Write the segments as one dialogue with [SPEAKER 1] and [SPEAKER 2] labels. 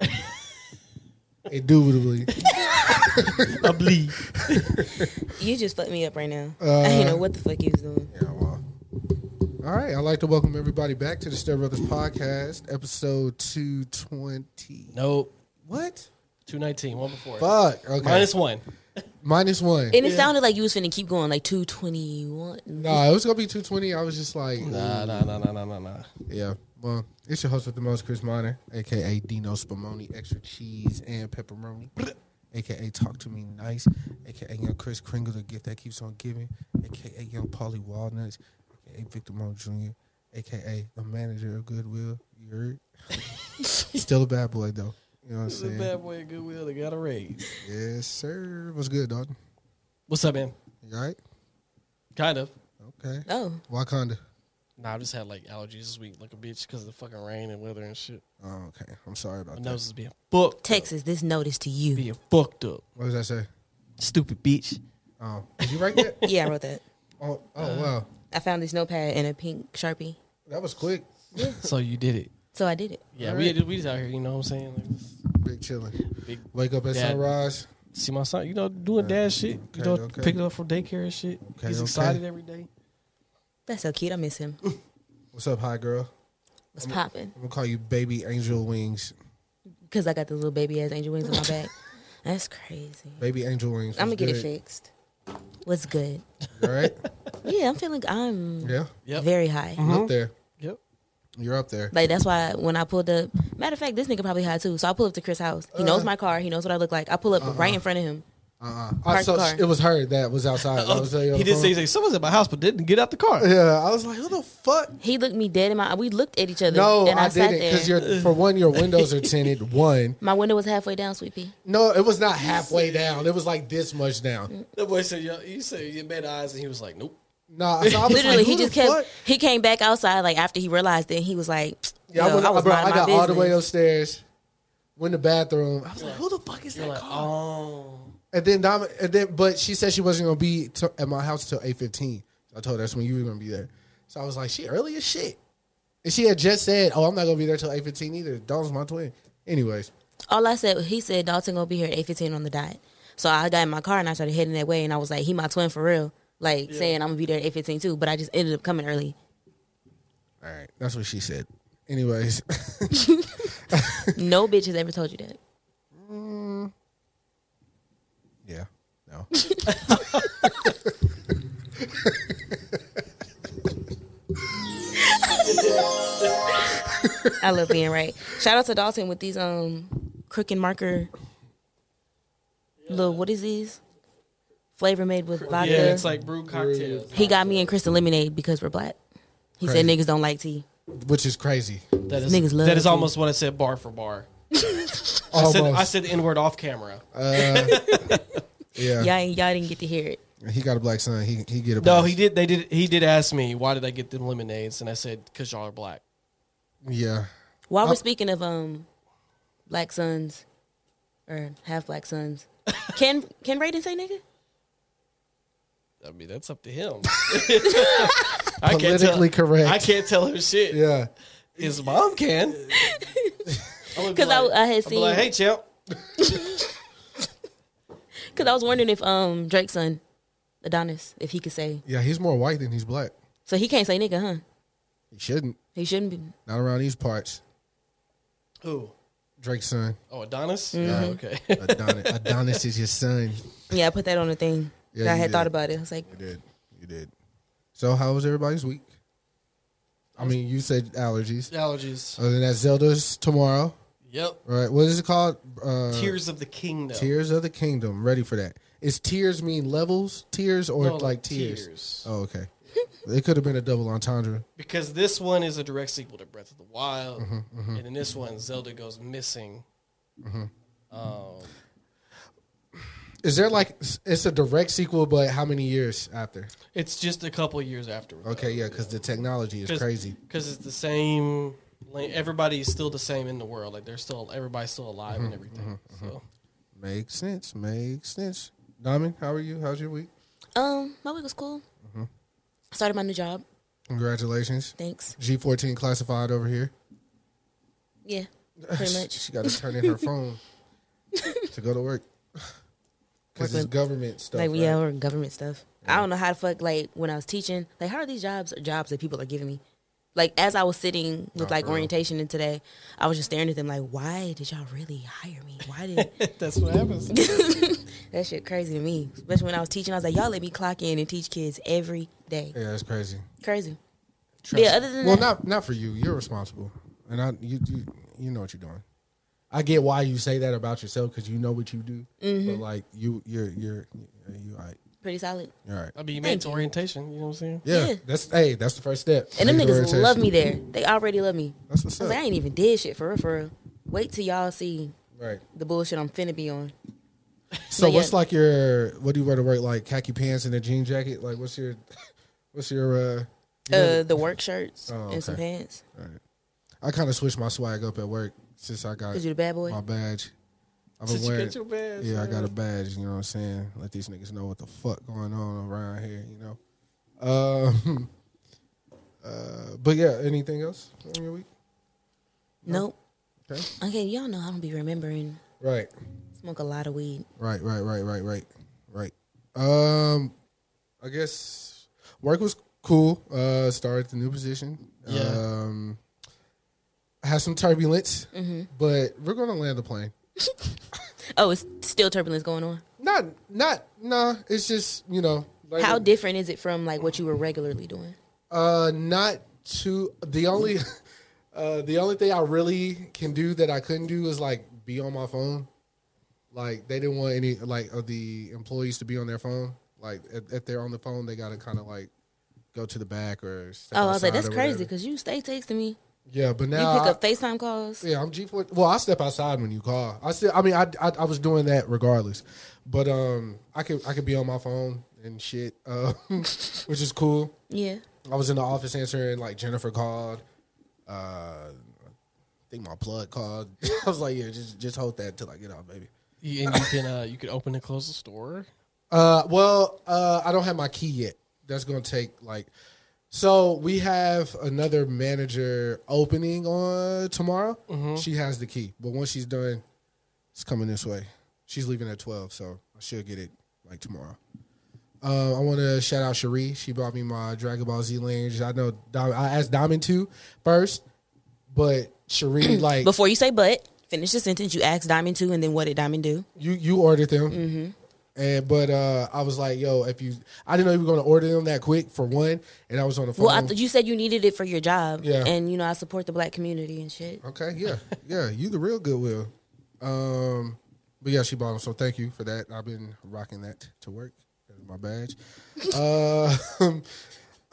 [SPEAKER 1] E Indubitably. oblique.
[SPEAKER 2] You just fucked me up right now. I
[SPEAKER 1] Uh,
[SPEAKER 2] didn't know what the fuck you was doing.
[SPEAKER 1] All right. I'd like to welcome everybody back to the Step Brothers Podcast, episode 220.
[SPEAKER 3] Nope.
[SPEAKER 1] What?
[SPEAKER 3] 219, one before.
[SPEAKER 1] Fuck. Okay.
[SPEAKER 3] Minus one.
[SPEAKER 1] Minus one.
[SPEAKER 2] And it sounded like you was finna keep going, like 221.
[SPEAKER 1] nah, it was going to be 220. I was just like,
[SPEAKER 3] Nah, nah, nah, nah, nah, nah, nah.
[SPEAKER 1] yeah. Well, it's your host with the most, Chris Miner, a.k.a. Dino Spumoni, extra cheese and pepperoni, a.k.a. Talk to Me Nice, a.k.a. Young Chris Kringle, the gift that keeps on giving, a.k.a. Young Polly Walnuts, a.k.a. Victor Moan Jr., a.k.a. the manager of Goodwill. You heard? Still a bad boy, though. You know what I'm saying?
[SPEAKER 3] boy at Goodwill that got a raise.
[SPEAKER 1] Yes, sir. What's good, dog?
[SPEAKER 3] What's up, man?
[SPEAKER 1] You all right?
[SPEAKER 3] Kind of.
[SPEAKER 1] Okay.
[SPEAKER 2] Oh,
[SPEAKER 1] Wakanda.
[SPEAKER 3] Nah, I just had like allergies this week like a bitch because of the fucking rain and weather and shit.
[SPEAKER 1] Oh, okay. I'm sorry
[SPEAKER 3] My
[SPEAKER 1] about that.
[SPEAKER 3] nose is being fucked.
[SPEAKER 2] Texas, this notice to you.
[SPEAKER 3] Being fucked up.
[SPEAKER 1] What does that say?
[SPEAKER 3] Stupid bitch.
[SPEAKER 1] Oh, did you write that?
[SPEAKER 2] Yeah, I wrote that.
[SPEAKER 1] oh, oh, wow.
[SPEAKER 2] I found this notepad and a pink Sharpie.
[SPEAKER 1] That was quick.
[SPEAKER 3] So you did it.
[SPEAKER 2] So I did it.
[SPEAKER 3] Yeah, we, we just out here, you know what I'm saying? Like, just
[SPEAKER 1] Big chilling.
[SPEAKER 3] big,
[SPEAKER 1] Wake up at
[SPEAKER 3] Dad.
[SPEAKER 1] sunrise.
[SPEAKER 3] see my son, you know, doing dad shit. You know,
[SPEAKER 1] okay.
[SPEAKER 3] picking up from daycare and shit.
[SPEAKER 1] Okay,
[SPEAKER 3] He's
[SPEAKER 1] okay.
[SPEAKER 3] excited every day.
[SPEAKER 2] That's so cute. I miss him.
[SPEAKER 1] What's up, high girl?
[SPEAKER 2] What's popping?
[SPEAKER 1] I'm gonna call you baby angel wings.
[SPEAKER 2] Because I got the little baby ass angel wings on my back. That's crazy.
[SPEAKER 1] Baby angel wings.
[SPEAKER 2] I'm gonna
[SPEAKER 1] What's
[SPEAKER 2] get it
[SPEAKER 1] good?
[SPEAKER 2] fixed. What's good?
[SPEAKER 1] You All right.
[SPEAKER 2] Yeah, I'm feeling. I'm
[SPEAKER 1] Yeah. Uh-huh.
[SPEAKER 3] Yep.
[SPEAKER 2] very high.
[SPEAKER 1] I'm up there.
[SPEAKER 3] Yep.
[SPEAKER 1] You're up there.
[SPEAKER 2] Like that's why when I pulled up, matter of fact, this nigga probably high too. So I pull up to Chris' house.
[SPEAKER 1] Uh-huh.
[SPEAKER 2] He knows my car. He knows what I look like. I pull up right in front of him.
[SPEAKER 1] Uh-uh. I, so
[SPEAKER 2] car.
[SPEAKER 1] it was her that was outside. I was telling you on
[SPEAKER 3] He
[SPEAKER 1] the
[SPEAKER 3] did
[SPEAKER 1] phone.
[SPEAKER 3] say, he's like, someone's at my house, but didn't get out the car.
[SPEAKER 1] Yeah. I was like, who the fuck?
[SPEAKER 2] He looked me dead in my. We looked at each other.
[SPEAKER 1] No,
[SPEAKER 2] and I,
[SPEAKER 1] I,
[SPEAKER 2] sat
[SPEAKER 1] didn't. Because
[SPEAKER 2] there.
[SPEAKER 1] you're for one, your windows are tinted. One.
[SPEAKER 2] My window was halfway down, sweet pea.
[SPEAKER 1] No, it was not halfway down. It was like this much down.
[SPEAKER 3] That boy said, yo, he said, you made eyes, and he was like, nope.
[SPEAKER 1] No, so I was
[SPEAKER 2] Literally,
[SPEAKER 1] like, who
[SPEAKER 2] he just
[SPEAKER 1] the
[SPEAKER 2] kept.
[SPEAKER 1] fuck?
[SPEAKER 2] He came back outside like after he realized it. He was like,
[SPEAKER 1] Yeah, I,
[SPEAKER 2] "Yo,
[SPEAKER 1] went,
[SPEAKER 2] I was
[SPEAKER 1] bro, I
[SPEAKER 2] minding my
[SPEAKER 1] got all the way
[SPEAKER 2] business."
[SPEAKER 1] upstairs, went to the bathroom. I was like, who the fuck is that car? And then, Dom, and then, but she said she wasn't gonna be to, at my house till eight fifteen. So I told her that's when you were gonna be there. So I was like, she early as shit. And she had just said, "Oh, I'm not gonna be there till eight fifteen either." Dawn's my twin. Anyways,
[SPEAKER 2] All I said, he said Dalton gonna be here at eight fifteen on the dot. So I got in my car and I started heading that way, and I was like, he my twin for real. Like saying I'm gonna be there at eight fifteen too, but I just ended up coming early.
[SPEAKER 1] all right, that's what she said. Anyways,
[SPEAKER 2] No bitch has ever told you that.
[SPEAKER 1] yeah, no,
[SPEAKER 2] I love being right. Shout out to Dalton with these um crooked marker. Little what is these? Flavor made with vodka.
[SPEAKER 3] Yeah, it's like brew cocktails.
[SPEAKER 2] he got me and Kristen lemonade because we're black. He said
[SPEAKER 1] Crazy.
[SPEAKER 2] niggas don't like tea.
[SPEAKER 1] which is crazy.
[SPEAKER 3] That is
[SPEAKER 2] Niggas love
[SPEAKER 3] that is
[SPEAKER 2] to.
[SPEAKER 3] almost what I said bar for bar. I
[SPEAKER 1] Almost,
[SPEAKER 3] said I said the N word off camera.
[SPEAKER 1] yeah.
[SPEAKER 2] Y'all, ain't- y'all didn't get to hear it.
[SPEAKER 1] He got a black son. He he get a
[SPEAKER 3] No,
[SPEAKER 1] pass.
[SPEAKER 3] he did. They did. He did ask me why did I get them lemonades, and I said because y'all are black.
[SPEAKER 1] yeah.
[SPEAKER 2] While
[SPEAKER 1] Uh.
[SPEAKER 2] we're speaking of um black sons or half black sons, can can Raiden say nigga?
[SPEAKER 3] I mean, that's up to him. I can't tell,
[SPEAKER 1] Politically correct.
[SPEAKER 3] I can't tell him shit.
[SPEAKER 1] Yeah.
[SPEAKER 3] His mom can. Because
[SPEAKER 2] 'Cause I- I had seen-
[SPEAKER 3] Like, hey, champ.
[SPEAKER 2] Because I was wondering if um Drake's son Adonis if he could say.
[SPEAKER 1] Yeah, he's more white than he's black.
[SPEAKER 2] So he can't say nigga, huh?
[SPEAKER 1] He shouldn't.
[SPEAKER 2] He shouldn't be.
[SPEAKER 1] Not around these parts.
[SPEAKER 3] Who?
[SPEAKER 1] Drake's son.
[SPEAKER 3] Oh, Adonis. Yeah, okay.
[SPEAKER 1] Adonis, Adonis is your son.
[SPEAKER 2] Yeah, I put that on the thing.
[SPEAKER 1] Yeah,
[SPEAKER 2] that I
[SPEAKER 1] you
[SPEAKER 2] had
[SPEAKER 1] did.
[SPEAKER 2] thought about it. I was like,
[SPEAKER 1] You did. You did. So how was everybody's week? I mean, you said allergies.
[SPEAKER 3] Allergies.
[SPEAKER 1] Other than that, Zelda's tomorrow.
[SPEAKER 3] Yep.
[SPEAKER 1] Right. What is it called? Uh,
[SPEAKER 3] Tears of the Kingdom.
[SPEAKER 1] Tears of the Kingdom. Ready for that? Is tiers mean levels? Tiers or
[SPEAKER 3] No, like
[SPEAKER 1] like tears?
[SPEAKER 3] tiers.
[SPEAKER 1] Oh, okay. it could have been a double entendre.
[SPEAKER 3] Because this one is a direct sequel to Breath of the Wild,
[SPEAKER 1] Mm-hmm,
[SPEAKER 3] and in this one, Zelda goes missing. Um,
[SPEAKER 1] Is there like it's a direct sequel, but how many years after?
[SPEAKER 3] it's just a couple of years afterwards.
[SPEAKER 1] Okay, yeah, because the technology is
[SPEAKER 3] Cause,
[SPEAKER 1] crazy.
[SPEAKER 3] Because it's the same. Like, everybody's still the same in the world. Like they're still everybody's still alive
[SPEAKER 1] Mm-hmm,
[SPEAKER 3] and everything. So
[SPEAKER 1] Makes sense. Makes sense. Diamond, how are you? How's your week?
[SPEAKER 2] um, my week was cool.
[SPEAKER 1] Mm-hmm.
[SPEAKER 2] Started my new job.
[SPEAKER 1] Congratulations.
[SPEAKER 2] Thanks.
[SPEAKER 1] G fourteen classified over here.
[SPEAKER 2] Yeah, pretty much.
[SPEAKER 1] She got to turn in her phone to go to work because it's
[SPEAKER 2] Working-
[SPEAKER 1] government stuff.
[SPEAKER 2] like,
[SPEAKER 1] right?
[SPEAKER 2] yeah, or government stuff. I don't know how the fuck, like, when I was teaching, like, how are these jobs jobs that people are giving me? Like, as I was sitting with, like, orientation and today, I was just staring at them like, why did y'all really hire me? Why did...
[SPEAKER 3] that's what happens.
[SPEAKER 2] That shit crazy to me. Especially when I was teaching, I was like, y'all let me clock in and teach kids every day.
[SPEAKER 1] yeah, that's crazy.
[SPEAKER 2] Crazy. yeah, other than
[SPEAKER 1] Well,
[SPEAKER 2] that,
[SPEAKER 1] not not for you. You're responsible, and I you you, you know what you're doing. I get why you say that about yourself because you know what you do.
[SPEAKER 2] Mm-hmm.
[SPEAKER 1] But like you, you're you're you all right.
[SPEAKER 2] pretty solid.
[SPEAKER 1] You're all right.
[SPEAKER 3] I mean, you made it to orientation. You know what I'm saying?
[SPEAKER 1] Yeah,
[SPEAKER 2] Yeah.
[SPEAKER 1] that's hey, that's the first step.
[SPEAKER 2] And them
[SPEAKER 1] Make
[SPEAKER 2] niggas
[SPEAKER 1] orientation.
[SPEAKER 2] love me there. They already love me. I
[SPEAKER 1] That's what's
[SPEAKER 2] was
[SPEAKER 1] up.
[SPEAKER 2] like, I ain't even did shit for real, for real. Wait till y'all see
[SPEAKER 1] Right.
[SPEAKER 2] the bullshit I'm finna be on.
[SPEAKER 1] So
[SPEAKER 2] But
[SPEAKER 1] what's
[SPEAKER 2] yeah.
[SPEAKER 1] like your what do you wear to work? Like khaki pants and a jean jacket. Like what's your what's your uh?
[SPEAKER 2] Uh, the work shirts
[SPEAKER 1] Oh,
[SPEAKER 2] and some
[SPEAKER 1] okay.
[SPEAKER 2] pants.
[SPEAKER 1] I kind of switched my swag up at work since I got
[SPEAKER 2] Cause you the bad boy.
[SPEAKER 1] my badge. I've been
[SPEAKER 3] Since you
[SPEAKER 1] wearing.
[SPEAKER 3] got your badge,
[SPEAKER 1] yeah, I got a badge. You know what I'm saying? Let these niggas know what the fuck going on around here. You know. Um, uh, but yeah, anything else on your week?
[SPEAKER 2] Nope.
[SPEAKER 1] Okay.
[SPEAKER 2] Okay, y'all know I don't be remembering.
[SPEAKER 1] Right,
[SPEAKER 2] Smoke a lot of weed.
[SPEAKER 1] right, right, right, right, right, right. Um, I guess work was cool. Uh, started the new position.
[SPEAKER 3] Yeah.
[SPEAKER 1] Um, had some turbulence,
[SPEAKER 3] Mm-hmm.
[SPEAKER 1] but we're gonna land the plane.
[SPEAKER 2] Oh, it's still turbulence going on.
[SPEAKER 1] Not, not, nah. It's just you know. Like
[SPEAKER 2] How different is it from like what you were regularly doing?
[SPEAKER 1] Uh, not too. The only, uh, the only thing I really can do that I couldn't do is like be on my phone. Like they didn't want any like of the employees to be on their phone. Like if, if they're on the phone, they gotta kind of like go to the back or. step
[SPEAKER 2] Oh, I was like,
[SPEAKER 1] outside
[SPEAKER 2] that's
[SPEAKER 1] or
[SPEAKER 2] crazy
[SPEAKER 1] whatever.
[SPEAKER 2] because you stay texting me.
[SPEAKER 1] Yeah, but
[SPEAKER 2] You
[SPEAKER 1] now
[SPEAKER 2] pick
[SPEAKER 1] I-
[SPEAKER 2] up FaceTime calls.
[SPEAKER 1] yeah, I'm G four. Well, I step outside when you call. I still, I mean, I, I, I was doing that regardless, but um, I could, I could be on my phone and shit, uh, which is cool.
[SPEAKER 2] Yeah.
[SPEAKER 1] I was in the office answering like Jennifer called. Uh, I think my plug called. I was like, yeah, just just hold that until I get off, baby.
[SPEAKER 3] You, and you can uh, you can open and close the store.
[SPEAKER 1] Uh, well, uh, I don't have my key yet. That's gonna take like. So we have another manager opening on tomorrow. She has the key, but once she's done, it's coming this way. She's leaving at twelve, so I should get it like tomorrow. Uh, I want to shout out Cherie. She bought me my Dragon Ball Z Lineage. I know Dom- I asked Diamond to first, but Cherie like
[SPEAKER 2] Before you say but, finish the sentence. You asked Diamond to, and then what did Diamond do?
[SPEAKER 1] you you ordered them, and but uh, I was like, yo, if you, I didn't know you were gonna order them that quick for one, and I was on the phone.
[SPEAKER 2] Well, I th- you said you needed it for your job.
[SPEAKER 1] Uh-huh. Yeah.
[SPEAKER 2] And, you know, I support the black community and shit.
[SPEAKER 1] okay, yeah, yeah, you the real goodwill. Um, but yeah, she bought them, so thank you for that. I've been rocking that to work. That's my badge. uh,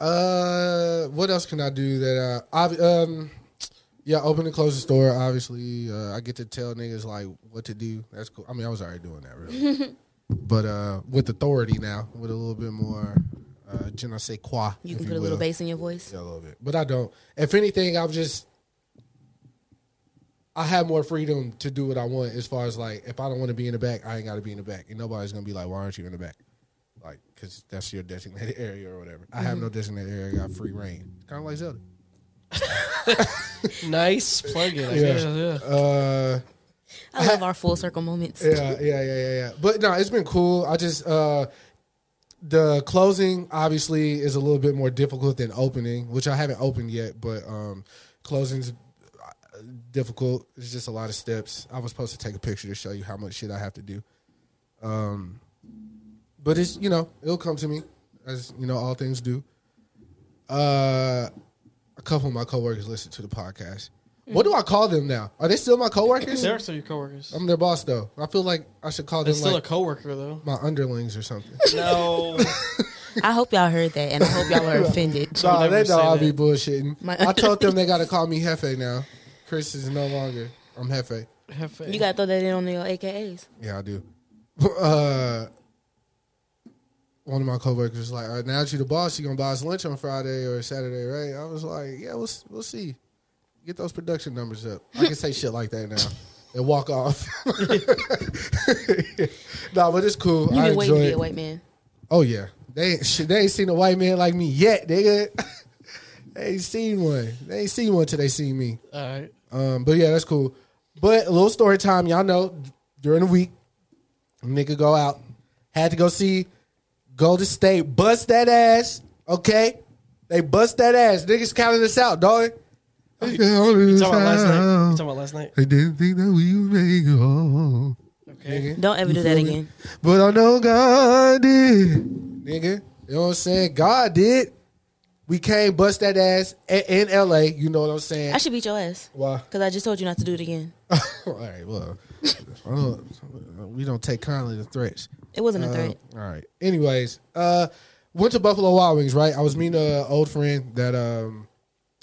[SPEAKER 1] uh, what else can I do that? Uh, I um. Yeah, open and close the store. Obviously, uh, I get to tell niggas like what to do. That's cool. I mean, I was already doing that, really. but uh, with authority now, with a little bit more, uh, je ne sais quoi.
[SPEAKER 2] You
[SPEAKER 1] if
[SPEAKER 2] can put a little
[SPEAKER 1] will.
[SPEAKER 2] bass in your voice.
[SPEAKER 1] Yeah, a little bit, but I don't. If anything, I'm just. I have more freedom to do what I want as far as like if I don't want to be in the back, I ain't got to be in the back, and nobody's gonna be like, "Why aren't you in the back?" Like, because that's your designated area or whatever. I have no designated area. I got free reign. Kind of like Zelda.
[SPEAKER 3] Nice plug in. I
[SPEAKER 1] Yeah.
[SPEAKER 3] guess, yeah.
[SPEAKER 1] Uh,
[SPEAKER 2] I love our full circle moments.
[SPEAKER 1] yeah, yeah, yeah, yeah, yeah. But no, it's been cool. I just uh the closing obviously is a little bit more difficult than opening, which I haven't opened yet, but um closing's difficult. It's just a lot of steps. I was supposed to take a picture to show you how much shit I have to do. Um, but it's you know it'll come to me as you know all things do. Uh, a couple of my coworkers listen to the podcast. What do I call them now? Are they still my coworkers?
[SPEAKER 3] They're still your coworkers.
[SPEAKER 1] I'm their boss though. I feel like I should call them
[SPEAKER 3] It's still
[SPEAKER 1] like
[SPEAKER 3] a coworker though.
[SPEAKER 1] my underlings or something.
[SPEAKER 3] No,
[SPEAKER 2] I hope y'all heard that, and I hope y'all are offended.
[SPEAKER 3] Don't
[SPEAKER 1] Nah, they
[SPEAKER 3] ever
[SPEAKER 1] know
[SPEAKER 3] say
[SPEAKER 1] I'll be
[SPEAKER 3] that.
[SPEAKER 1] bullshitting.
[SPEAKER 2] My-
[SPEAKER 1] I told them they gotta call me Hefe now. Chris is no longer. I'm Hefe.
[SPEAKER 2] You gotta throw that in on your AKAs.
[SPEAKER 1] Yeah, I do. Uh, one of my coworkers was like, All right, "Now that you the boss, you gonna buy us lunch on Friday or Saturday, right?" I was like, "Yeah, we'll s- we'll see. Get those production numbers up. I can say shit like that now." And walk off. nah, but it's cool.
[SPEAKER 2] You
[SPEAKER 1] I
[SPEAKER 2] been waiting
[SPEAKER 1] enjoy
[SPEAKER 2] to
[SPEAKER 1] it.
[SPEAKER 2] be a white man.
[SPEAKER 1] Oh yeah, they ain't- shit, they ain't seen a white man like me yet, nigga. they ain't seen one. They ain't seen one till they seen me.
[SPEAKER 3] All right.
[SPEAKER 1] Um, but yeah, that's cool. But a little story time, y'all know. During the week, nigga go out. Had to go see Golden State bust that ass. Okay, they bust that ass. Niggas counting us out, dog.
[SPEAKER 3] You talking about last night? You talking about last night?
[SPEAKER 1] I didn't think that we would make it home.
[SPEAKER 3] Okay.
[SPEAKER 2] Don't ever do that
[SPEAKER 1] feel me?
[SPEAKER 2] again.
[SPEAKER 1] But I know God did. Nigga. You know what I'm saying? God did. We came bust that ass a- in LA. You know what I'm saying?
[SPEAKER 2] I should beat your ass.
[SPEAKER 1] Why?
[SPEAKER 2] Because I just told you not to do it again.
[SPEAKER 1] All right, well, I don't, we don't take kindly to threats.
[SPEAKER 2] It wasn't a threat.
[SPEAKER 1] All right. Anyways, uh, went to Buffalo Wild Wings, right? I was meeting an old friend that um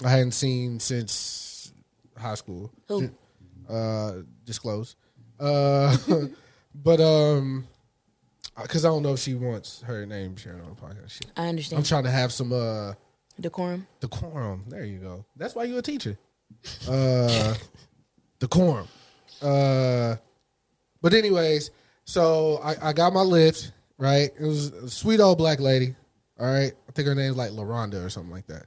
[SPEAKER 1] I hadn't seen since high school.
[SPEAKER 2] Who?
[SPEAKER 1] Uh, disclose. Uh, but um, because I don't know if she wants her name shared on the podcast. Shit.
[SPEAKER 2] I
[SPEAKER 1] I'm
[SPEAKER 2] understand.
[SPEAKER 1] trying to have some uh
[SPEAKER 2] Decorum.
[SPEAKER 1] decorum. There you go. That's why you're a teacher. Uh, decorum. Uh, but anyways, so I, I got my lift. Right, it was a sweet old black lady. All right, I think her name's like Laronda or something like that.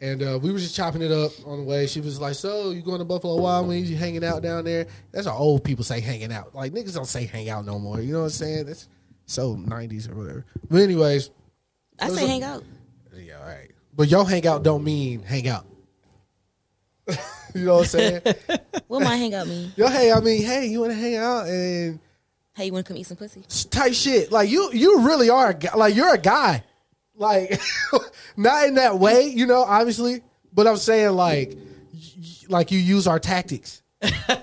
[SPEAKER 1] And uh, we were just chopping it up on the way. She was like, "So you going to Buffalo Wild Wings? You hanging out down there?" That's how old people say hanging out. Like niggas don't say hang out no more. You know what I'm saying? That's so '90s or whatever. But anyways,
[SPEAKER 2] I say hang out.
[SPEAKER 1] yeah, all right. But your hangout don't mean hang out. you know what I'm saying?
[SPEAKER 2] What my hang out mean?
[SPEAKER 1] Yo, hey, I mean, hey, you want to hang out and
[SPEAKER 2] Hey, you wanna come eat some pussy?
[SPEAKER 1] s- type shit. Like you, you really are a guy. Like you're a guy. Like not in that way, you know. Obviously, but I'm saying like, y- y- like you use our tactics. you know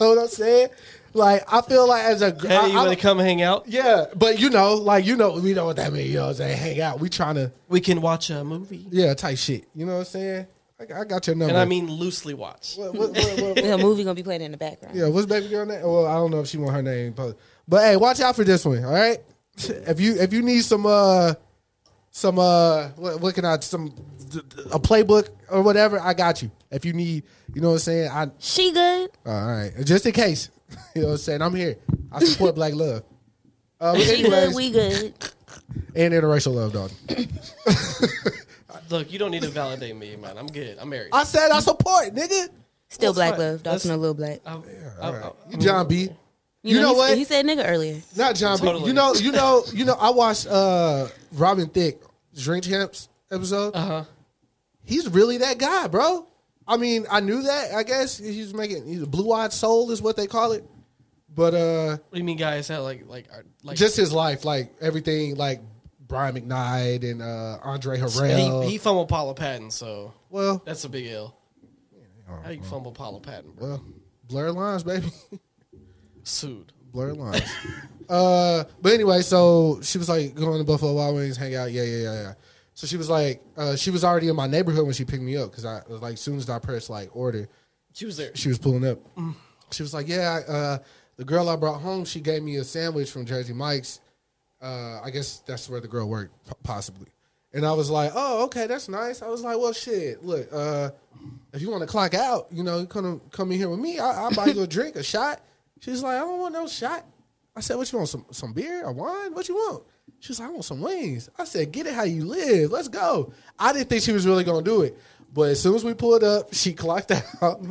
[SPEAKER 1] what I'm saying? Like I feel like as a gr- I-
[SPEAKER 3] Hey, you
[SPEAKER 1] I
[SPEAKER 3] want to
[SPEAKER 1] don't-
[SPEAKER 3] come hang out?
[SPEAKER 1] yeah, but you know, like you know, we know what that means. You know what I'm saying? Hang out. We trying to
[SPEAKER 3] We can watch a movie,
[SPEAKER 1] yeah, type shit. You know what I'm saying? I, I got your number.
[SPEAKER 3] and I mean loosely watch.
[SPEAKER 1] What- what- what- what-
[SPEAKER 2] The movie gonna be playing in the background.
[SPEAKER 1] yeah, what's baby girl name? Well, I don't know if she want her name, but but hey, watch out for this one. All right, if you if you need some uh some uh what, what can I some a playbook or whatever, I got you. If you need, you know what I'm saying. I
[SPEAKER 2] She good.
[SPEAKER 1] all right, just in case, you know what I'm saying. I'm here. I support black love. Uh, but
[SPEAKER 2] She good.
[SPEAKER 1] anyways,
[SPEAKER 2] We good.
[SPEAKER 1] and interracial love, dog.
[SPEAKER 3] Look, you don't need to validate me, man. I'm good. I'm married.
[SPEAKER 1] I said I support, nigga.
[SPEAKER 2] Still
[SPEAKER 3] That's
[SPEAKER 2] black
[SPEAKER 3] fine.
[SPEAKER 2] love. Dawson a
[SPEAKER 3] That's-
[SPEAKER 2] little black.
[SPEAKER 3] I'm-
[SPEAKER 1] All
[SPEAKER 3] I'm-
[SPEAKER 1] right.
[SPEAKER 3] I'm-
[SPEAKER 1] You John B. You, know,
[SPEAKER 2] he,
[SPEAKER 1] what?
[SPEAKER 2] He said nigga earlier.
[SPEAKER 1] Not John B.
[SPEAKER 3] Totally.
[SPEAKER 1] You know, you know, you know. I watched uh Robin Thicke Drink Champs episode. Uh
[SPEAKER 3] uh-huh.
[SPEAKER 1] huh. He's really that guy, bro. I mean, I knew that. I guess he's making he's a blue eyed soul is what they call it. But uh
[SPEAKER 3] What do you mean, guys? That like, like, are- like
[SPEAKER 1] just his life, like everything, like Brian McKnight and uh Andre Harrell.
[SPEAKER 3] And he, he fumbled Paula Patton, so
[SPEAKER 1] well,
[SPEAKER 3] that's a big L. How you fumble Paula Patton, bro?
[SPEAKER 1] well, blur lines, baby.
[SPEAKER 3] Sued.
[SPEAKER 1] blur lines. uh, but anyway, so she was like going to Buffalo Wild Wings, hang out. Yeah, yeah, yeah, yeah. So she was like, uh, she was already in my neighborhood when she picked me up because I was like, soon as I pressed like order,
[SPEAKER 3] She was there.
[SPEAKER 1] she was pulling up. She was like, yeah, uh, the girl I brought home, she gave me a sandwich from Jersey Mike's. Uh, I guess that's where the girl worked, p- possibly. And I was like, oh, okay, that's nice. I was like, well, shit, look, uh, if you want to clock out, you know, you come come in here with me. I, I'll buy you a drink, a shot. She's like, I don't want no shot. I said, what you want? Some some beer, a wine? What you want? She was like, I want some wings. I said, get it how you live. Let's go. I didn't think she was really gonna do it, but as soon as we pulled up, she clocked out.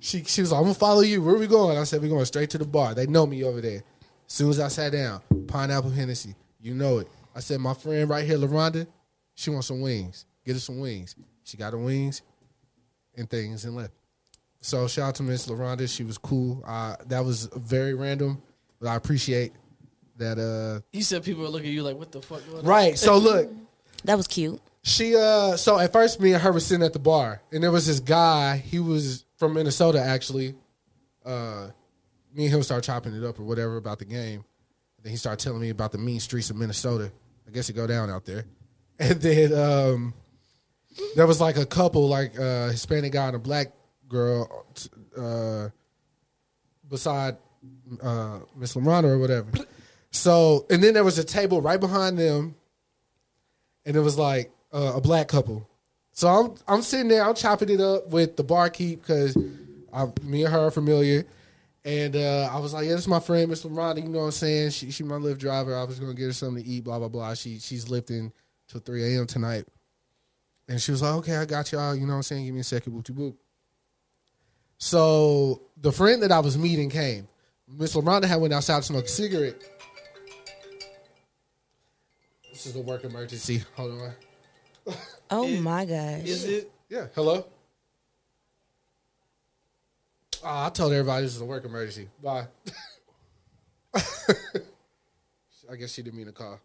[SPEAKER 1] She she was like, I'm gonna follow you. Where we going? I said, we're going straight to the bar. They know me over there. As soon as I sat down, pineapple Hennessy, you know it. I said, my friend right here, LaRonda, she wants some wings. Get her some wings. She got her wings and things and left. So shout out to Miss LaRonda. She was cool. Uh, that was very random, but I appreciate that. Uh,
[SPEAKER 3] You said people were looking at you like, what the fuck? going on?
[SPEAKER 1] right. So look,
[SPEAKER 2] That was cute.
[SPEAKER 1] she uh so at first me and her were sitting at the bar and there was this guy, he was from Minnesota actually. Uh me and him started chopping it up or whatever about the game. Then he started telling me about the mean streets of Minnesota. I guess it go down out there. And then um there was like a couple, like uh Hispanic guy and a black girl uh beside uh Miss Lamonda or whatever. So and then there was a table right behind them and it was like uh, a black couple. So I'm I'm sitting there, I'm chopping it up with the barkeep because me and her are familiar. And uh, I was like, yeah, this is my friend, Miss LaRonda. You know what I'm saying? She she my Lyft driver. I was gonna get her something to eat, blah blah blah. She she's lifting till 3 a.m. tonight. And she was like, okay, I got y'all. You know what I'm saying? Give me a second, whoop de boop. So the friend that I was meeting came. Miss LaRonda had went outside to smoke a cigarette. This is a work emergency. Hold on.
[SPEAKER 2] Oh my gosh.
[SPEAKER 3] Is it?
[SPEAKER 1] Yeah. Hello. Ah, I told everybody this is a work emergency. Bye. I guess she didn't mean to call.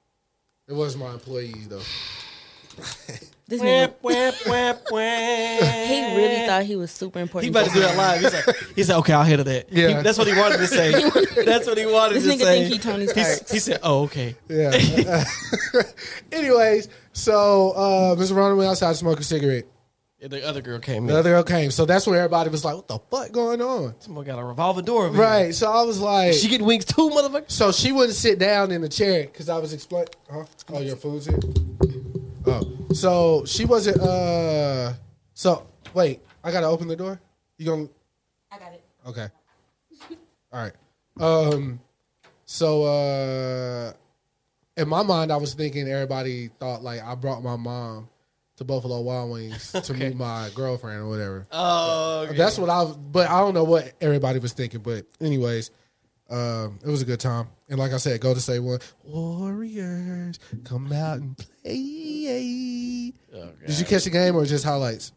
[SPEAKER 1] It was my employee though.
[SPEAKER 2] This nigga,
[SPEAKER 3] Whap, whap, whap, whap.
[SPEAKER 2] he really thought he was super important.
[SPEAKER 3] He about to do that live. He's like, he's like, okay, I'll handle that. He-
[SPEAKER 1] Yeah.
[SPEAKER 3] that's what he wanted to say. That's what he wanted
[SPEAKER 2] This
[SPEAKER 3] to
[SPEAKER 2] nigga
[SPEAKER 3] say.
[SPEAKER 2] think he Tony
[SPEAKER 3] He s-
[SPEAKER 2] Stark.
[SPEAKER 3] he said, oh, okay.
[SPEAKER 1] Yeah. Anyways, so uh, Mr. Ronald went outside to smoke a cigarette.
[SPEAKER 3] And the other girl came in.
[SPEAKER 1] The other girl came, so that's when everybody was like, "What the fuck going on?"
[SPEAKER 3] Someone got a revolver door. over
[SPEAKER 1] Right. So I was like,
[SPEAKER 3] here. She getting wings too, motherfucker.
[SPEAKER 1] So she wouldn't sit down in the chair because I was explaining. Huh? Oh, your food's here. Oh, so she wasn't. Uh, so wait, I gotta open the door. You gonna?
[SPEAKER 2] I got it.
[SPEAKER 1] Okay. All right. Um. So uh, in my mind, I was thinking everybody thought like I brought my mom to Buffalo Wild Wings to meet my girlfriend or whatever.
[SPEAKER 3] Oh, okay.
[SPEAKER 1] That's what I. was- But I don't know what everybody was thinking. But anyways, um, it was a good time. And like I said, go to say one Warriors, come out and play. Did you catch the game or just highlights?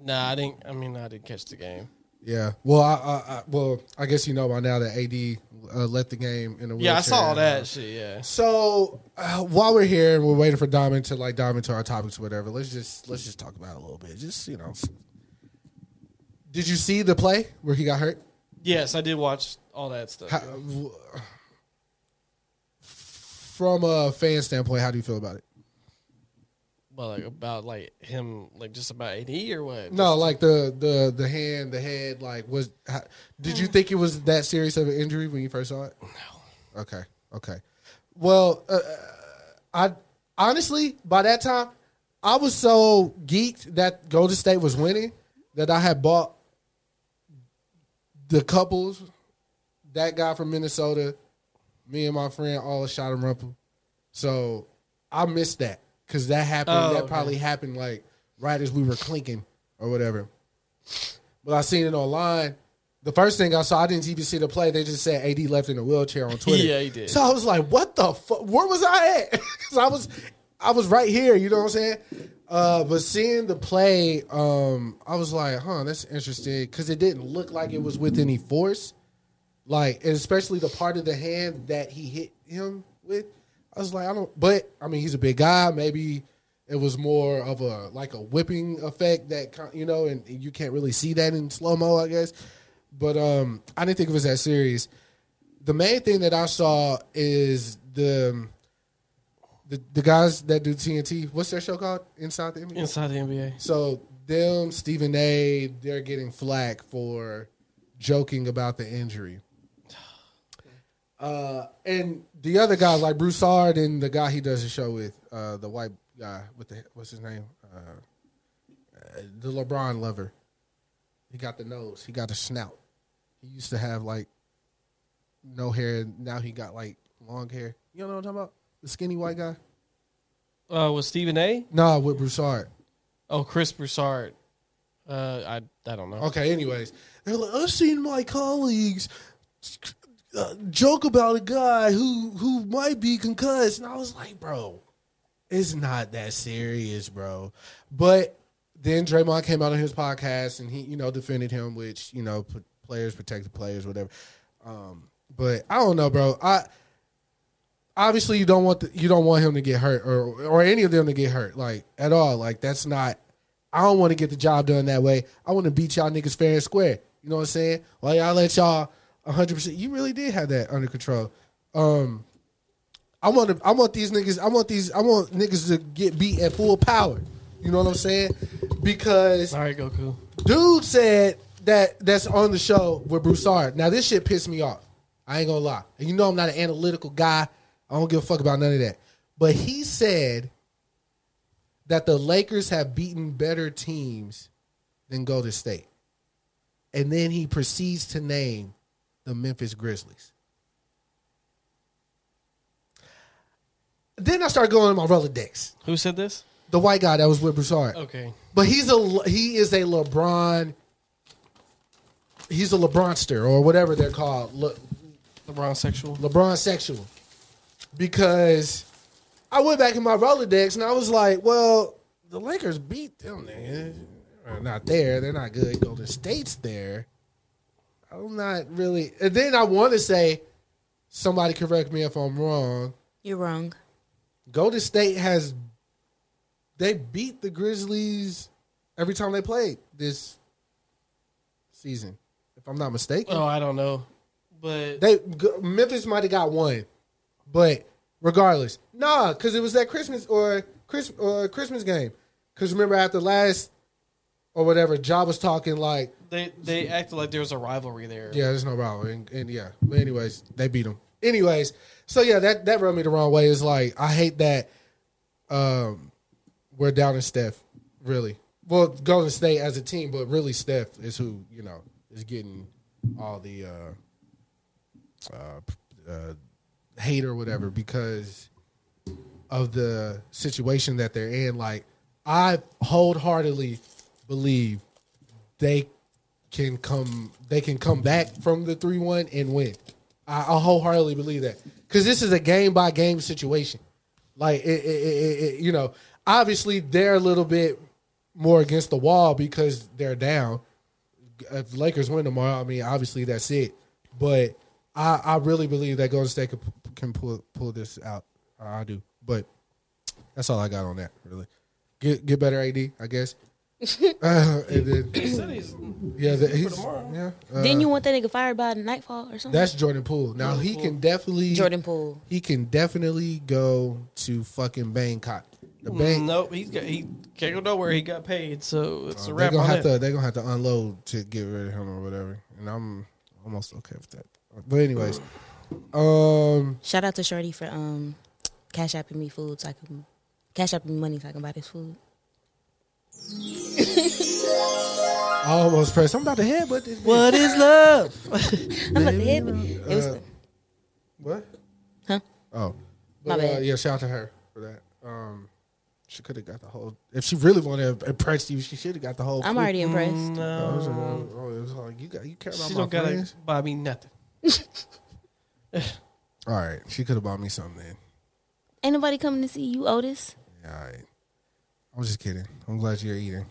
[SPEAKER 3] Nah, I didn't. I mean, I didn't catch the game.
[SPEAKER 1] Yeah. Well, I, I, I well, I guess you know by now that AD uh, left the game in a
[SPEAKER 3] Yeah, I saw all
[SPEAKER 1] wheelchair.
[SPEAKER 3] that shit. Yeah.
[SPEAKER 1] So uh, while we're here, we're waiting for Diamond to like dive into our topics, or whatever. Let's just let's just talk about it a little bit. Just you know, did you see the play where he got hurt?
[SPEAKER 3] Yes, I did watch all that stuff.
[SPEAKER 1] How, w- from a fan standpoint, how do you feel about it?
[SPEAKER 3] but like about like him, like just about AD or what?
[SPEAKER 1] No, like the the the hand, the head, like was. How, did you think it was that serious of an injury when you first saw it? No. Okay. Okay. Well, uh, I honestly by that time I was so geeked that Golden State was winning that I had bought the couples, that guy from Minnesota, me and my friend all a shot and rumple. So I missed that because that happened.
[SPEAKER 3] Oh,
[SPEAKER 1] that
[SPEAKER 3] okay.
[SPEAKER 1] probably happened like right as we were clinking or whatever. But I seen it online. The first thing I saw, I didn't even see the play. They just said AD left in a wheelchair on Twitter.
[SPEAKER 3] Yeah, he did.
[SPEAKER 1] So I was like, "What the fuck? Where was I at?" Because I was, I was right here. You know what I'm saying? Uh, but seeing the play, um, I was like, "Huh, that's interesting." Because it didn't look like it was with any force, like and especially the part of the hand that he hit him with. I was like, "I don't." But I mean, he's a big guy. Maybe it was more of a like a whipping effect that ki- you know, and you can't really see that in slow mo, I guess. But um, I didn't think it was that serious the main thing that I saw is the the, the guys that do TNT. What's their show called? Inside the NBA.
[SPEAKER 3] Inside the NBA.
[SPEAKER 1] So them, Stephen A. They're getting flack for joking about the injury. Uh, and the other guys like Broussard and the guy he does the show with, uh, the white guy with the what's his name, uh, uh, the LeBron lover. He got the nose. He got the snout. He used to have like no hair. Now he got like long hair. You know what I'm talking about? The skinny white guy.
[SPEAKER 3] Uh, was Stephen A?
[SPEAKER 1] Nah, with Broussard.
[SPEAKER 3] Oh, Chris Broussard. Uh, I I don't know.
[SPEAKER 1] Okay, anyways, they're like, I've seen my colleagues uh, joke about a guy who who might be concussed, and I was like, bro, it's not that serious, bro. But Then Draymond came out on his podcast and he, you know, defended him, which you know, put players protect the players, whatever. Um, but I don't know, bro. I obviously you don't want the, you don't want him to get hurt or or any of them to get hurt like at all. Like that's not. I don't want to get the job done that way. I want to beat y'all niggas fair and square. You know what I'm saying? Like I let y'all 100. percent You really did have that under control. Um, I want to, I want these niggas. I want these. I want niggas to get beat at full power. You know what I'm saying? Because
[SPEAKER 3] All right, Goku.
[SPEAKER 1] dude said that that's on the show with Broussard. Now this shit pissed me off. I ain't gonna lie. And you know I'm not an analytical guy. I don't give a fuck about none of that. But he said that the Lakers have beaten better teams than Golden State. And then he proceeds to name the Memphis Grizzlies. Then I start going to my Rolodex.
[SPEAKER 3] Who said this?
[SPEAKER 1] The white guy that was with Broussard.
[SPEAKER 3] Okay.
[SPEAKER 1] But he's a he is a LeBron. He's a LeBronster or whatever they're called, Le,
[SPEAKER 3] LeBron sexual.
[SPEAKER 1] LeBron sexual, because I went back in my Rolodex and I was like, well, the Lakers beat them. They're not there. They're not good. Golden State's there. I'm not really. And then I want to say, somebody correct me if I'm wrong.
[SPEAKER 2] You're wrong.
[SPEAKER 1] Golden State has they beat the Grizzlies every time they played this season, if I'm not mistaken.
[SPEAKER 3] Oh, I don't know, but
[SPEAKER 1] They G- Memphis might have got one, but regardless, nah, because it was that Christmas or Chris or Christmas game. Because remember after last or whatever, Ja was talking like,
[SPEAKER 3] they they acted like there was a rivalry there.
[SPEAKER 1] yeah, there's no problem, and, and yeah. But anyways, they beat them. Anyways, so yeah, that that rubbed me the wrong way. It's like I hate that um, we're down to Steph, really. Well, Golden State as a team, but really Steph is who you know is getting all the uh, uh, p- uh, hate or whatever because of the situation that they're in. Like I wholeheartedly believe they can come they can come back from the three one and win. I, I wholeheartedly believe that because this is a game by game situation. Like it, it, it, it- it- you know, obviously they're a little bit more against the wall because they're down. If the Lakers win tomorrow, I mean, obviously that's it. But I, I really believe that Golden State can, can pull pull this out. I do, but that's all I got on that. Really, get get better, AD. I guess. Uh, and then- yeah, that, he's, yeah. uh,
[SPEAKER 2] Didn't you want that nigga fired by nightfall or something?
[SPEAKER 1] that's Jordan Poole. Now he can definitely
[SPEAKER 2] Jordan Poole.
[SPEAKER 1] He can definitely go to fucking Bangkok. The
[SPEAKER 3] Mm,
[SPEAKER 1] bank.
[SPEAKER 3] Nope, he's got he can't go nowhere. He got paid, so it's a
[SPEAKER 1] They're
[SPEAKER 3] wrap
[SPEAKER 1] Uh, gonna
[SPEAKER 3] on
[SPEAKER 1] have
[SPEAKER 3] that.
[SPEAKER 1] to. They're gonna have to unload to get rid of him or whatever. And I'm almost okay with that. But anyways, um,
[SPEAKER 2] Shout out to Shorty for um, cash apping me food so I can cash apping me money so I can buy this food.
[SPEAKER 1] I almost pressed. I'm about to head, but this
[SPEAKER 3] What is love?
[SPEAKER 2] I'm about to hit, but it
[SPEAKER 1] Uh,
[SPEAKER 2] was
[SPEAKER 1] What?
[SPEAKER 2] Huh?
[SPEAKER 1] Oh, but,
[SPEAKER 2] My
[SPEAKER 1] Uh,
[SPEAKER 2] bad.
[SPEAKER 1] yeah. Shout out to her for that. Um, she could have got the whole. If she really wanted to impress you, she should have got the whole.
[SPEAKER 2] I'm
[SPEAKER 1] food.
[SPEAKER 2] already Um, impressed.
[SPEAKER 1] I was
[SPEAKER 3] No,
[SPEAKER 1] like, oh, it was like, you got you care about
[SPEAKER 3] she
[SPEAKER 1] my
[SPEAKER 3] don't gotta
[SPEAKER 1] friends?
[SPEAKER 3] buy me nothing.
[SPEAKER 1] All right, she could have bought me something.
[SPEAKER 2] Ain't nobody coming to see you, Otis.
[SPEAKER 1] Yeah, all right. I'm just kidding. I'm glad you're eating.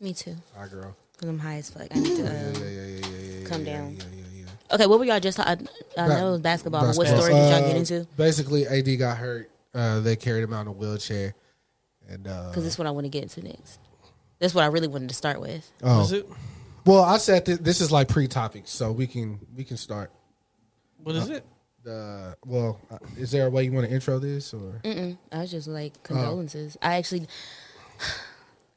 [SPEAKER 2] Me too.
[SPEAKER 1] Hi, girl.
[SPEAKER 2] Cause I'm high as fuck. I need to um,
[SPEAKER 1] Yeah, yeah, yeah, yeah, yeah.
[SPEAKER 2] come
[SPEAKER 1] yeah,
[SPEAKER 2] down.
[SPEAKER 1] Yeah, yeah, yeah.
[SPEAKER 2] Okay, what were y'all just? I, I
[SPEAKER 1] Ba-
[SPEAKER 2] know it was basketball. but What
[SPEAKER 1] basketball.
[SPEAKER 2] story did y'all
[SPEAKER 1] Uh,
[SPEAKER 2] get into?
[SPEAKER 1] Basically, AD got hurt. Uh, they carried him out in a wheelchair, and uh,
[SPEAKER 2] Because this is what I want to get into next. That's what I really wanted to start with.
[SPEAKER 3] Is
[SPEAKER 1] oh,
[SPEAKER 3] it?
[SPEAKER 1] well, I said that this is like pre-topics, so we can we can start.
[SPEAKER 3] What
[SPEAKER 1] Uh,
[SPEAKER 3] is it?
[SPEAKER 1] The well, uh, is there a way you want to intro this or
[SPEAKER 2] Mm-mm. I was just like condolences. I actually,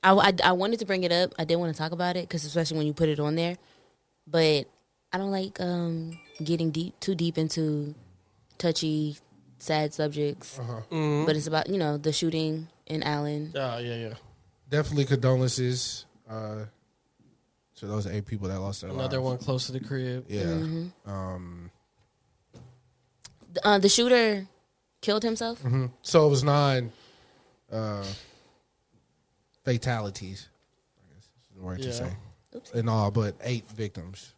[SPEAKER 2] I, I, I wanted to bring it up. I didn't want to talk about it because especially when you put it on there, but I don't like um, getting deep too deep into touchy, sad subjects. But it's about you know the shooting in
[SPEAKER 1] uh,
[SPEAKER 2] Allen.
[SPEAKER 3] Oh, yeah, yeah.
[SPEAKER 1] definitely condolences uh, to those eight people that lost their
[SPEAKER 3] Another
[SPEAKER 1] lives.
[SPEAKER 3] one close to the crib.
[SPEAKER 1] Yeah,
[SPEAKER 2] The, uh, the shooter killed himself.
[SPEAKER 1] so it was nine uh, fatalities. I guess is the word to
[SPEAKER 3] Yeah.
[SPEAKER 1] say in all, but eight victims.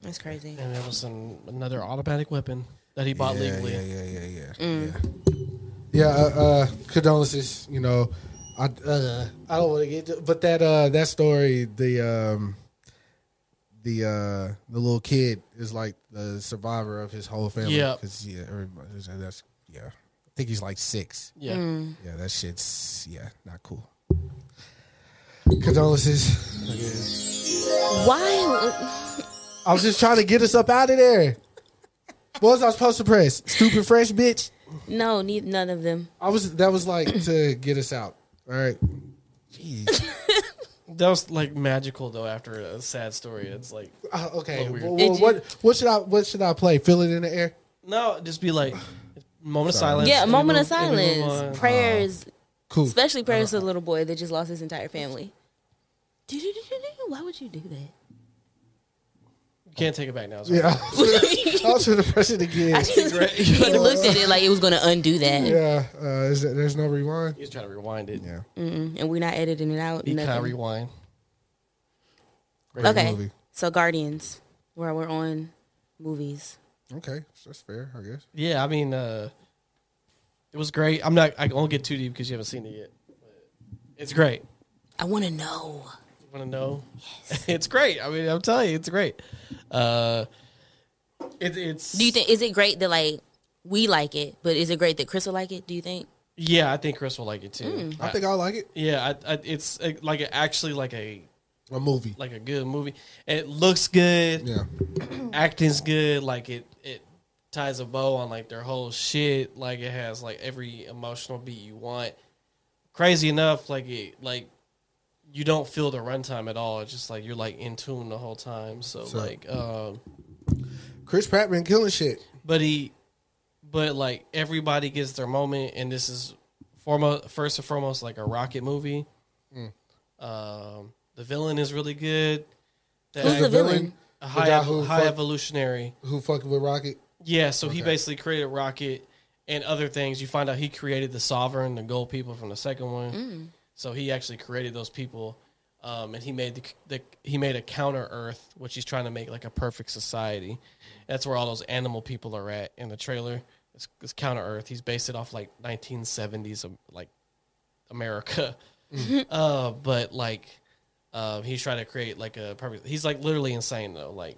[SPEAKER 2] That's crazy.
[SPEAKER 3] And that was an, another automatic weapon that he bought legally.
[SPEAKER 1] Mm. Yeah, yeah, yeah, yeah. Yeah, yeah uh, uh, condolences. You know, I uh, I don't want to get, to, but that uh that story the um the uh the little kid is like the survivor of his whole family.
[SPEAKER 3] Yep.
[SPEAKER 1] 'Cause, yeah, everybody that's yeah. I think he's like six.
[SPEAKER 3] Yeah.
[SPEAKER 2] Mm.
[SPEAKER 1] Yeah, that shit's yeah not cool. Condolences. I guess.
[SPEAKER 2] Why?
[SPEAKER 1] I was just trying to get us up out of there. What was I supposed to press? Stupid fresh bitch.
[SPEAKER 2] No, need none of them.
[SPEAKER 1] I was that was like to get us out. All right. Jeez.
[SPEAKER 3] That was like magical though. After a sad story, it's like
[SPEAKER 1] Uh, okay.
[SPEAKER 3] But weird.
[SPEAKER 1] Well,
[SPEAKER 2] Did
[SPEAKER 1] well,
[SPEAKER 2] you-
[SPEAKER 1] what what should I what should I play? Feel it in the air.
[SPEAKER 3] no, just be like moment of silence.
[SPEAKER 2] Yeah, a
[SPEAKER 3] and
[SPEAKER 2] moment
[SPEAKER 3] we
[SPEAKER 2] of
[SPEAKER 3] move- and we move
[SPEAKER 2] silence,
[SPEAKER 3] on.
[SPEAKER 2] prayers,
[SPEAKER 1] Cool.
[SPEAKER 2] especially prayers to the little boy that just lost his entire family. Do-do-do-do-do. Why would you do that?
[SPEAKER 3] You can't take it back now. It's
[SPEAKER 1] yeah. I was trying to press it again.
[SPEAKER 2] he looked at it like it was going to undo that,
[SPEAKER 1] Yeah. Uh, is there, there's no rewind.
[SPEAKER 3] He's trying to rewind it.
[SPEAKER 1] Yeah.
[SPEAKER 2] and we're not editing it out.
[SPEAKER 3] Be kind,
[SPEAKER 2] nothing.
[SPEAKER 3] rewind.
[SPEAKER 1] Great
[SPEAKER 2] Okay,
[SPEAKER 1] movie.
[SPEAKER 2] so Guardians, where we're on movies.
[SPEAKER 1] Okay. That's fair. I guess.
[SPEAKER 3] Yeah, I mean, uh, it was great. I'm not. I won't get too deep because you haven't seen it yet. but It's great.
[SPEAKER 2] I want to know.
[SPEAKER 3] You want to know? it's great. I mean, I'm telling you, it's great. Uh, it, it's.
[SPEAKER 2] Do you think is it great that like we like it, but is it great that Chris will like it? Do you think?
[SPEAKER 3] Yeah, I think Chris will like it too.
[SPEAKER 2] Mm.
[SPEAKER 1] I think I like it.
[SPEAKER 3] Yeah, I, I, it's uh like a, actually like a
[SPEAKER 1] A movie.
[SPEAKER 3] like a good movie. It looks good.
[SPEAKER 1] Yeah.
[SPEAKER 3] Acting's good. Like it it ties a bow on like their whole shit. Like it has like every emotional beat you want. Crazy enough, like it like you don't feel the runtime at all. It's just like you're like in tune the whole time. So,
[SPEAKER 1] So-
[SPEAKER 3] like, um,
[SPEAKER 1] Chris Pratt been killing shit.
[SPEAKER 3] but he, but like everybody gets their moment, and this is foremost, first and foremost, like a rocket movie.
[SPEAKER 1] Mm.
[SPEAKER 3] Um, the villain is really good. That
[SPEAKER 2] Who's the villain?
[SPEAKER 3] a
[SPEAKER 1] The
[SPEAKER 3] high,
[SPEAKER 1] guy who
[SPEAKER 3] high
[SPEAKER 1] fuck-
[SPEAKER 3] evolutionary.
[SPEAKER 1] Who fucking with Rocket?
[SPEAKER 3] Yeah, so he basically created Rocket and other things. You find out he created the Sovereign, the Gold People from the second one. So he actually created those people, um, and he made the, the he made a counter Earth, which he's trying to make like a perfect society. That's where all those animal people are at in the trailer. It's, it's counter Earth. He's based it off like 1970s, um, like America. uh, but like, um, he's trying to create like a perfect. He's like literally insane though. Like,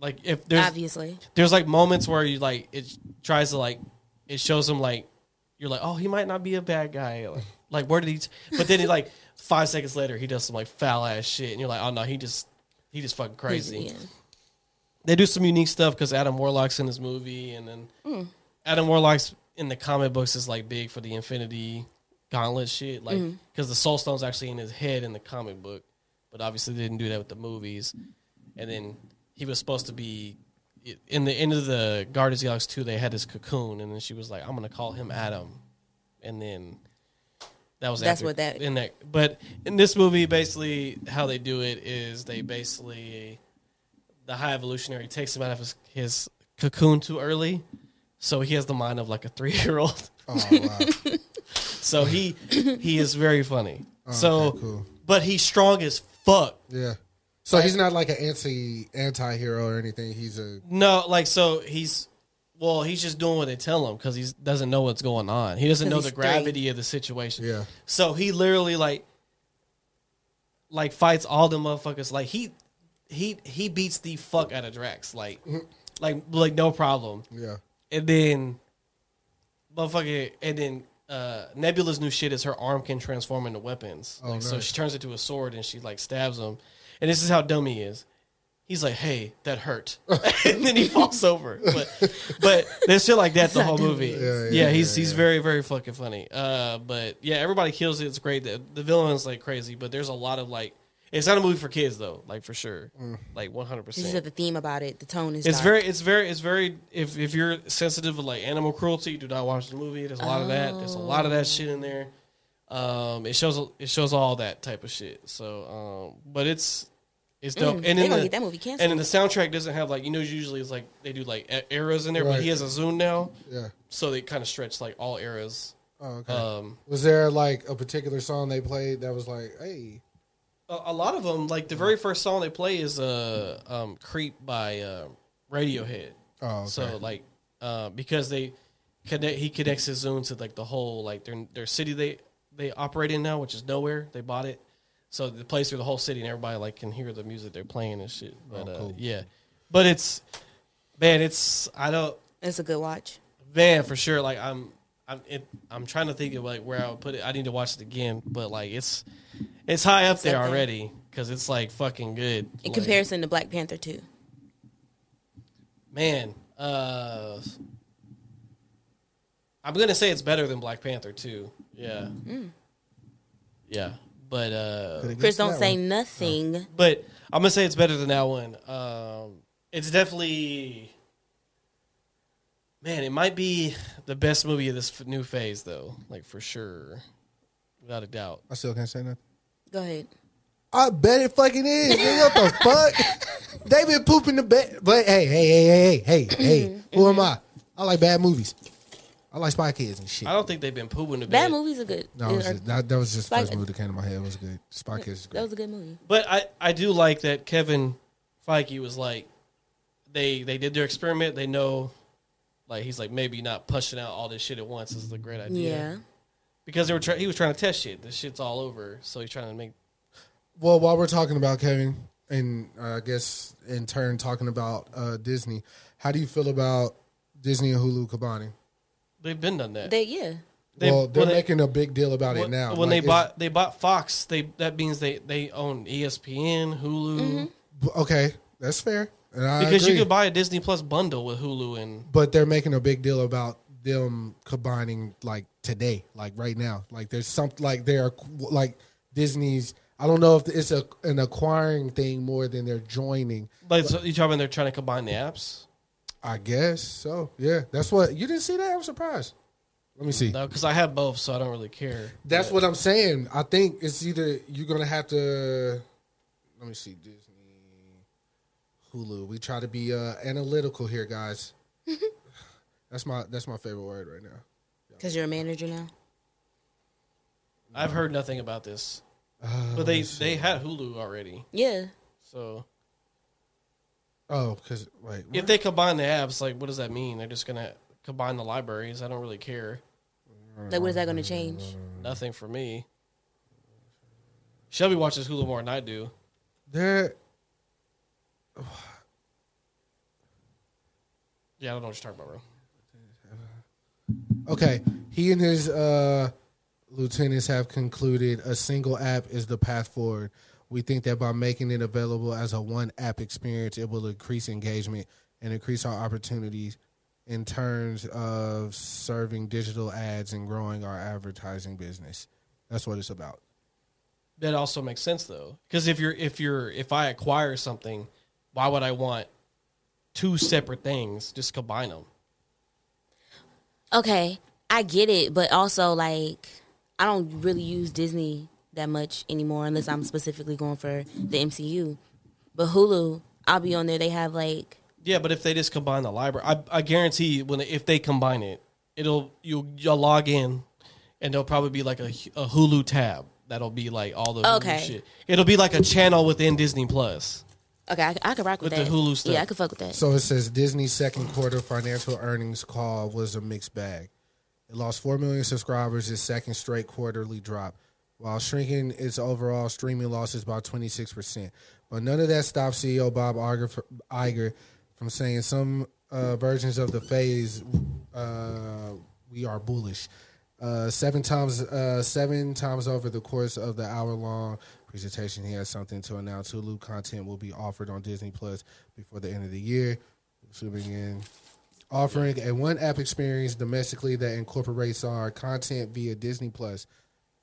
[SPEAKER 3] like if there's
[SPEAKER 2] Obviously,
[SPEAKER 3] there's like moments where you like it tries to like it shows him like you're like oh he might not be a bad guy like, like where did he t-? but then he like five seconds later he does some like foul ass shit and you're like oh no he just he just fucking crazy
[SPEAKER 2] yeah.
[SPEAKER 3] they do some unique stuff because Adam Warlock's in this movie, and then Adam Warlock's in the comic books is like big for the Infinity Gauntlet shit, like
[SPEAKER 2] Mm-hmm.
[SPEAKER 3] because the Soul Stone's actually in his head in the comic book, but obviously they didn't do that with the movies. And then he was supposed to be in the end of the Guardians of the Galaxy two. They had this cocoon, and then she was like, "I'm gonna call him Adam," and then. That was
[SPEAKER 2] That's
[SPEAKER 3] after-
[SPEAKER 2] what that-
[SPEAKER 3] in that, but in this movie, basically how they do it is they basically the high evolutionary takes him out of his, his cocoon too early, so he has the mind of like a three year old.
[SPEAKER 1] Oh wow.
[SPEAKER 3] So he he is very funny. so,
[SPEAKER 1] okay, cool.
[SPEAKER 3] but he's strong as fuck.
[SPEAKER 1] yeah. So he's not like an anti anti hero or anything. He's a
[SPEAKER 3] No, like so he's well, he's just doing what they tell him because he doesn't know what's going on. He doesn't know
[SPEAKER 2] he's
[SPEAKER 3] the
[SPEAKER 2] three.
[SPEAKER 3] gravity of the situation.
[SPEAKER 1] Yeah.
[SPEAKER 3] So he literally like like fights all the motherfuckers. Like he he he beats the fuck out of Drax. Like like like no problem.
[SPEAKER 1] Mm-hmm. yeah.
[SPEAKER 3] and then motherfucker and then uh nebula's new shit is her arm can transform into weapons like, so she turns into a sword and she like stabs him and this is how dumb he is he's like hey that hurt and then he falls over but but there's shit like that the whole movie yeah, he's he's very very fucking funny uh but yeah everybody kills it it's great the, the villain's like crazy but there's a lot of like it's not a movie for kids though like for sure like 100%
[SPEAKER 2] This is the theme about it. The tone is.
[SPEAKER 3] it's
[SPEAKER 2] dark.
[SPEAKER 3] very, it's very, it's very. If if you're sensitive to like animal cruelty, do not watch the movie. There's a lot of that. There's a lot of that shit in there. Um, it shows it shows all that type of shit. So, um, but it's it's dope. and
[SPEAKER 2] Mm, they
[SPEAKER 3] then
[SPEAKER 2] gonna
[SPEAKER 3] the,
[SPEAKER 2] get that movie canceled.
[SPEAKER 3] And then the soundtrack doesn't have like you know usually it's like they do like e- eras in there, but he
[SPEAKER 1] Right.
[SPEAKER 3] has a zoom now,
[SPEAKER 1] Yeah.
[SPEAKER 3] so they kind of stretch like all eras.
[SPEAKER 1] Oh, okay.
[SPEAKER 3] Um,
[SPEAKER 1] was there like a particular song they played that was like, hey,
[SPEAKER 3] a, a lot of them like the very first song they play is uh um creep by uh, radiohead
[SPEAKER 1] Oh, okay.
[SPEAKER 3] so like uh because they connect he connects his zoom to like the whole like their their city they they operate in now, which is nowhere. They bought it, so the place through the whole city, and everybody like can hear the music they're playing and shit.
[SPEAKER 1] Oh,
[SPEAKER 3] But uh, yeah, but it's man, it's I don't
[SPEAKER 2] It's a good watch.
[SPEAKER 3] man for sure. Like I'm. I'm it, I'm trying to think of like where I would put it. I need to watch it again, but like it's it's high up there
[SPEAKER 2] up there.
[SPEAKER 3] already because it's like fucking good.
[SPEAKER 2] In
[SPEAKER 3] Like,
[SPEAKER 2] comparison to Black Panther 2.
[SPEAKER 3] man, uh, I'm gonna say it's better than Black Panther too. Yeah, yeah, but uh,
[SPEAKER 2] Chris, don't say nothing.
[SPEAKER 3] but I'm gonna say it's better than that one. Um, it's definitely, man, it might be the best movie of this f- new phase, though, like for sure, without a doubt.
[SPEAKER 1] I still can't say nothing.
[SPEAKER 2] Go ahead.
[SPEAKER 1] I bet it fucking is. nigga. what the fuck? They been pooping the bed. But hey, hey, hey, hey, hey, hey. Who am I? I like bad movies. I like Spy Kids and shit.
[SPEAKER 3] I don't think they've been pooping the
[SPEAKER 2] Bad
[SPEAKER 3] bed,
[SPEAKER 2] movies are good.
[SPEAKER 1] No, it was
[SPEAKER 2] Are-
[SPEAKER 1] just, that, that was just the
[SPEAKER 2] Spy-
[SPEAKER 1] first movie that came to my head. It was good. Spy Kids is
[SPEAKER 2] that
[SPEAKER 1] great.
[SPEAKER 2] was a good movie.
[SPEAKER 3] but I I do like that Kevin Feige was like, they they did their experiment. They know, like he's like maybe not pushing out all this shit at once is the great idea.
[SPEAKER 2] Yeah.
[SPEAKER 3] because they were try- he was trying to test shit. This shit's all over, so he's trying to make
[SPEAKER 1] Well, while we're talking about Kevin, and uh, I guess in turn talking about uh, Disney, how do you feel about Disney and Hulu combining?
[SPEAKER 3] they've been done that.
[SPEAKER 2] They yeah.
[SPEAKER 3] They-
[SPEAKER 1] well, they're
[SPEAKER 3] when they-
[SPEAKER 1] making a big deal about it
[SPEAKER 3] When,
[SPEAKER 1] now.
[SPEAKER 3] when
[SPEAKER 1] Like,
[SPEAKER 3] they
[SPEAKER 1] it's-
[SPEAKER 3] bought they bought Fox, they that means they they own E ESPN, Hulu,
[SPEAKER 1] okay, that's fair, and I
[SPEAKER 3] because you
[SPEAKER 1] agree.
[SPEAKER 3] could buy a Disney Plus bundle with Hulu and
[SPEAKER 1] but they're making a big deal about them combining like today, like right now. Like there's something like they are like Disney's. I don't know if it's a an acquiring thing more than they're joining.
[SPEAKER 3] like so you talking about they're trying to combine the apps.
[SPEAKER 1] I guess so. Yeah, that's what you didn't see that. I'm surprised. Let me see.
[SPEAKER 3] No, because I have both, so I don't really care.
[SPEAKER 1] That's what I'm saying. I think it's either you're gonna have to. Let me see Disney, Hulu. We try to be uh, analytical here, guys. that's my that's my favorite word right now.
[SPEAKER 2] Because you're a manager now.
[SPEAKER 3] I've heard nothing about this,
[SPEAKER 1] Uh,
[SPEAKER 3] but they they had Hulu already.
[SPEAKER 2] Yeah.
[SPEAKER 3] So
[SPEAKER 1] Oh, because wait,
[SPEAKER 3] if they combine the apps, like what does that mean? They're just gonna combine the libraries. I don't really care. Uh-huh.
[SPEAKER 2] Like what is that gonna change?
[SPEAKER 3] Nothing for me. Shelby watches Hulu more than I do.
[SPEAKER 1] there.
[SPEAKER 3] Yeah, I don't know what you're talking about, bro.
[SPEAKER 1] Okay, he and his uh, lieutenants have concluded a single app is the path forward. We think that by making it available as a one app experience, it will increase engagement and increase our opportunities in terms of serving digital ads and growing our advertising business. That's what it's about.
[SPEAKER 3] that also makes sense though because if you're if you're if i acquire something why would i want two separate things just combine them
[SPEAKER 2] Okay. I get it, but also like I don't really use Disney that much anymore unless I'm specifically going for the MCU. But Hulu, I'll be on there. They have like
[SPEAKER 3] yeah but if they just combine the library i, I guarantee when if they combine it it'll you'll, you'll log in and there'll probably be like a, a hulu tab that'll be like all the Hulu
[SPEAKER 2] Okay.
[SPEAKER 3] shit it'll be like a channel within disney plus
[SPEAKER 2] okay, I, I could rock with,
[SPEAKER 3] With the
[SPEAKER 2] that.
[SPEAKER 3] Hulu stuff.
[SPEAKER 2] Yeah, I could fuck with that.
[SPEAKER 1] So it says Disney's second quarter financial earnings call was a mixed bag. It lost 4 million subscribers, its second straight quarterly drop, while shrinking its overall streaming losses by 26%. But none of that stopped CEO Bob Iger, Iger from saying some uh, versions of the phase, uh, we are bullish. Uh, seven times, uh, seven times over the course of the hour-long presentation, he has something to announce. Hulu content will be offered on Disney Plus before the end of the year. So begin offering a one-app experience domestically that incorporates our content via Disney Plus.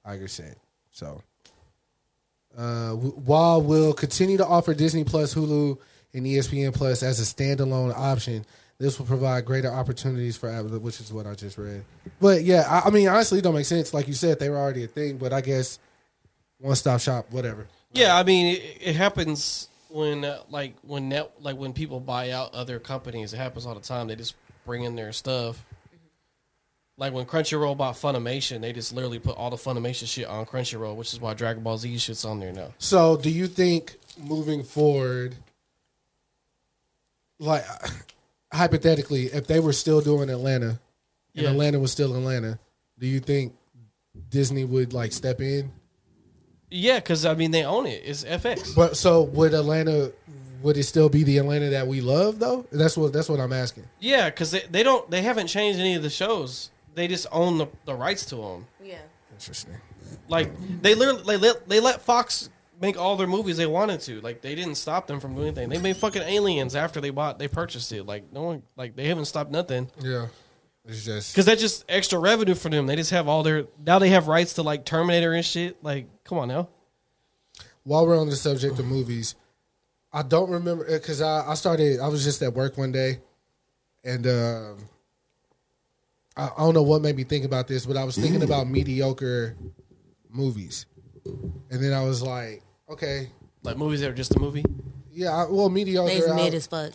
[SPEAKER 1] Iger said so. Uh, w- while we'll continue to offer Disney Plus, Hulu, and E ESPN Plus as a standalone option, this will provide greater opportunities for Apple, which is what I just read. But yeah, I, I mean, honestly, it don't make sense. Like you said, they were already a thing, but I guess one stop shop, whatever.
[SPEAKER 3] yeah i mean it, it happens when uh, like when net like when people buy out other companies it happens all the time they just bring in their stuff like when Crunchyroll bought Funimation, they just literally put all the Funimation shit on Crunchyroll, which is why Dragon Ball Z shit's on there now.
[SPEAKER 1] So, do you think moving forward, like hypothetically, if they were still doing Atlanta and
[SPEAKER 3] Yeah.
[SPEAKER 1] Atlanta was still Atlanta, do you think Disney would like step in.
[SPEAKER 3] Yeah, because I mean they own it. It's FX.
[SPEAKER 1] But so would Atlanta? Would it still be the Atlanta that we love though? That's what that's what I'm asking.
[SPEAKER 3] Yeah, because they, they don't they haven't changed any of the shows. They just own the, the rights to them.
[SPEAKER 2] Yeah.
[SPEAKER 1] Interesting.
[SPEAKER 3] Like they literally they let, they let Fox make all their movies they wanted to. Like they didn't stop them from doing anything. They made fucking Aliens after they bought they purchased it. Like no one like they haven't stopped nothing.
[SPEAKER 1] Yeah, it's just
[SPEAKER 3] Because that's just extra revenue for them. They just have all their now they have rights to like Terminator and shit. Like, come on now.
[SPEAKER 1] while we're on the subject of movies, I don't remember because I, I started. I was just at work one day, and um, I, I don't know what made me think about this, but I was thinking about mediocre movies, and then I was like, okay,
[SPEAKER 3] Like movies that are just a movie.
[SPEAKER 1] yeah, I, well,
[SPEAKER 2] They's
[SPEAKER 1] mediocre. I-
[SPEAKER 2] mid as fuck.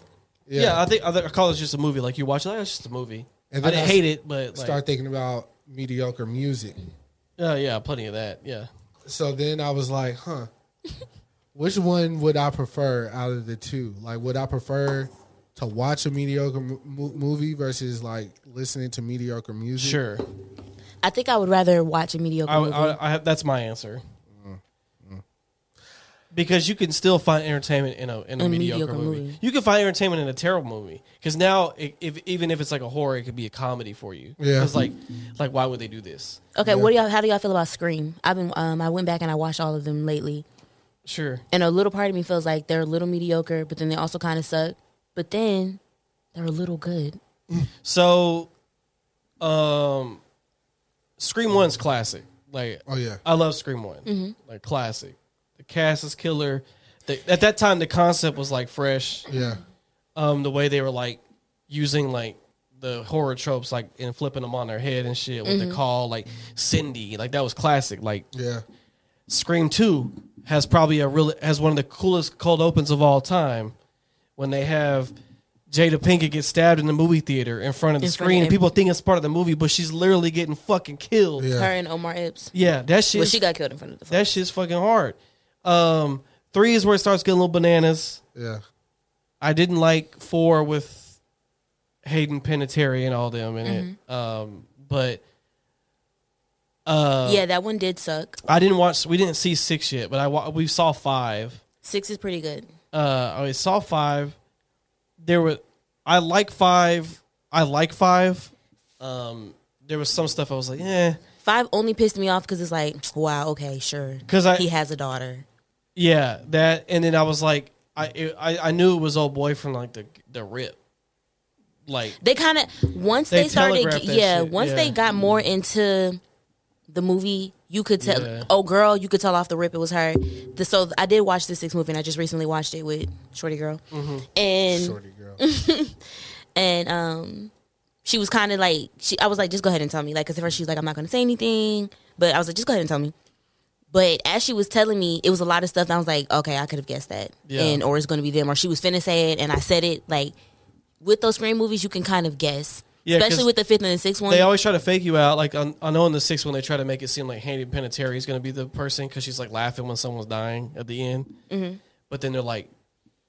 [SPEAKER 3] Yeah, I think I, think- I call it just a movie. Like you watch it, like, it's just a movie.
[SPEAKER 1] And
[SPEAKER 3] I
[SPEAKER 1] then
[SPEAKER 3] didn't
[SPEAKER 1] I
[SPEAKER 3] hate it, but like,
[SPEAKER 1] start thinking about mediocre music.
[SPEAKER 3] oh yeah, plenty of that. Yeah,
[SPEAKER 1] So then I was like, huh, which one would I prefer out of the two? Like, would I prefer to watch a mediocre mo- mo- movie versus like listening to mediocre music?
[SPEAKER 3] sure.
[SPEAKER 2] I think I would rather watch a mediocre
[SPEAKER 3] I,
[SPEAKER 2] movie.
[SPEAKER 3] I, I, that's my answer.
[SPEAKER 1] Mm,
[SPEAKER 3] Because you can still find entertainment in a in a,
[SPEAKER 2] A
[SPEAKER 3] mediocre,
[SPEAKER 2] mediocre
[SPEAKER 3] movie.
[SPEAKER 2] movie.
[SPEAKER 3] You can find entertainment in a terrible movie. Because now, i if even if it's like a horror, it could be a comedy for you.
[SPEAKER 1] Yeah.
[SPEAKER 3] It's like, like why would they do this?
[SPEAKER 2] okay, what do y'all? How do y'all feel about Scream? I've been. Um, I went back and I watched all of them lately,
[SPEAKER 3] Sure.
[SPEAKER 2] and a little part of me feels like they're a little mediocre, but then they also kind of suck. But then they're a little good.
[SPEAKER 3] So, um, Scream One's classic. Like,
[SPEAKER 1] Oh, yeah.
[SPEAKER 3] I love Scream One. Like classic. The cast is killer. The, at that time, the concept was like fresh.
[SPEAKER 1] Yeah.
[SPEAKER 3] um, the way they were like using like the horror tropes like and flipping them on their head and shit
[SPEAKER 2] Mm-hmm.
[SPEAKER 3] with the call like Cindy like that was classic like
[SPEAKER 1] Yeah.
[SPEAKER 3] Scream 2 has probably a real has one of the coolest cold opens of all time when they have Jada Pinkett get stabbed in the movie theater in front of the
[SPEAKER 2] In front of
[SPEAKER 3] screen and
[SPEAKER 2] every-
[SPEAKER 3] people think it's part of the movie but she's literally getting fucking killed yeah,
[SPEAKER 1] Yeah.
[SPEAKER 2] Her and Omar Epps.
[SPEAKER 3] that shit
[SPEAKER 2] Well, she got killed in front of the. Phone.
[SPEAKER 3] that shit's fucking hard um 3 is where it starts getting a little bananas
[SPEAKER 1] Yeah.
[SPEAKER 3] I didn't like four with Hayden Panettiere and all them in it. Um, but uh,
[SPEAKER 2] yeah, that one did suck.
[SPEAKER 3] I didn't watch. We didn't see six yet, but I wa- we saw five.
[SPEAKER 2] Six is pretty good.
[SPEAKER 3] Uh, I saw five. There were. I like five. I like five. Um, there was some stuff I was like, eh.
[SPEAKER 2] Five only pissed me off because it's like, wow, okay, sure.
[SPEAKER 3] 'Cause I-
[SPEAKER 2] he has a daughter.
[SPEAKER 3] Yeah, that, and then I was like, I it, I, I knew it was old boy from like the the rip, like
[SPEAKER 2] They kind of once
[SPEAKER 3] They
[SPEAKER 2] they, started,
[SPEAKER 3] telegraphed that
[SPEAKER 2] yeah.
[SPEAKER 3] shit,
[SPEAKER 2] Once
[SPEAKER 3] yeah.
[SPEAKER 2] they got more into the movie, you could tell.
[SPEAKER 3] Yeah.
[SPEAKER 2] Oh, girl, you could tell off the rip it was her. The, so I did watch the sixth movie, and I just recently watched it with Shorty Girl,
[SPEAKER 3] Mm-hmm.
[SPEAKER 2] and
[SPEAKER 1] Shorty girl.
[SPEAKER 2] and um, she was kind of like, she. I was like, just go ahead and tell me, like, because at first she's like, I'm not going to say anything, but I was like, just go ahead and tell me. But as she was telling me, it was a lot of stuff. And I was like, okay, I could have guessed that,
[SPEAKER 3] Yeah.
[SPEAKER 2] and or it's going to be them, or she was finna say it, and I said it. Like with those screen movies, you can kind of guess.
[SPEAKER 3] Yeah, 'cause
[SPEAKER 2] Especially with the fifth and the sixth one,
[SPEAKER 3] They always try to fake you out. Like on, I know in the sixth one, they try to make it seem like Handy Panettiere is going to be the person because she's like laughing when someone's dying at the end.
[SPEAKER 2] Mm-hmm.
[SPEAKER 3] But then they're like,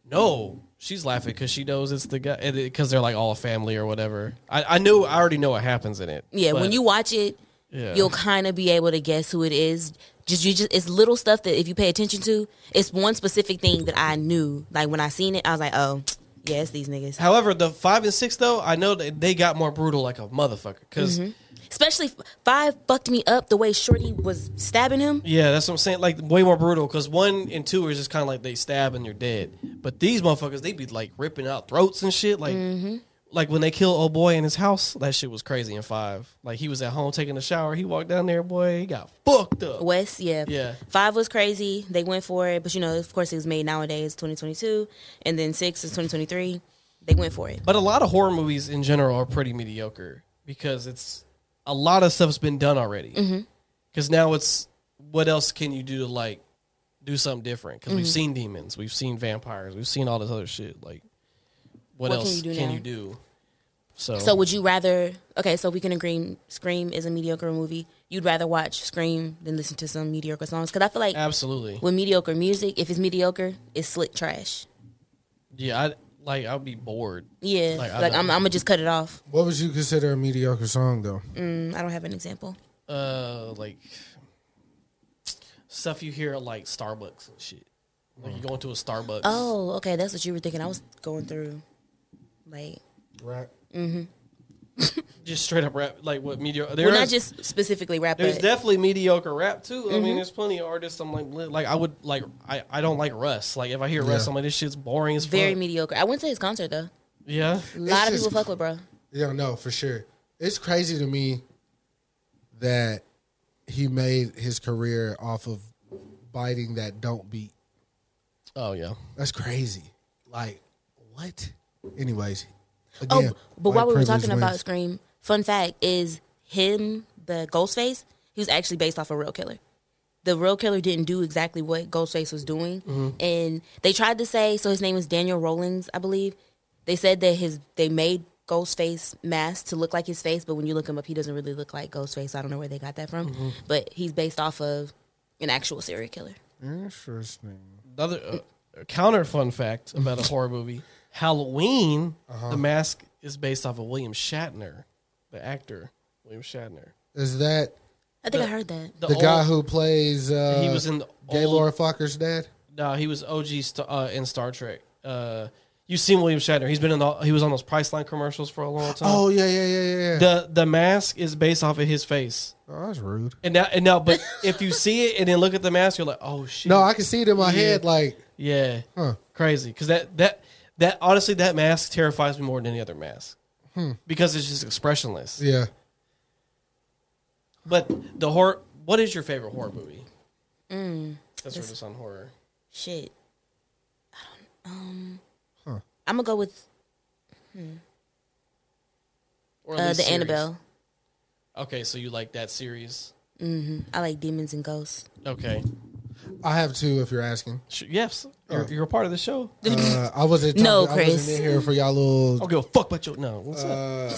[SPEAKER 3] no, she's laughing because she knows it's the guy because they're like all a family or whatever. I, I knew I already know what happens in it.
[SPEAKER 2] Yeah,
[SPEAKER 3] but-
[SPEAKER 2] when you watch it,
[SPEAKER 3] Yeah.
[SPEAKER 2] you'll kind of be able to guess who it is. Just you just it's little stuff that if you pay attention to, it's one specific thing that I knew. Like when I seen it, I was like, oh, yeah, it's these niggas.
[SPEAKER 3] However, the five and six though, I know that they got more brutal like a motherfucker because
[SPEAKER 2] Mm-hmm. Especially f- five fucked me up the way Shorty was stabbing him.
[SPEAKER 3] yeah, that's what I'm saying. Like way more brutal because one and two are just kind of like they stab and they're dead. But these motherfuckers, they be like ripping out throats and shit. Like like when they kill old boy in his house, that shit was crazy in five. Like he was at home taking a shower, he walked down there, boy, he got fucked up.
[SPEAKER 2] West, yeah.
[SPEAKER 3] Yeah.
[SPEAKER 2] Five was crazy. They went for it, but you know, of course, it was made nowadays, 2022, and then six is 2023. They went for it.
[SPEAKER 3] But a lot of horror movies in general are pretty mediocre because it's a lot of stuff's been done already.
[SPEAKER 2] Mm-hmm.
[SPEAKER 3] Because now it's what else can you do to like do something different? Because
[SPEAKER 2] Mm-hmm.
[SPEAKER 3] we've seen demons, we've seen vampires, we've seen all this other shit. Like, what,
[SPEAKER 2] What can
[SPEAKER 3] else
[SPEAKER 2] you
[SPEAKER 3] can,
[SPEAKER 2] do
[SPEAKER 3] you do,
[SPEAKER 2] now?
[SPEAKER 3] So,
[SPEAKER 2] So would you rather? Okay, so we can agree. Scream is a mediocre movie. You'd rather watch Scream than listen to some mediocre songs because I feel like
[SPEAKER 3] absolutely,
[SPEAKER 2] with mediocre music, if it's mediocre, it's slick trash.
[SPEAKER 3] yeah. I like I'd be bored.
[SPEAKER 2] Yeah,
[SPEAKER 3] Like,
[SPEAKER 2] like,
[SPEAKER 3] I don't-
[SPEAKER 2] I'm, I'm gonna just cut it off.
[SPEAKER 1] What would you consider a mediocre song though?
[SPEAKER 2] Mm, I don't have an example.
[SPEAKER 3] uh like stuff you hear at like Starbucks and shit. Like you go into a Starbucks.
[SPEAKER 2] Mm. Oh, okay. That's what you were thinking. I was going through, like,
[SPEAKER 1] Right.
[SPEAKER 3] Just straight up rap like what mediocre there
[SPEAKER 2] well,
[SPEAKER 3] is-
[SPEAKER 2] not just specifically rap,
[SPEAKER 3] there's
[SPEAKER 2] but
[SPEAKER 3] definitely mediocre rap too. I
[SPEAKER 1] Mm-hmm.
[SPEAKER 3] mean there's plenty of artists I'm like li- like I would like I, I don't like Russ. Like if I hear Russ I'm like this shit's boring as
[SPEAKER 2] very
[SPEAKER 3] fuck.
[SPEAKER 2] mediocre. I went to his concert though.
[SPEAKER 3] yeah.
[SPEAKER 2] A lot of
[SPEAKER 1] just-
[SPEAKER 2] people fuck with bro.
[SPEAKER 1] Yeah, no, for sure. It's crazy to me that he made his career off of biting that don't beat.
[SPEAKER 3] Oh yeah.
[SPEAKER 1] That's crazy. Like, what? Anyways.
[SPEAKER 2] Oh,
[SPEAKER 1] Again,
[SPEAKER 2] but
[SPEAKER 1] white
[SPEAKER 2] while we were
[SPEAKER 1] privilege
[SPEAKER 2] talking about
[SPEAKER 1] wins.
[SPEAKER 2] Scream, fun fact is him, the Ghostface, he was actually based off a real killer. The real killer didn't do exactly what Ghostface was doing,
[SPEAKER 1] Mm-hmm.
[SPEAKER 2] and they tried to say so. His name is Daniel Rollins, I believe. They said that his they made Ghostface mask to look like his face, but when you look him up, he doesn't really look like Ghostface. I don't know where they got that from,
[SPEAKER 1] Mm-hmm.
[SPEAKER 2] but he's based off of an actual serial killer.
[SPEAKER 1] Interesting.
[SPEAKER 3] Another uh, counter fun fact about a horror movie: Halloween.
[SPEAKER 1] Uh-huh.
[SPEAKER 3] The mask is based off of William Shatner, the actor William Shatner.
[SPEAKER 1] Is that
[SPEAKER 2] I think I heard that.
[SPEAKER 1] the guy
[SPEAKER 3] old-
[SPEAKER 1] who plays uh,
[SPEAKER 3] he was in the
[SPEAKER 1] Gaylord
[SPEAKER 3] old,
[SPEAKER 1] Fokker's dad?
[SPEAKER 3] No, he was OG st- uh, in Star Trek. Uh, you've seen William Shatner. He's been in the, he was on those Priceline commercials for a long time.
[SPEAKER 1] Oh, yeah, yeah, yeah, yeah. yeah.
[SPEAKER 3] the the mask is based off of his face.
[SPEAKER 1] oh, that's rude.
[SPEAKER 3] And now and now, but if you see it and then look at the mask, you're like, oh shit.
[SPEAKER 1] No, I can see it in my head. Like,
[SPEAKER 3] Yeah.
[SPEAKER 1] Huh.
[SPEAKER 3] Crazy. Because that, that, that, honestly, that mask terrifies me more than any other mask. Because it's just expressionless.
[SPEAKER 1] Hmm. yeah.
[SPEAKER 3] But the horror, what is your favorite horror movie?
[SPEAKER 2] Mm.
[SPEAKER 3] That's where it's on horror.
[SPEAKER 2] Shit. I don't um I'm gonna go with
[SPEAKER 3] Or at
[SPEAKER 2] uh, the
[SPEAKER 3] least series.
[SPEAKER 2] Annabelle.
[SPEAKER 3] Okay, so you like that series.
[SPEAKER 2] I like demons and ghosts.
[SPEAKER 3] Okay.
[SPEAKER 1] I have two if you're asking.
[SPEAKER 3] Sh- Yes. You're, you're a part of the show. I
[SPEAKER 1] Uh, I wasn't
[SPEAKER 2] No,
[SPEAKER 1] talking- I
[SPEAKER 2] Chris.
[SPEAKER 1] wasn't in here for y'all little
[SPEAKER 3] don't give a fuck about your, no. What's up?
[SPEAKER 1] Uh,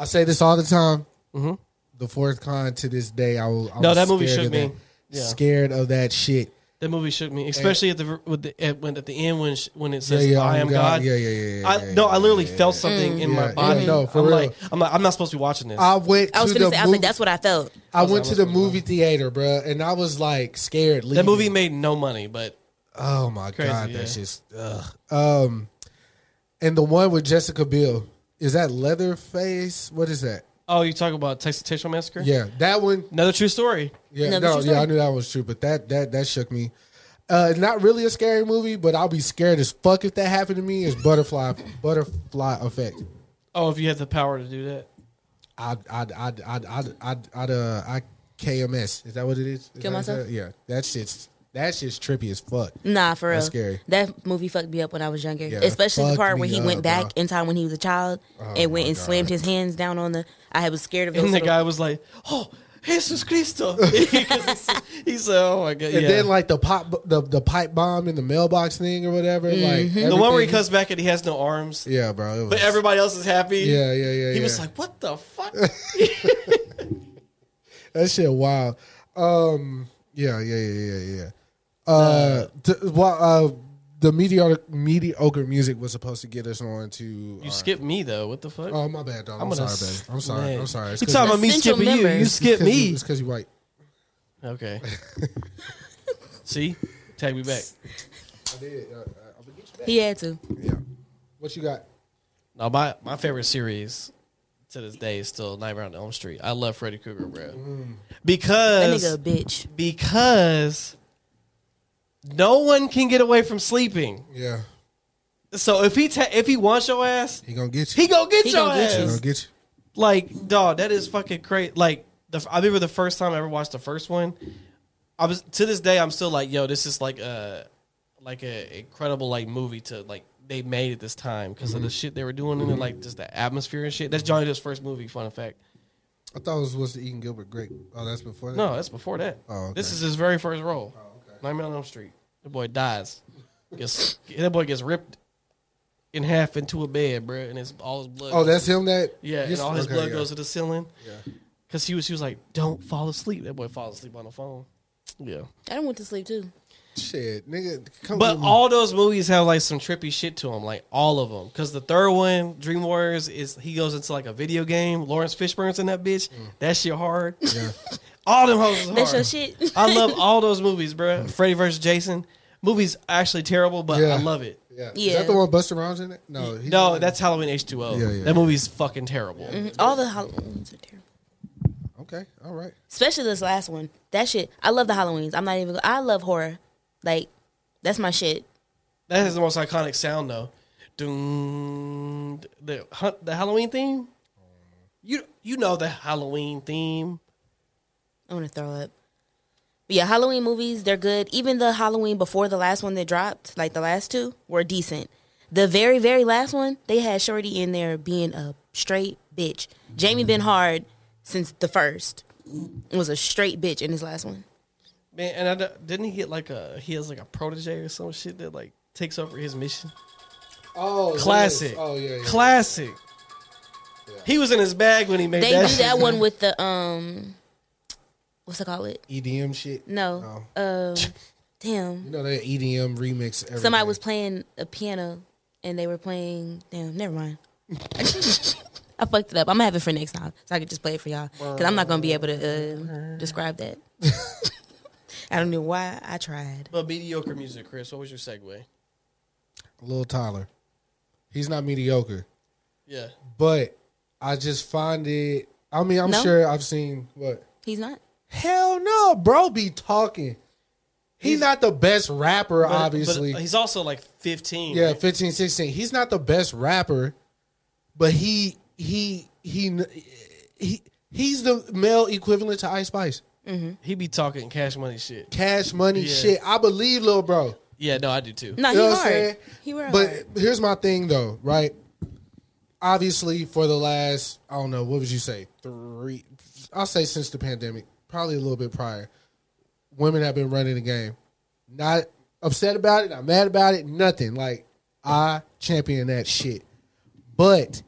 [SPEAKER 1] I say this all the time. The fourth con to this day, I will. I
[SPEAKER 3] Mm-hmm. No,
[SPEAKER 1] was
[SPEAKER 3] that movie
[SPEAKER 1] scared
[SPEAKER 3] shook
[SPEAKER 1] of
[SPEAKER 3] me.
[SPEAKER 1] that-
[SPEAKER 3] Yeah.
[SPEAKER 1] Scared of that shit.
[SPEAKER 3] That movie shook me, especially at the with the at, when at the end when sh- when it says
[SPEAKER 1] yeah, oh
[SPEAKER 3] "I am God."
[SPEAKER 1] Yeah, yeah, yeah, yeah,
[SPEAKER 3] I,
[SPEAKER 1] yeah,
[SPEAKER 3] no,
[SPEAKER 1] yeah,
[SPEAKER 3] I literally
[SPEAKER 2] Mm.
[SPEAKER 3] felt something in
[SPEAKER 1] Yeah,
[SPEAKER 3] my
[SPEAKER 1] yeah,
[SPEAKER 3] body.
[SPEAKER 1] no, for
[SPEAKER 3] I'm
[SPEAKER 1] real.
[SPEAKER 3] like, I'm like, I'm not supposed to be watching this.
[SPEAKER 1] I went.
[SPEAKER 2] I was
[SPEAKER 1] to
[SPEAKER 2] gonna
[SPEAKER 1] the
[SPEAKER 2] say I was like,
[SPEAKER 1] movie-
[SPEAKER 2] that's what I felt.
[SPEAKER 1] I went to the movie theater, bro, and I was like scared.
[SPEAKER 3] that
[SPEAKER 1] leaving.
[SPEAKER 3] movie made no money, but
[SPEAKER 1] Oh my
[SPEAKER 3] Crazy,
[SPEAKER 1] god,
[SPEAKER 3] yeah.
[SPEAKER 1] that's just. Ugh. Um, and the one with Jessica Biel is that Leatherface? What is that?
[SPEAKER 3] Oh, you talk about Texas Chainsaw Massacre?
[SPEAKER 1] Yeah, that one.
[SPEAKER 3] Another true story.
[SPEAKER 1] Yeah,
[SPEAKER 2] No,
[SPEAKER 1] no,
[SPEAKER 2] but you
[SPEAKER 1] yeah,
[SPEAKER 2] said-
[SPEAKER 1] I knew that was true, but that that that shook me. Uh, not really a scary movie, but I'll be scared as fuck if that happened to me. Is butterfly butterfly effect?
[SPEAKER 3] Oh, if you had the power to do that.
[SPEAKER 1] I I I I I I I uh, I KMS is that what it is? Is
[SPEAKER 2] Kill
[SPEAKER 1] that- is
[SPEAKER 2] myself?
[SPEAKER 1] that- Yeah, that shit's that shit's trippy as fuck.
[SPEAKER 2] Nah, for real.
[SPEAKER 1] That's scary.
[SPEAKER 2] That movie fucked me up when I was younger.
[SPEAKER 1] Yeah,
[SPEAKER 2] Especially the
[SPEAKER 1] fucked
[SPEAKER 2] part where
[SPEAKER 1] me
[SPEAKER 2] he
[SPEAKER 1] up,
[SPEAKER 2] went back
[SPEAKER 1] bro. Oh
[SPEAKER 2] in time when he was a child and went and slammed his hands down on the I was scared of those
[SPEAKER 3] And the
[SPEAKER 2] little-
[SPEAKER 3] guy was like, "Oh, Jesus Cristo!" 'Cause he said- he said, "Oh my god!"
[SPEAKER 1] And
[SPEAKER 3] yeah.
[SPEAKER 1] then like the pop the the pipe bomb in the mailbox thing or whatever, like
[SPEAKER 3] the one where he
[SPEAKER 1] everything-
[SPEAKER 3] comes back and he has no arms,
[SPEAKER 1] Yeah, bro. It was,
[SPEAKER 3] but everybody else is happy.
[SPEAKER 1] Yeah, yeah, yeah.
[SPEAKER 3] He was
[SPEAKER 1] yeah.
[SPEAKER 3] like, "What the fuck?"
[SPEAKER 1] That shit wild. Um, yeah, yeah, yeah, yeah, yeah. Uh, t- well, uh, the mediocre, mediocre music was supposed to get us on to. uh,
[SPEAKER 3] you skipped me though. What the fuck?
[SPEAKER 1] Oh my bad, dog. I'm,
[SPEAKER 3] gonna
[SPEAKER 1] sorry,
[SPEAKER 3] s-
[SPEAKER 1] baby. I'm sorry.
[SPEAKER 3] Man.
[SPEAKER 1] I'm sorry. It's
[SPEAKER 3] You
[SPEAKER 1] 'cause-
[SPEAKER 3] talking about me
[SPEAKER 2] Essential
[SPEAKER 3] skipping you? You
[SPEAKER 2] members.
[SPEAKER 1] it's
[SPEAKER 3] skipped
[SPEAKER 1] 'cause you-
[SPEAKER 3] me.
[SPEAKER 1] It's because you white.
[SPEAKER 3] Okay. See, tag me back.
[SPEAKER 1] uh,
[SPEAKER 2] He had to.
[SPEAKER 1] Yeah. What you got?
[SPEAKER 3] Now my my favorite series to this day is still Nightmare on Elm Street. I love Freddy Krueger, bro,
[SPEAKER 2] Mm. That
[SPEAKER 3] because
[SPEAKER 2] nigga a bitch.
[SPEAKER 3] because no one can get away from sleeping.
[SPEAKER 1] Yeah.
[SPEAKER 3] So if he ta- if he wants your ass,
[SPEAKER 1] He gonna get you.
[SPEAKER 3] he go get
[SPEAKER 2] He
[SPEAKER 3] your
[SPEAKER 2] gonna get
[SPEAKER 3] ass.
[SPEAKER 1] He gonna get you.
[SPEAKER 3] Like dog, that is fucking crazy. Like the f- I remember the first time I ever watched the first one. I was to this day I'm still like, yo, this is like a like a incredible like movie to like they made at this time because
[SPEAKER 1] Mm-hmm.
[SPEAKER 3] of the shit they were doing and like just the atmosphere and shit. That's Johnny Depp's first movie. Fun fact.
[SPEAKER 1] I thought it was was the Eating Gilbert Grape. Oh, that's before that.
[SPEAKER 3] No, that's before that.
[SPEAKER 1] Oh, okay. Oh,
[SPEAKER 3] This is his very first role. Nightmare on Elm Street. The boy dies. Gets that boy gets ripped in half into a bed, bruh, and it's all his blood.
[SPEAKER 1] Oh,
[SPEAKER 3] goes-
[SPEAKER 1] that's him. That
[SPEAKER 3] yeah,
[SPEAKER 1] Yes,
[SPEAKER 3] and all his
[SPEAKER 1] okay,
[SPEAKER 3] blood
[SPEAKER 1] yeah.
[SPEAKER 3] goes to the ceiling. Yeah, because he was he was like, "Don't fall asleep." That boy falls asleep on the phone. Yeah,
[SPEAKER 2] I don't went to sleep too.
[SPEAKER 1] Shit, nigga. Come
[SPEAKER 3] But
[SPEAKER 1] get me.
[SPEAKER 3] all those movies have like some trippy shit to them, like all of them. Because the third one, Dream Warriors, is he goes into like a video game. Lawrence Fishburne's in that bitch.
[SPEAKER 1] Mm.
[SPEAKER 3] That shit hard. all them hoes is hard.
[SPEAKER 2] That's your shit.
[SPEAKER 3] I love all those movies, bro. Freddy vs. Jason. Movies actually terrible, but
[SPEAKER 1] Mm. Yeah.
[SPEAKER 3] I love it.
[SPEAKER 1] yeah. Is
[SPEAKER 2] Yeah.
[SPEAKER 1] that the one Buster Rhymes in it? No, he-
[SPEAKER 3] No, that's Halloween H two O.
[SPEAKER 1] Yeah, yeah.
[SPEAKER 3] That movie's fucking terrible.
[SPEAKER 2] All the Halloweens are terrible.
[SPEAKER 1] okay. All right.
[SPEAKER 2] Especially this last one. That shit. I love the Halloweens. I'm not even. I love horror. Like that's my shit.
[SPEAKER 3] That is the most iconic sound though. Doom the hun- the Halloween theme. You you know the Halloween theme.
[SPEAKER 2] I'm gonna throw up. But yeah, Halloween movies, they're good. Even the Halloween before the last one that dropped, like the last two, were decent. The very, very last one, they had Shorty in there being a straight bitch. Jamie been hard since the first. Was a straight bitch in his last one.
[SPEAKER 3] Man, and I, don't- didn't he get like a he has like a protege or some shit that like takes over his mission.
[SPEAKER 1] Oh,
[SPEAKER 3] Classic.
[SPEAKER 1] Oh yeah. yeah.
[SPEAKER 3] Classic. He was in his bag when he made
[SPEAKER 2] They
[SPEAKER 3] that.
[SPEAKER 2] do
[SPEAKER 3] shit.
[SPEAKER 2] that one with the um what's it called it?
[SPEAKER 1] EDM E shit.
[SPEAKER 2] No. Um
[SPEAKER 1] You
[SPEAKER 2] damn.
[SPEAKER 1] know that EDM remix. Everything.
[SPEAKER 2] Somebody was playing a piano and they were playing damn, never mind. I fucked it up. I'm gonna have it for next time so I can just play it for y'all because I'm not gonna be able to uh, describe that. I don't know why I tried.
[SPEAKER 3] But mediocre music, Chris. What was your segue?
[SPEAKER 1] Lil Tyler. He's not mediocre,
[SPEAKER 3] Yeah.
[SPEAKER 1] but I just find it. I mean, I'm
[SPEAKER 2] No?
[SPEAKER 1] sure I've seen what.
[SPEAKER 2] He's not.
[SPEAKER 1] Hell no, bro. Be talking. He's not the best rapper,
[SPEAKER 3] But-
[SPEAKER 1] obviously.
[SPEAKER 3] But he's also like 15.
[SPEAKER 1] yeah,
[SPEAKER 3] right?
[SPEAKER 1] 15, 16. He's not the best rapper, but he he he he he's the male equivalent to Ice Spice.
[SPEAKER 3] He be talking cash money shit.
[SPEAKER 1] Cash money
[SPEAKER 3] Yeah.
[SPEAKER 1] shit. I believe, little bro.
[SPEAKER 3] Yeah, no, I do too.
[SPEAKER 2] No,
[SPEAKER 1] You know
[SPEAKER 2] he
[SPEAKER 1] what I'm saying?
[SPEAKER 2] hard. He were
[SPEAKER 1] but
[SPEAKER 2] hard.
[SPEAKER 1] here's my thing though, right? Obviously, for the last I don't know, what would you say? Three I'll say since the pandemic, probably a little bit prior. Women have been running the game. Not upset about it, not mad about it, nothing. Like I champion that shit. But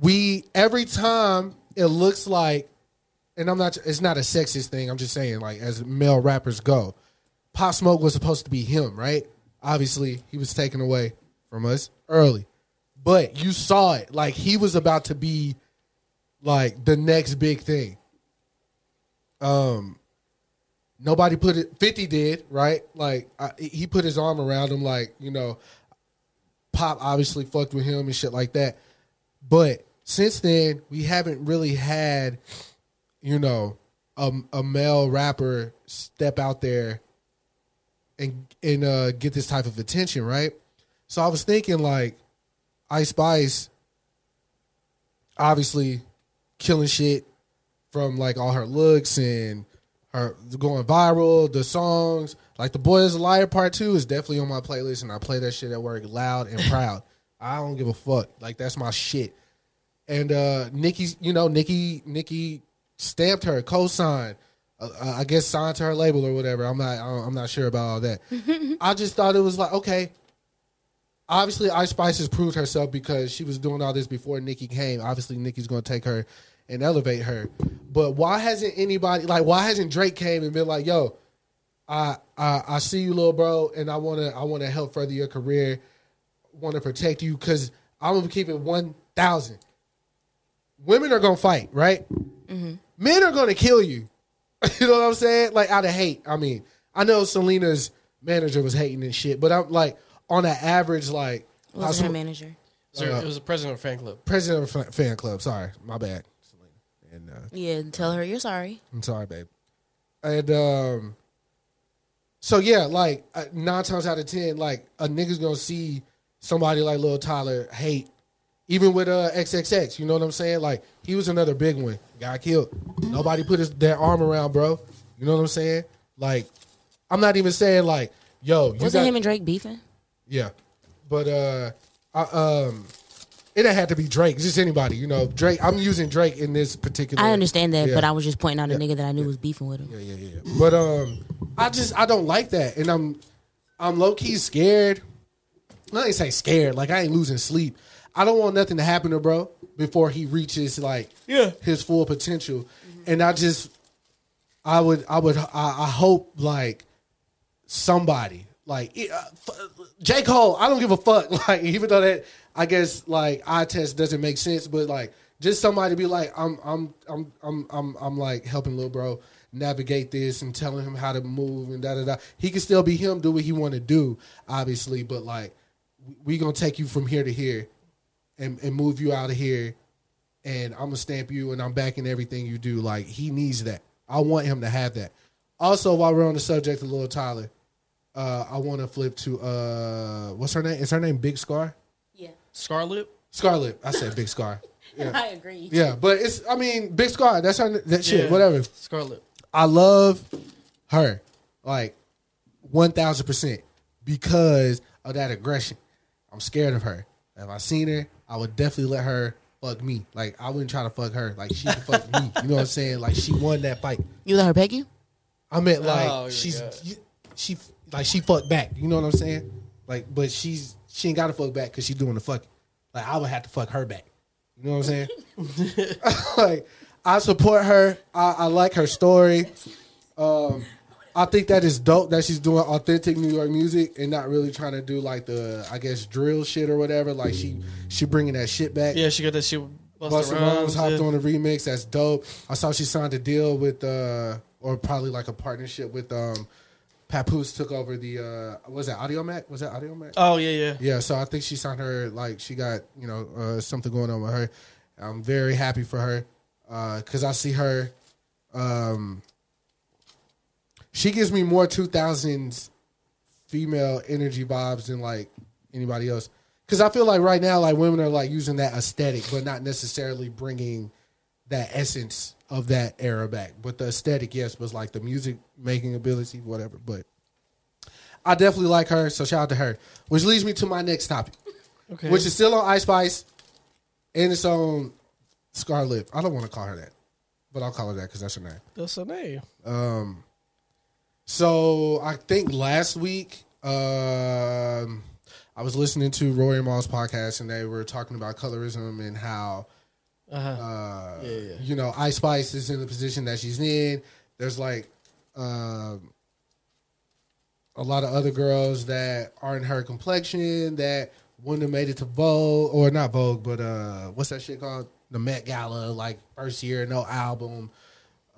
[SPEAKER 1] we every time it looks like and I'm not it's not a sexist thing, I'm just saying like as male rappers go. Pop Smoke was supposed to be him, right? Obviously, he was taken away from us early. But you saw it. Like he was about to be like the next big thing. Um nobody put it 50 did, right? Like I, he put his arm around him like, you know, Pop obviously fucked with him and shit like that. But since then, we haven't really had, you know, a, a male rapper step out there and and uh, get this type of attention, right? So I was thinking like, Ice Spice, obviously, killing shit from like all her looks and her going viral, the songs. Like the Boy is a Liar Part Two is definitely on my playlist, and I play that shit at work loud and proud. I don't give a fuck. Like that's my shit. And uh Nikki, you know, Nikki, Nikki stamped her co-signed. Uh, uh, I guess signed to her label or whatever. I'm not. I don't- I'm not sure about all that. I just thought it was like okay. Obviously, Ice Spice has proved herself because she was doing all this before Nikki came. Obviously, Nikki's going to take her and elevate her. But why hasn't anybody like why hasn't Drake came and been like, "Yo, I I, I see you, little bro, and I wanna I wanna help further your career, wanna protect you because I'm gonna keep it one thousand. Women are gonna fight, right? Men are gonna kill you. you know what I'm saying? Like out of hate. I mean, I know Selena's manager was hating and shit, but I'm like on an average, like how
[SPEAKER 2] Wasn't
[SPEAKER 1] some-
[SPEAKER 2] her manager.
[SPEAKER 3] Sir, it was a president of fan club.
[SPEAKER 1] president of a fan- fan club. Sorry, my bad, Selena. And uh,
[SPEAKER 2] Yeah, tell her you're sorry.
[SPEAKER 1] I'm sorry, babe. And um, so yeah, like uh, nine times out of ten, like a nigga's gonna see somebody like Lil Tyler hate, even with uh XXX. You know what I'm saying? Like he was another big one, got killed. Nobody put his, their arm around, bro. You know what I'm saying? Like I'm not even saying like, yo, you
[SPEAKER 2] Wasn't
[SPEAKER 1] got-
[SPEAKER 2] him and Drake beefing?
[SPEAKER 1] yeah, but uh, I, um, it had to be Drake, just anybody. You know, Drake. I'm using Drake in this particular.
[SPEAKER 2] I understand that,
[SPEAKER 1] Yeah.
[SPEAKER 2] but I was just pointing out a nigga that I knew was beefing with him.
[SPEAKER 1] Yeah, yeah, yeah. But um, I just I don't like that, and I'm I'm low key scared. I ain't say scared, like I ain't losing sleep. I don't want nothing to happen to bro before he reaches like
[SPEAKER 3] Yeah.
[SPEAKER 1] his full potential, and I just I would I would I, I hope like somebody. Like it- uh, f- J Cole, I don't give a fuck. Like even though that I guess like eye test doesn't make sense, but like just somebody be like, I'm I'm I'm I'm I'm I'm like helping little bro navigate this and telling him how to move and da da da. He can still be him, do what he want to do, obviously, but like we- we gonna take you from here to here and, and move you out of here and I'm gonna stamp you and I'm backing everything you do. Like he needs that. I want him to have that. Also, while we're on the subject of Lil Tyler, uh, I want to flip to uh, what's her name? Is her name Big Scar?
[SPEAKER 2] Yeah,
[SPEAKER 3] Scarlet.
[SPEAKER 1] Scarlet. I said Big Scar.
[SPEAKER 2] I agree.
[SPEAKER 1] Yeah, but it's I mean Big Scar. That's her. That shit.
[SPEAKER 3] Yeah.
[SPEAKER 1] Whatever.
[SPEAKER 3] Scarlet.
[SPEAKER 1] I love her like one thousand percent because of that aggression. I'm scared of her. If I seen her, I would definitely let her fuck me. Like I wouldn't try to fuck her. Like she could fuck me. You know what I'm saying? Like she won that fight.
[SPEAKER 2] You let her peg you?
[SPEAKER 1] I meant like
[SPEAKER 3] Oh, yeah,
[SPEAKER 1] she's
[SPEAKER 3] yeah.
[SPEAKER 1] she like she fucked back. You know what I'm saying? Like, but she's she ain't got to fuck back because she's doing the fucking. Like I would have to fuck her back. You know what I'm saying? like I support her. I, I like her story. Um, I think that is dope that she's doing authentic New York music and not really trying to do like the I guess drill shit or whatever. Like she she bringing that shit back.
[SPEAKER 3] Yeah, she got that shit.
[SPEAKER 1] Busta
[SPEAKER 3] Busta
[SPEAKER 1] Rhymes
[SPEAKER 3] Rhymes.
[SPEAKER 1] hopped
[SPEAKER 3] yeah.
[SPEAKER 1] on the remix. That's dope. I saw she signed a deal with, uh, or probably like a partnership with um, Papoose. Took over the uh, was that Audio Mac? Was that Audio Mac?
[SPEAKER 3] Oh yeah, yeah.
[SPEAKER 1] yeah. So I think she signed her. Like she got you know uh, something going on with her. I'm very happy for her because I see her. Um, she gives me more 2000s female energy vibes than like anybody else. Because I feel like right now, like women are like using that aesthetic, but not necessarily bringing that essence of that era back. But the aesthetic, yes, was like the music making ability, whatever. But I definitely like her, so shout out to her. Which leads me to my next topic,
[SPEAKER 3] Okay.
[SPEAKER 1] which is still on Ice Spice, and it's on Scarlet. I don't want to call her that, but I'll call her that because that's her name.
[SPEAKER 3] that's her name.
[SPEAKER 1] So I think last week, um, I was listening to Roy and Maul's podcast, and they were talking about colorism and how, uh, you know, Ice Spice is in the position that she's in. There's like um, a lot of other girls that aren't her complexion that wouldn't have made it to Vogue or not Vogue, but uh, what's that shit called? The Met Gala, like first year, no album,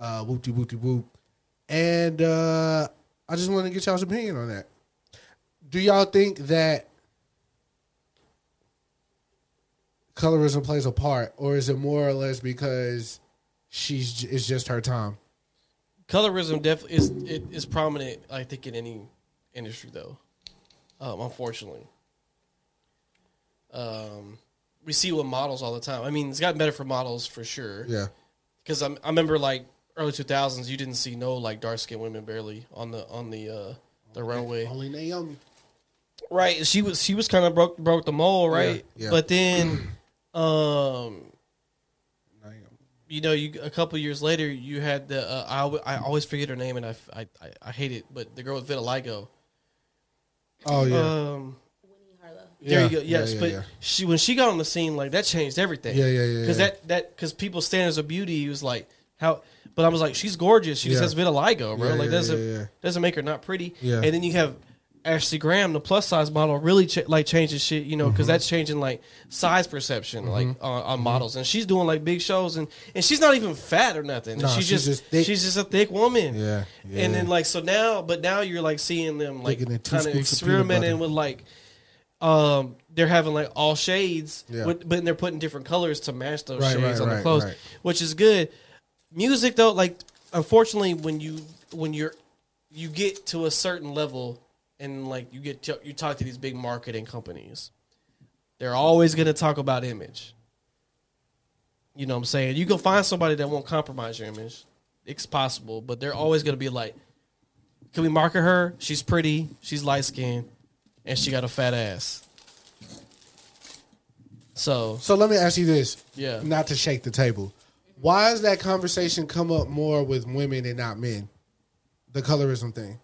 [SPEAKER 1] uh, whoop de whoop de whoop. And uh, I just want to get y'all's opinion on that. Do y'all think that colorism plays a part, or is it more or less because she's j- it's just her time?
[SPEAKER 3] Colorism definitely is it is prominent. I think in any industry though, um, unfortunately. Um, we see with models all the time. I mean, it's gotten better for models for sure.
[SPEAKER 1] Yeah,
[SPEAKER 3] because I remember like early two thousands, you didn't see no like dark skinned women barely on the on the uh the runway.
[SPEAKER 1] only Naomi.
[SPEAKER 3] Right, she was she was kind of broke broke the mold, right?
[SPEAKER 1] Yeah, yeah.
[SPEAKER 3] But then, um,
[SPEAKER 1] Naomi.
[SPEAKER 3] you know, you a couple years later, you had the uh, I al- I always forget her name and I f- I, I- I hate it, but the girl with vitiligo.
[SPEAKER 1] Oh yeah,
[SPEAKER 3] Um, there you go.
[SPEAKER 1] Yeah,
[SPEAKER 3] Yes,
[SPEAKER 1] yeah,
[SPEAKER 3] but
[SPEAKER 1] yeah.
[SPEAKER 3] she when she got on the scene, like that changed everything.
[SPEAKER 1] Yeah, yeah, yeah,
[SPEAKER 3] Because
[SPEAKER 1] yeah.
[SPEAKER 3] that that because people's standards of beauty was like how, but I was like, she's gorgeous. She just
[SPEAKER 1] Yeah.
[SPEAKER 3] has vitiligo, bro.
[SPEAKER 1] Yeah,
[SPEAKER 3] like
[SPEAKER 1] yeah,
[SPEAKER 3] doesn't
[SPEAKER 1] yeah, yeah.
[SPEAKER 3] doesn't make her not pretty.
[SPEAKER 1] Yeah.
[SPEAKER 3] And then you have Ashley Graham, the plus size model, really ch- like changes shit, you
[SPEAKER 1] Mm-hmm.
[SPEAKER 3] know, because that's changing like size perception, like on, on models. And she's doing like big shows, and and she's not even fat or nothing.
[SPEAKER 1] No,
[SPEAKER 3] she's,
[SPEAKER 1] she's
[SPEAKER 3] just,
[SPEAKER 1] just thick.
[SPEAKER 3] she's just a thick woman.
[SPEAKER 1] Yeah, yeah.
[SPEAKER 3] And then like so now, but now you're like seeing them like
[SPEAKER 1] Taking the two
[SPEAKER 3] kind of
[SPEAKER 1] scoops of peanut
[SPEAKER 3] experimenting
[SPEAKER 1] butter.
[SPEAKER 3] with like um they're having like all shades
[SPEAKER 1] Yeah.
[SPEAKER 3] with, but they're putting different colors to match those
[SPEAKER 1] Right,
[SPEAKER 3] shades
[SPEAKER 1] right,
[SPEAKER 3] on
[SPEAKER 1] right,
[SPEAKER 3] the clothes
[SPEAKER 1] right.
[SPEAKER 3] which is good music though like unfortunately when you when you're you get to a certain level and like you get to, you talk to these big marketing companies they're always going to talk about image you know what i'm saying you can find somebody that won't compromise your image it's possible but they're always going to be like can we market her she's pretty she's light skinned and she got a fat ass so
[SPEAKER 1] So let me ask you this.
[SPEAKER 3] Yeah.
[SPEAKER 1] Not to shake the table. Why does that conversation come up more with women and not men? The colorism thing,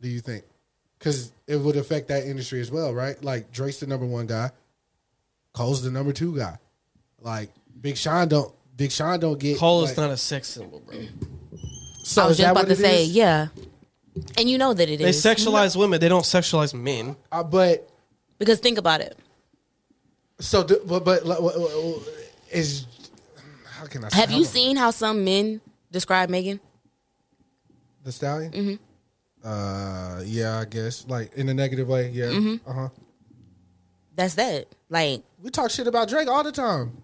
[SPEAKER 1] do you think? Because it would affect that industry as well, right? Like Drake's the number one guy, Cole's the number two guy. Like Big Sean don't Big Sean don't get
[SPEAKER 3] Cole is
[SPEAKER 1] like-
[SPEAKER 3] not a sex symbol, bro.
[SPEAKER 1] So
[SPEAKER 2] I
[SPEAKER 1] Oh,
[SPEAKER 2] was
[SPEAKER 1] is that
[SPEAKER 2] just about
[SPEAKER 1] what
[SPEAKER 2] to
[SPEAKER 1] it
[SPEAKER 2] say,
[SPEAKER 1] is?
[SPEAKER 2] yeah. And you know that it
[SPEAKER 3] They
[SPEAKER 2] is
[SPEAKER 3] sexualize women. They don't sexualize men.
[SPEAKER 1] Uh, but
[SPEAKER 2] because think about it.
[SPEAKER 1] so, do, but but like, wha- wha- wha- is how can I? say-
[SPEAKER 2] Have
[SPEAKER 1] I
[SPEAKER 2] you
[SPEAKER 1] don't-
[SPEAKER 2] seen how some men describe Megan?
[SPEAKER 1] the stallion?
[SPEAKER 2] Mm-hmm.
[SPEAKER 1] Uh, yeah, I guess like in a negative way. Yeah.
[SPEAKER 2] Mm-hmm.
[SPEAKER 1] Uh huh.
[SPEAKER 2] That's that. Like
[SPEAKER 1] We talk shit about Drake all the time.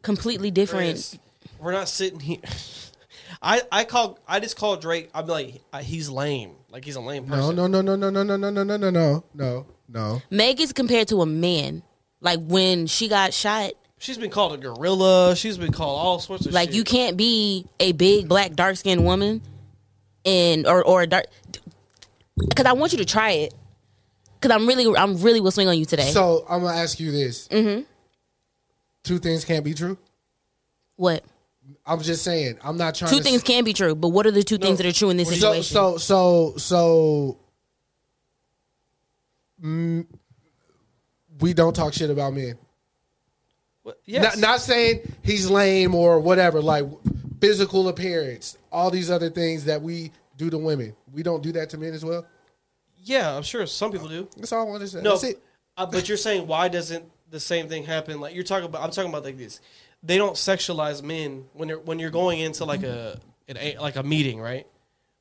[SPEAKER 2] completely different.
[SPEAKER 3] Chris, We're not sitting here. I I call I just call Drake. I'm like I- he's lame. Like he's a lame
[SPEAKER 1] No,
[SPEAKER 3] person.
[SPEAKER 1] no, no, no, no, no, no, no, no, no, no, no, no, no.
[SPEAKER 2] Meg is compared to a man. Like when she got shot,
[SPEAKER 3] She's been called a gorilla. She's been called all sorts of
[SPEAKER 2] like
[SPEAKER 3] shit.
[SPEAKER 2] you can't be a big black dark skinned woman and or or a dark because I want you to try it. Cause I'm really I'm really will swing on you today.
[SPEAKER 1] So I'm gonna ask you this:
[SPEAKER 2] Mm-hmm.
[SPEAKER 1] two things can't be true.
[SPEAKER 2] what?
[SPEAKER 1] I'm just saying. I'm not trying.
[SPEAKER 2] Two
[SPEAKER 1] to
[SPEAKER 2] things can be true, but what are the two things that are true in this
[SPEAKER 1] So
[SPEAKER 2] situation?
[SPEAKER 1] so so so. mm, we don't talk shit about men.
[SPEAKER 3] What- Yes.
[SPEAKER 1] Not, not saying he's lame or whatever, like physical appearance, all these other things that we do to women. We don't do that to men as well.
[SPEAKER 3] yeah, I'm sure some people do.
[SPEAKER 1] That's all I want to say.
[SPEAKER 3] No,
[SPEAKER 1] That's it.
[SPEAKER 3] uh, but you're saying why doesn't the same thing happen? Like you're talking about, I'm talking about like this. They don't sexualize men when you're when you're going into like a an, a- like a meeting, right?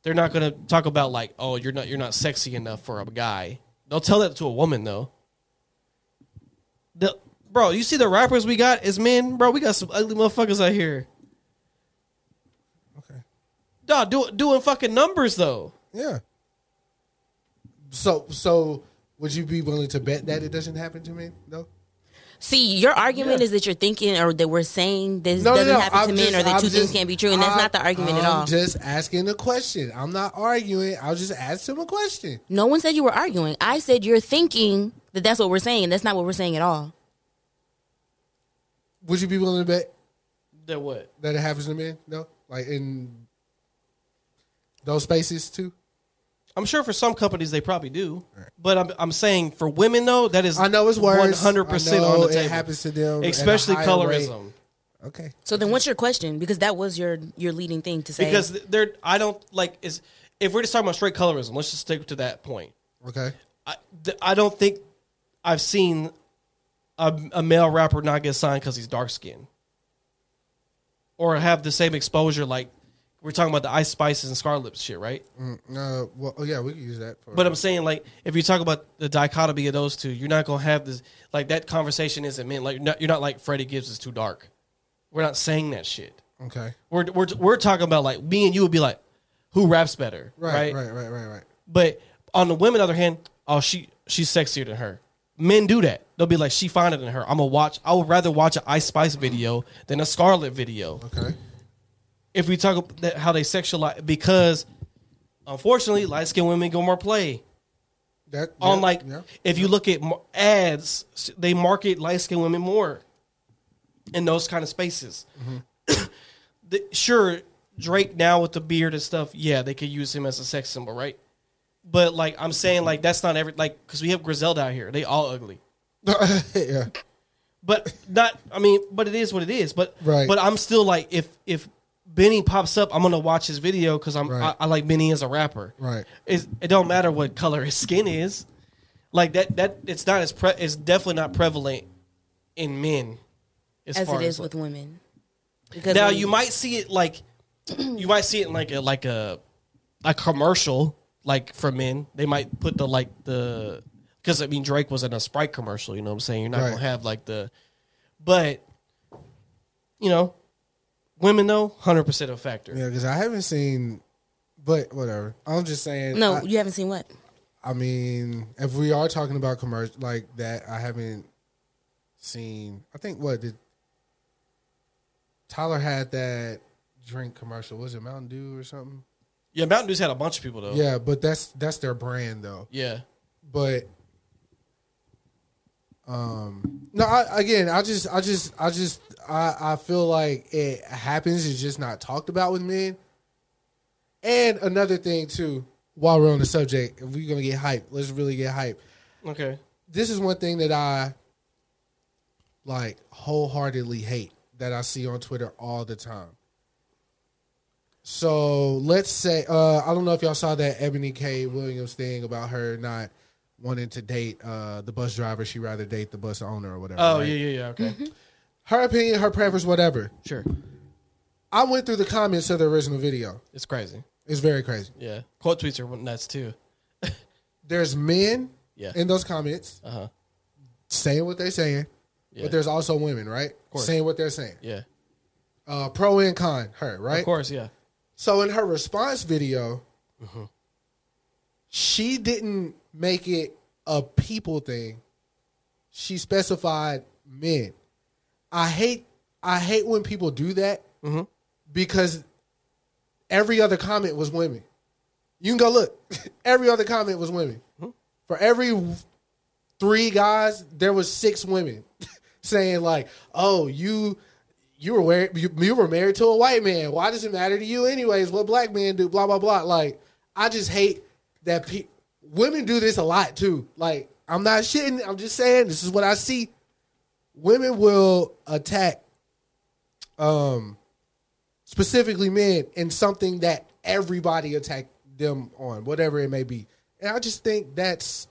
[SPEAKER 3] They're not going to talk about like, oh, you're not you're not sexy enough for a guy. They'll tell that to a woman though. The, bro, you see the rappers we got as men, bro. We got some ugly motherfuckers out here.
[SPEAKER 1] Okay.
[SPEAKER 3] Nah, do, doing fucking numbers though.
[SPEAKER 1] Yeah. So so would you be willing to bet that it doesn't happen to men? No.
[SPEAKER 2] See, your argument is that you're thinking or that we're saying this doesn't happen to
[SPEAKER 1] I'm
[SPEAKER 2] men
[SPEAKER 1] just-
[SPEAKER 2] or that
[SPEAKER 1] I'm
[SPEAKER 2] two things
[SPEAKER 1] just-
[SPEAKER 2] can't be true, and that's
[SPEAKER 1] I'm-
[SPEAKER 2] not the argument at
[SPEAKER 1] I'm
[SPEAKER 2] all.
[SPEAKER 1] just asking a question. I'm not arguing. I was just asking him a question.
[SPEAKER 2] No one said you were arguing. I said you're thinking that that's what we're saying. and That's not what we're saying at all.
[SPEAKER 1] Would you be willing to bet
[SPEAKER 3] That what?
[SPEAKER 1] that it happens to men? No. Like in those spaces too?
[SPEAKER 3] I'm sure for some companies they probably do, but I'm, I'm saying for women though that is
[SPEAKER 1] I know it's worse.
[SPEAKER 3] 100 percent
[SPEAKER 1] I
[SPEAKER 3] on
[SPEAKER 1] know
[SPEAKER 3] the
[SPEAKER 1] it
[SPEAKER 3] table.
[SPEAKER 1] happens to them at a
[SPEAKER 3] especially
[SPEAKER 1] higher
[SPEAKER 3] colorism,
[SPEAKER 1] Okay.
[SPEAKER 2] So then, what's your question? Because that was your your leading thing to say.
[SPEAKER 3] because they're I don't like is if we're just talking about straight colorism. Let's just stick to that point.
[SPEAKER 1] Okay.
[SPEAKER 3] I, th- I don't think I've seen a, a male rapper not get signed because he's dark skinned or have the same exposure. Like we're talking about the Ice Spices and Scarlet shit, right?
[SPEAKER 1] Mm, No. well, oh, yeah, we can use that. For,
[SPEAKER 3] But I'm saying, like, if you talk about the dichotomy of those two, you're not gonna have this. Like that conversation isn't meant. Like you're not, you're not like Freddie Gibbs is too dark. We're not saying that shit.
[SPEAKER 1] okay.
[SPEAKER 3] We're we're we're talking about like me and you would be like, who raps better,
[SPEAKER 1] Right. Right. Right. Right. Right.
[SPEAKER 3] But on the women, other hand, oh she she's sexier than her. Men do that. They'll be like, she finer than her. I'm gonna watch. I would rather watch an Ice Spice video than a Scarlet video
[SPEAKER 1] Okay.
[SPEAKER 3] if we talk about that, how they sexualize because unfortunately light skinned women go more play
[SPEAKER 1] That
[SPEAKER 3] on
[SPEAKER 1] yeah,
[SPEAKER 3] like
[SPEAKER 1] yeah.
[SPEAKER 3] if you look at mar- ads s- they market light skinned women more in those kind of spaces
[SPEAKER 1] Mm-hmm.
[SPEAKER 3] The- sure drake now with the beard and stuff yeah they could use him as a sex symbol right but like i'm saying like that's not every like because we have griselda out here they all ugly
[SPEAKER 1] yeah.
[SPEAKER 3] but not i mean but it is what it is but
[SPEAKER 1] Right.
[SPEAKER 3] but i'm still like if if benny pops up i'm gonna watch his video because i'm
[SPEAKER 1] Right.
[SPEAKER 3] I, I like benny as a rapper
[SPEAKER 1] Right.
[SPEAKER 3] it's, it don't matter what color his skin is like that that it's not as pre it's definitely not prevalent in men as,
[SPEAKER 2] as
[SPEAKER 3] far
[SPEAKER 2] it is
[SPEAKER 3] as
[SPEAKER 2] with
[SPEAKER 3] like-
[SPEAKER 2] women. Because
[SPEAKER 3] now
[SPEAKER 2] when-
[SPEAKER 3] you might see it like you might see it in like a like a a commercial like for men they might put the like the because i mean drake was in a sprite commercial you know what i'm saying you're not
[SPEAKER 1] Right.
[SPEAKER 3] gonna have like the but you know women though 100% a factor
[SPEAKER 1] Yeah. Because I haven't seen, but whatever. I'm just saying.
[SPEAKER 2] No,
[SPEAKER 1] I,
[SPEAKER 2] you haven't seen what?
[SPEAKER 1] I mean, if we are talking about commercial like that, I haven't seen. I think what did Tyler had that drink commercial? Was it Mountain Dew or something?
[SPEAKER 3] yeah mountain dew's had a bunch of people though
[SPEAKER 1] Yeah, but that's that's their brand though.
[SPEAKER 3] yeah
[SPEAKER 1] But um, no, I, again, I just, I just, I just, I, I feel like it happens. It's just not talked about with men. And another thing too, while we're on the subject, if we're gonna get hype, let's really get hype.
[SPEAKER 3] okay
[SPEAKER 1] this is one thing that I like wholeheartedly hate that I see on Twitter all the time. So let's say uh, I don't know if y'all saw that Ebony K. Williams thing about her not wanting to date uh, the bus driver. She rather date the bus owner or whatever.
[SPEAKER 3] Oh
[SPEAKER 1] right?
[SPEAKER 3] yeah, yeah, yeah. Okay,
[SPEAKER 2] Mm-hmm.
[SPEAKER 1] Her opinion, her preference, whatever.
[SPEAKER 3] sure.
[SPEAKER 1] I went through the comments of the original video.
[SPEAKER 3] It's crazy.
[SPEAKER 1] It's very crazy.
[SPEAKER 3] Yeah, quote tweets are nuts too.
[SPEAKER 1] There's men
[SPEAKER 3] Yeah.
[SPEAKER 1] in those comments
[SPEAKER 3] Uh-huh.
[SPEAKER 1] saying what they're saying,
[SPEAKER 3] Yeah.
[SPEAKER 1] but there's also women, right? Saying what they're saying.
[SPEAKER 3] Yeah,
[SPEAKER 1] Uh, pro and con, her, right?
[SPEAKER 3] of course. Yeah,
[SPEAKER 1] So in her response video,
[SPEAKER 3] Mm-hmm.
[SPEAKER 1] she didn't make it a people thing. She specified men. I hate I hate when people do that
[SPEAKER 3] Mm-hmm.
[SPEAKER 1] because every other comment was women. You can go look. every other comment was women.
[SPEAKER 3] Mm-hmm.
[SPEAKER 1] For every three guys, there was six women saying like, "Oh, you you were wear, you, you were married to a white man. Why does it matter to you anyways? What black men do? Blah blah blah. Like I just hate that pe- women do this a lot too. Like I'm not shitting. I'm just saying this is what I see. Women will attack, um, specifically men in something that everybody attacked them on, whatever it may be. And I just think that's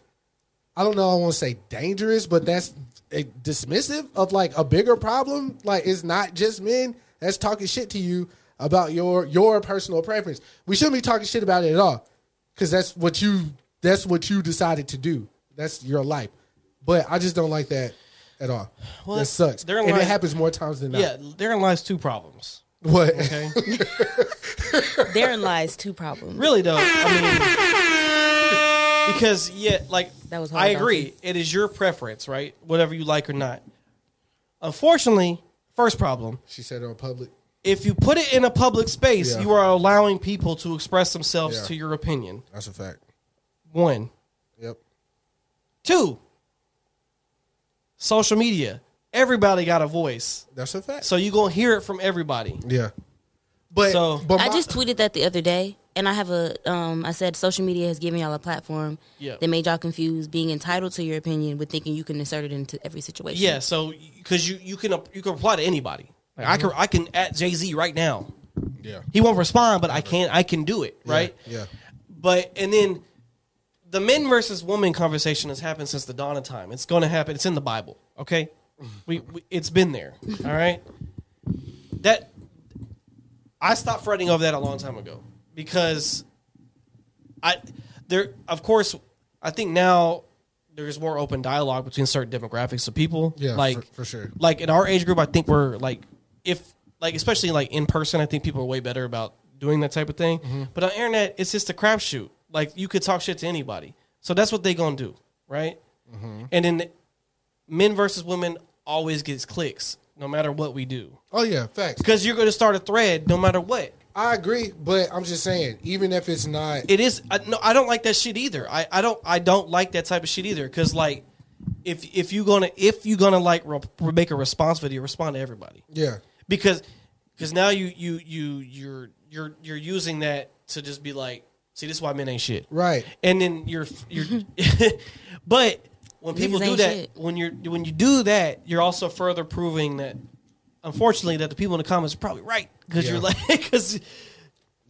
[SPEAKER 1] I don't know. I won't say dangerous, but that's eh, dismissive of like a bigger problem. Like it's not just men that's talking shit to you about your your personal preference. We shouldn't be talking shit about it at all, because that's what you that's what you decided to do. That's your life. But I just don't like that at all.
[SPEAKER 3] Well,
[SPEAKER 1] that sucks,
[SPEAKER 3] they're
[SPEAKER 1] and it
[SPEAKER 3] lying.
[SPEAKER 1] happens more times than not.
[SPEAKER 3] yeah. Therein lies two problems.
[SPEAKER 1] What?
[SPEAKER 3] Okay,
[SPEAKER 2] Therein lies two problems.
[SPEAKER 3] really though. I mean, because yeah, like
[SPEAKER 2] That was
[SPEAKER 3] I
[SPEAKER 2] hard,
[SPEAKER 3] agree.
[SPEAKER 2] Dante.
[SPEAKER 3] It is your preference, right? Whatever you like or not. Unfortunately, first problem.
[SPEAKER 1] she said on public.
[SPEAKER 3] If you put it in a public space,
[SPEAKER 1] Yeah.
[SPEAKER 3] you are allowing people to express themselves
[SPEAKER 1] Yeah.
[SPEAKER 3] to your opinion.
[SPEAKER 1] That's a fact.
[SPEAKER 3] One.
[SPEAKER 1] Yep.
[SPEAKER 3] Two, social media. Everybody got a voice.
[SPEAKER 1] That's a fact.
[SPEAKER 3] So you going to hear it from everybody.
[SPEAKER 1] yeah. But,
[SPEAKER 3] So-
[SPEAKER 1] but
[SPEAKER 2] I
[SPEAKER 1] my-
[SPEAKER 2] just tweeted that the other day, and I have a. Um, I said social media has given y'all a platform
[SPEAKER 3] Yeah.
[SPEAKER 2] that made y'all confuse being entitled to your opinion with thinking you can insert it into every situation.
[SPEAKER 3] Yeah, so cuz you you can you can reply to anybody. Like I can
[SPEAKER 1] Uh-huh.
[SPEAKER 3] I can at Jay-Z right now.
[SPEAKER 1] yeah.
[SPEAKER 3] He won't respond, but I can I can do it, right?
[SPEAKER 1] Yeah.
[SPEAKER 3] But and then the men versus woman conversation has happened since the dawn of time. It's going to happen. It's in the Bible. Okay, we, we it's been there. All right. That I stopped fretting over that a long time ago because I there of course I think now there's more open dialogue between certain demographics of people.
[SPEAKER 1] Yeah, for-
[SPEAKER 3] like
[SPEAKER 1] for sure.
[SPEAKER 3] Like in our age group, I think we're like if like especially like in person, I think people are way better about doing that type of thing.
[SPEAKER 1] Mm-hmm.
[SPEAKER 3] But on internet, it's just a crapshoot. Like you could talk shit to anybody, so that's what they gonna do, right?
[SPEAKER 1] Mm-hmm.
[SPEAKER 3] And then men versus women always gets clicks, no matter what we do,
[SPEAKER 1] Oh yeah. Facts.
[SPEAKER 3] because you're gonna start a thread no matter what.
[SPEAKER 1] I agree, but I'm just saying, even if it's not,
[SPEAKER 3] it is I, no i don't like that shit either i, I don't i don't like that type of shit either because like if if you gonna if you gonna like re- make a response video respond to everybody
[SPEAKER 1] yeah,
[SPEAKER 3] because because now you you you you're you're you're using that to just be like see this is why men ain't shit
[SPEAKER 1] Right.
[SPEAKER 3] and then you're you're but when people
[SPEAKER 2] Niggas
[SPEAKER 3] do
[SPEAKER 2] ain't
[SPEAKER 3] that
[SPEAKER 2] shit.
[SPEAKER 3] when you're when you do that you're also further proving that unfortunately that the people in the comments are probably right because
[SPEAKER 1] Yeah.
[SPEAKER 3] you're like because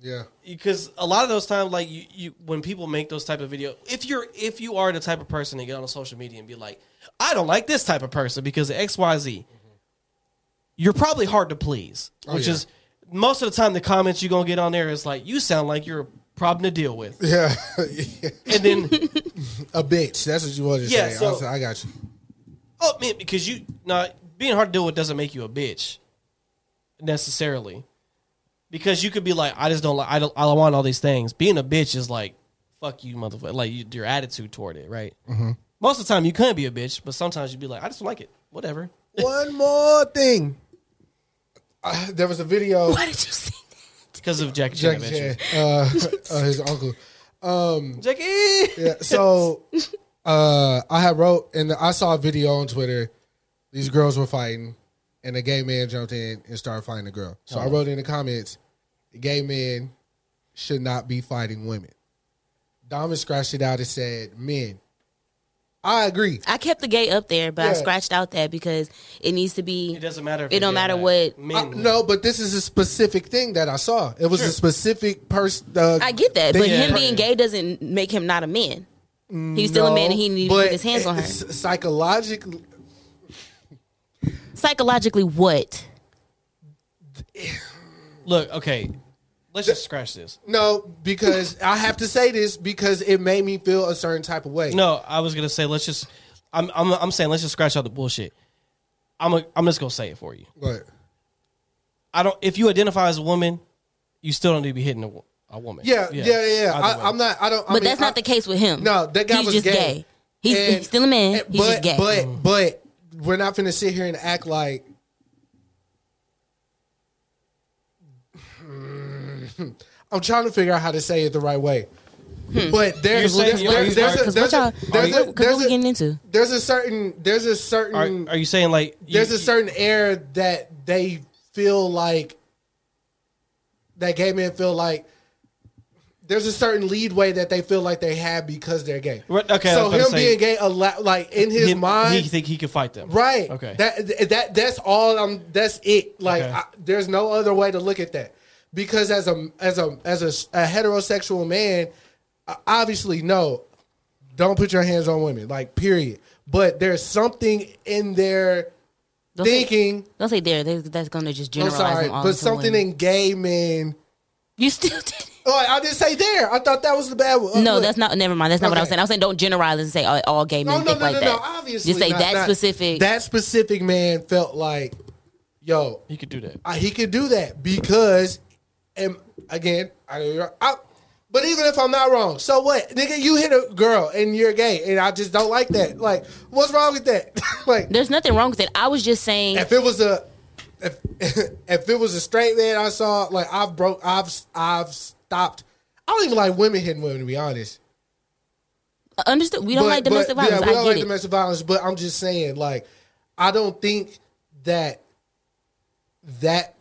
[SPEAKER 1] yeah,
[SPEAKER 3] because a lot of those times like you, you when people make those type of video if you're if you are the type of person to get on social media and be like i don't like this type of person because of xyz you're probably hard to please which
[SPEAKER 1] yeah.
[SPEAKER 3] is most of the time the comments you're gonna get on there is like you sound like you're a problem to deal with
[SPEAKER 1] yeah,
[SPEAKER 3] and then
[SPEAKER 1] a bitch. That's what you want to
[SPEAKER 3] Yeah,
[SPEAKER 1] say.
[SPEAKER 3] so-
[SPEAKER 1] I, was- I got you.
[SPEAKER 3] oh man because you not being hard to deal with doesn't make you a bitch necessarily because you could be like i just don't like i don't i don't want all these things being a bitch is like fuck you motherfucker like you, your attitude toward it right
[SPEAKER 1] Mm-hmm.
[SPEAKER 3] most of the time you couldn't be a bitch but sometimes you'd be like i just don't like it whatever
[SPEAKER 1] One more thing. Uh, there was a video.
[SPEAKER 2] Why did you say that?
[SPEAKER 3] because of jackie chan
[SPEAKER 1] Jack
[SPEAKER 3] adventures.
[SPEAKER 1] Chan, uh, uh, his uncle.
[SPEAKER 3] jackie
[SPEAKER 1] Yeah, so uh, I had wrote and I saw a video on Twitter. These girls were fighting, and a gay man jumped in and started fighting the girl. So
[SPEAKER 2] Oh.
[SPEAKER 1] I wrote in the comments, "Gay men should not be fighting women." Diamond scratched it out and said, "Men." I agree.
[SPEAKER 2] I kept the gay up there, but I
[SPEAKER 1] Yeah.
[SPEAKER 2] scratched out that because it needs to be.
[SPEAKER 3] It doesn't matter. If
[SPEAKER 2] It
[SPEAKER 3] you're
[SPEAKER 2] don't
[SPEAKER 3] gay or
[SPEAKER 2] matter
[SPEAKER 3] not.
[SPEAKER 2] what-
[SPEAKER 1] I-
[SPEAKER 3] Men.
[SPEAKER 1] no, but this is a specific thing that I saw. It was a specific person. Uh,
[SPEAKER 2] I get that, but
[SPEAKER 1] thing-
[SPEAKER 2] him being gay doesn't make him not a man. He's still a man, and he needed to
[SPEAKER 1] but
[SPEAKER 2] put his hands on her.
[SPEAKER 1] it's Psychologically,
[SPEAKER 2] Psychologically, what?
[SPEAKER 3] Look, okay. Let's just scratch this.
[SPEAKER 1] no, because I have to say this because it made me feel a certain type of way.
[SPEAKER 3] No, I was gonna say let's just. I'm I'm I'm saying let's just scratch out the bullshit. I'm a, I'm just gonna say it for you.
[SPEAKER 1] but
[SPEAKER 3] I don't. If you identify as a woman, you still don't need to be hitting a, wo- a woman.
[SPEAKER 1] yeah, yeah, yeah. yeah.
[SPEAKER 3] Either way.
[SPEAKER 1] I, I'm not. I don't. I
[SPEAKER 2] But
[SPEAKER 1] mean,
[SPEAKER 2] that's not
[SPEAKER 1] I-
[SPEAKER 2] the case with him.
[SPEAKER 1] No, that guy
[SPEAKER 2] he's
[SPEAKER 1] was
[SPEAKER 2] just
[SPEAKER 1] gay.
[SPEAKER 2] gay. He's,
[SPEAKER 1] And-
[SPEAKER 2] he's still a man.
[SPEAKER 1] and-
[SPEAKER 2] he's
[SPEAKER 1] but,
[SPEAKER 2] just gay.
[SPEAKER 3] Mm-hmm.
[SPEAKER 1] But but we're not gonna sit here and act like. I'm trying to figure out how to say it the right way. But
[SPEAKER 3] You're
[SPEAKER 1] there's
[SPEAKER 3] saying-
[SPEAKER 1] there's
[SPEAKER 3] are you
[SPEAKER 1] there's there's a
[SPEAKER 2] Because what
[SPEAKER 1] there's
[SPEAKER 2] y'all?
[SPEAKER 1] a
[SPEAKER 2] Because
[SPEAKER 1] there's a-
[SPEAKER 2] what, Hmm. 'cause what we
[SPEAKER 1] there's
[SPEAKER 2] getting
[SPEAKER 1] a
[SPEAKER 2] into?
[SPEAKER 1] there's a certain there's a
[SPEAKER 3] Are,
[SPEAKER 1] certain
[SPEAKER 3] are you saying like you-
[SPEAKER 1] there's a
[SPEAKER 3] you-
[SPEAKER 1] certain air that they feel like that gay men feel like there's a certain leadway that they feel like they have because they're gay.
[SPEAKER 3] Right, okay, I
[SPEAKER 1] so
[SPEAKER 3] was about to
[SPEAKER 1] him
[SPEAKER 3] say-
[SPEAKER 1] being gay, allow, like in his
[SPEAKER 3] him-
[SPEAKER 1] mind,
[SPEAKER 3] He think he could fight them.
[SPEAKER 1] right?
[SPEAKER 3] Okay.
[SPEAKER 1] That that that's all. I'm. That's it. Like
[SPEAKER 3] Okay.
[SPEAKER 1] I, there's no other way to look at that because as a as a as a, a heterosexual man, I- obviously no, don't put your hands on women. Like period. But there's something in their
[SPEAKER 2] Don't say-
[SPEAKER 1] thinking
[SPEAKER 2] Don't say there. They- That's going to just
[SPEAKER 1] I'm
[SPEAKER 2] generalize
[SPEAKER 1] sorry,
[SPEAKER 2] them all
[SPEAKER 1] but
[SPEAKER 2] into
[SPEAKER 1] something
[SPEAKER 2] women.
[SPEAKER 1] in gay men.
[SPEAKER 2] you still did. it.
[SPEAKER 1] Oh, I didn't say there. I thought that was the bad one. Uh,
[SPEAKER 2] No,
[SPEAKER 1] Look,
[SPEAKER 2] that's not. Never mind. That's not what I was
[SPEAKER 1] Okay.
[SPEAKER 2] saying. I was saying don't generalize and say all, all gay men
[SPEAKER 1] No, no,
[SPEAKER 2] think
[SPEAKER 1] no,
[SPEAKER 2] like
[SPEAKER 1] no,
[SPEAKER 2] that.
[SPEAKER 1] no. Obviously,
[SPEAKER 2] just say
[SPEAKER 1] not-
[SPEAKER 2] that
[SPEAKER 1] not-
[SPEAKER 2] specific.
[SPEAKER 1] That specific man felt like, yo,
[SPEAKER 3] he could do that.
[SPEAKER 1] I, he could do that because, and again, I, I. But even if I'm not wrong, so what, nigga? You hit a girl and you're gay, and I just don't like that. Like, what's wrong with that? like,
[SPEAKER 2] There's nothing wrong with it. I was just saying.
[SPEAKER 1] if it was a if if it was a straight man I saw, like I've broke, I've I've stopped. I don't even like women hitting women to be honest.
[SPEAKER 2] uh, Understood. We don't
[SPEAKER 1] But-
[SPEAKER 2] like domestic
[SPEAKER 1] but,
[SPEAKER 2] violence.
[SPEAKER 1] Yeah, we
[SPEAKER 2] I
[SPEAKER 1] don't
[SPEAKER 2] get
[SPEAKER 1] like
[SPEAKER 2] it.
[SPEAKER 1] domestic violence, but I'm just saying, like, I don't think that that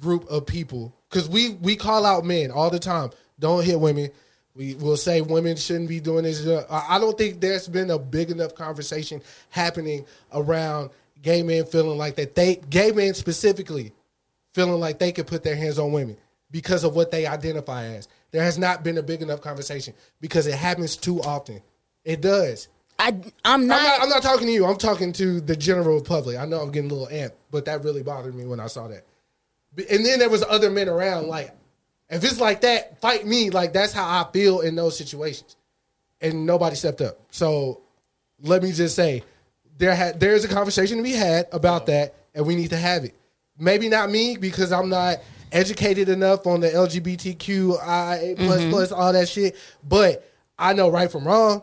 [SPEAKER 1] group of people, because we we call out men all the time, don't hit women. We will say women shouldn't be doing this. I I don't think there's been a big enough conversation happening around gay men feeling like that. They gay men specifically feeling like they could put their hands on women because of what they identify as. There has not been a big enough conversation because it happens too often. It does.
[SPEAKER 2] I I'm not.
[SPEAKER 1] I'm not, I'm not talking to you. I'm talking to the general public. I know I'm getting a little amped, but that really bothered me when I saw that. B- And then there was other men around. Like, if it's like that, fight me. Like that's how I feel in those situations. And nobody stepped up. So let me just say, there had there is a conversation to be had about that, and we need to have it. Maybe not me because I'm not educated enough on the LGBTQI plus plus all that shit. But I know right from wrong.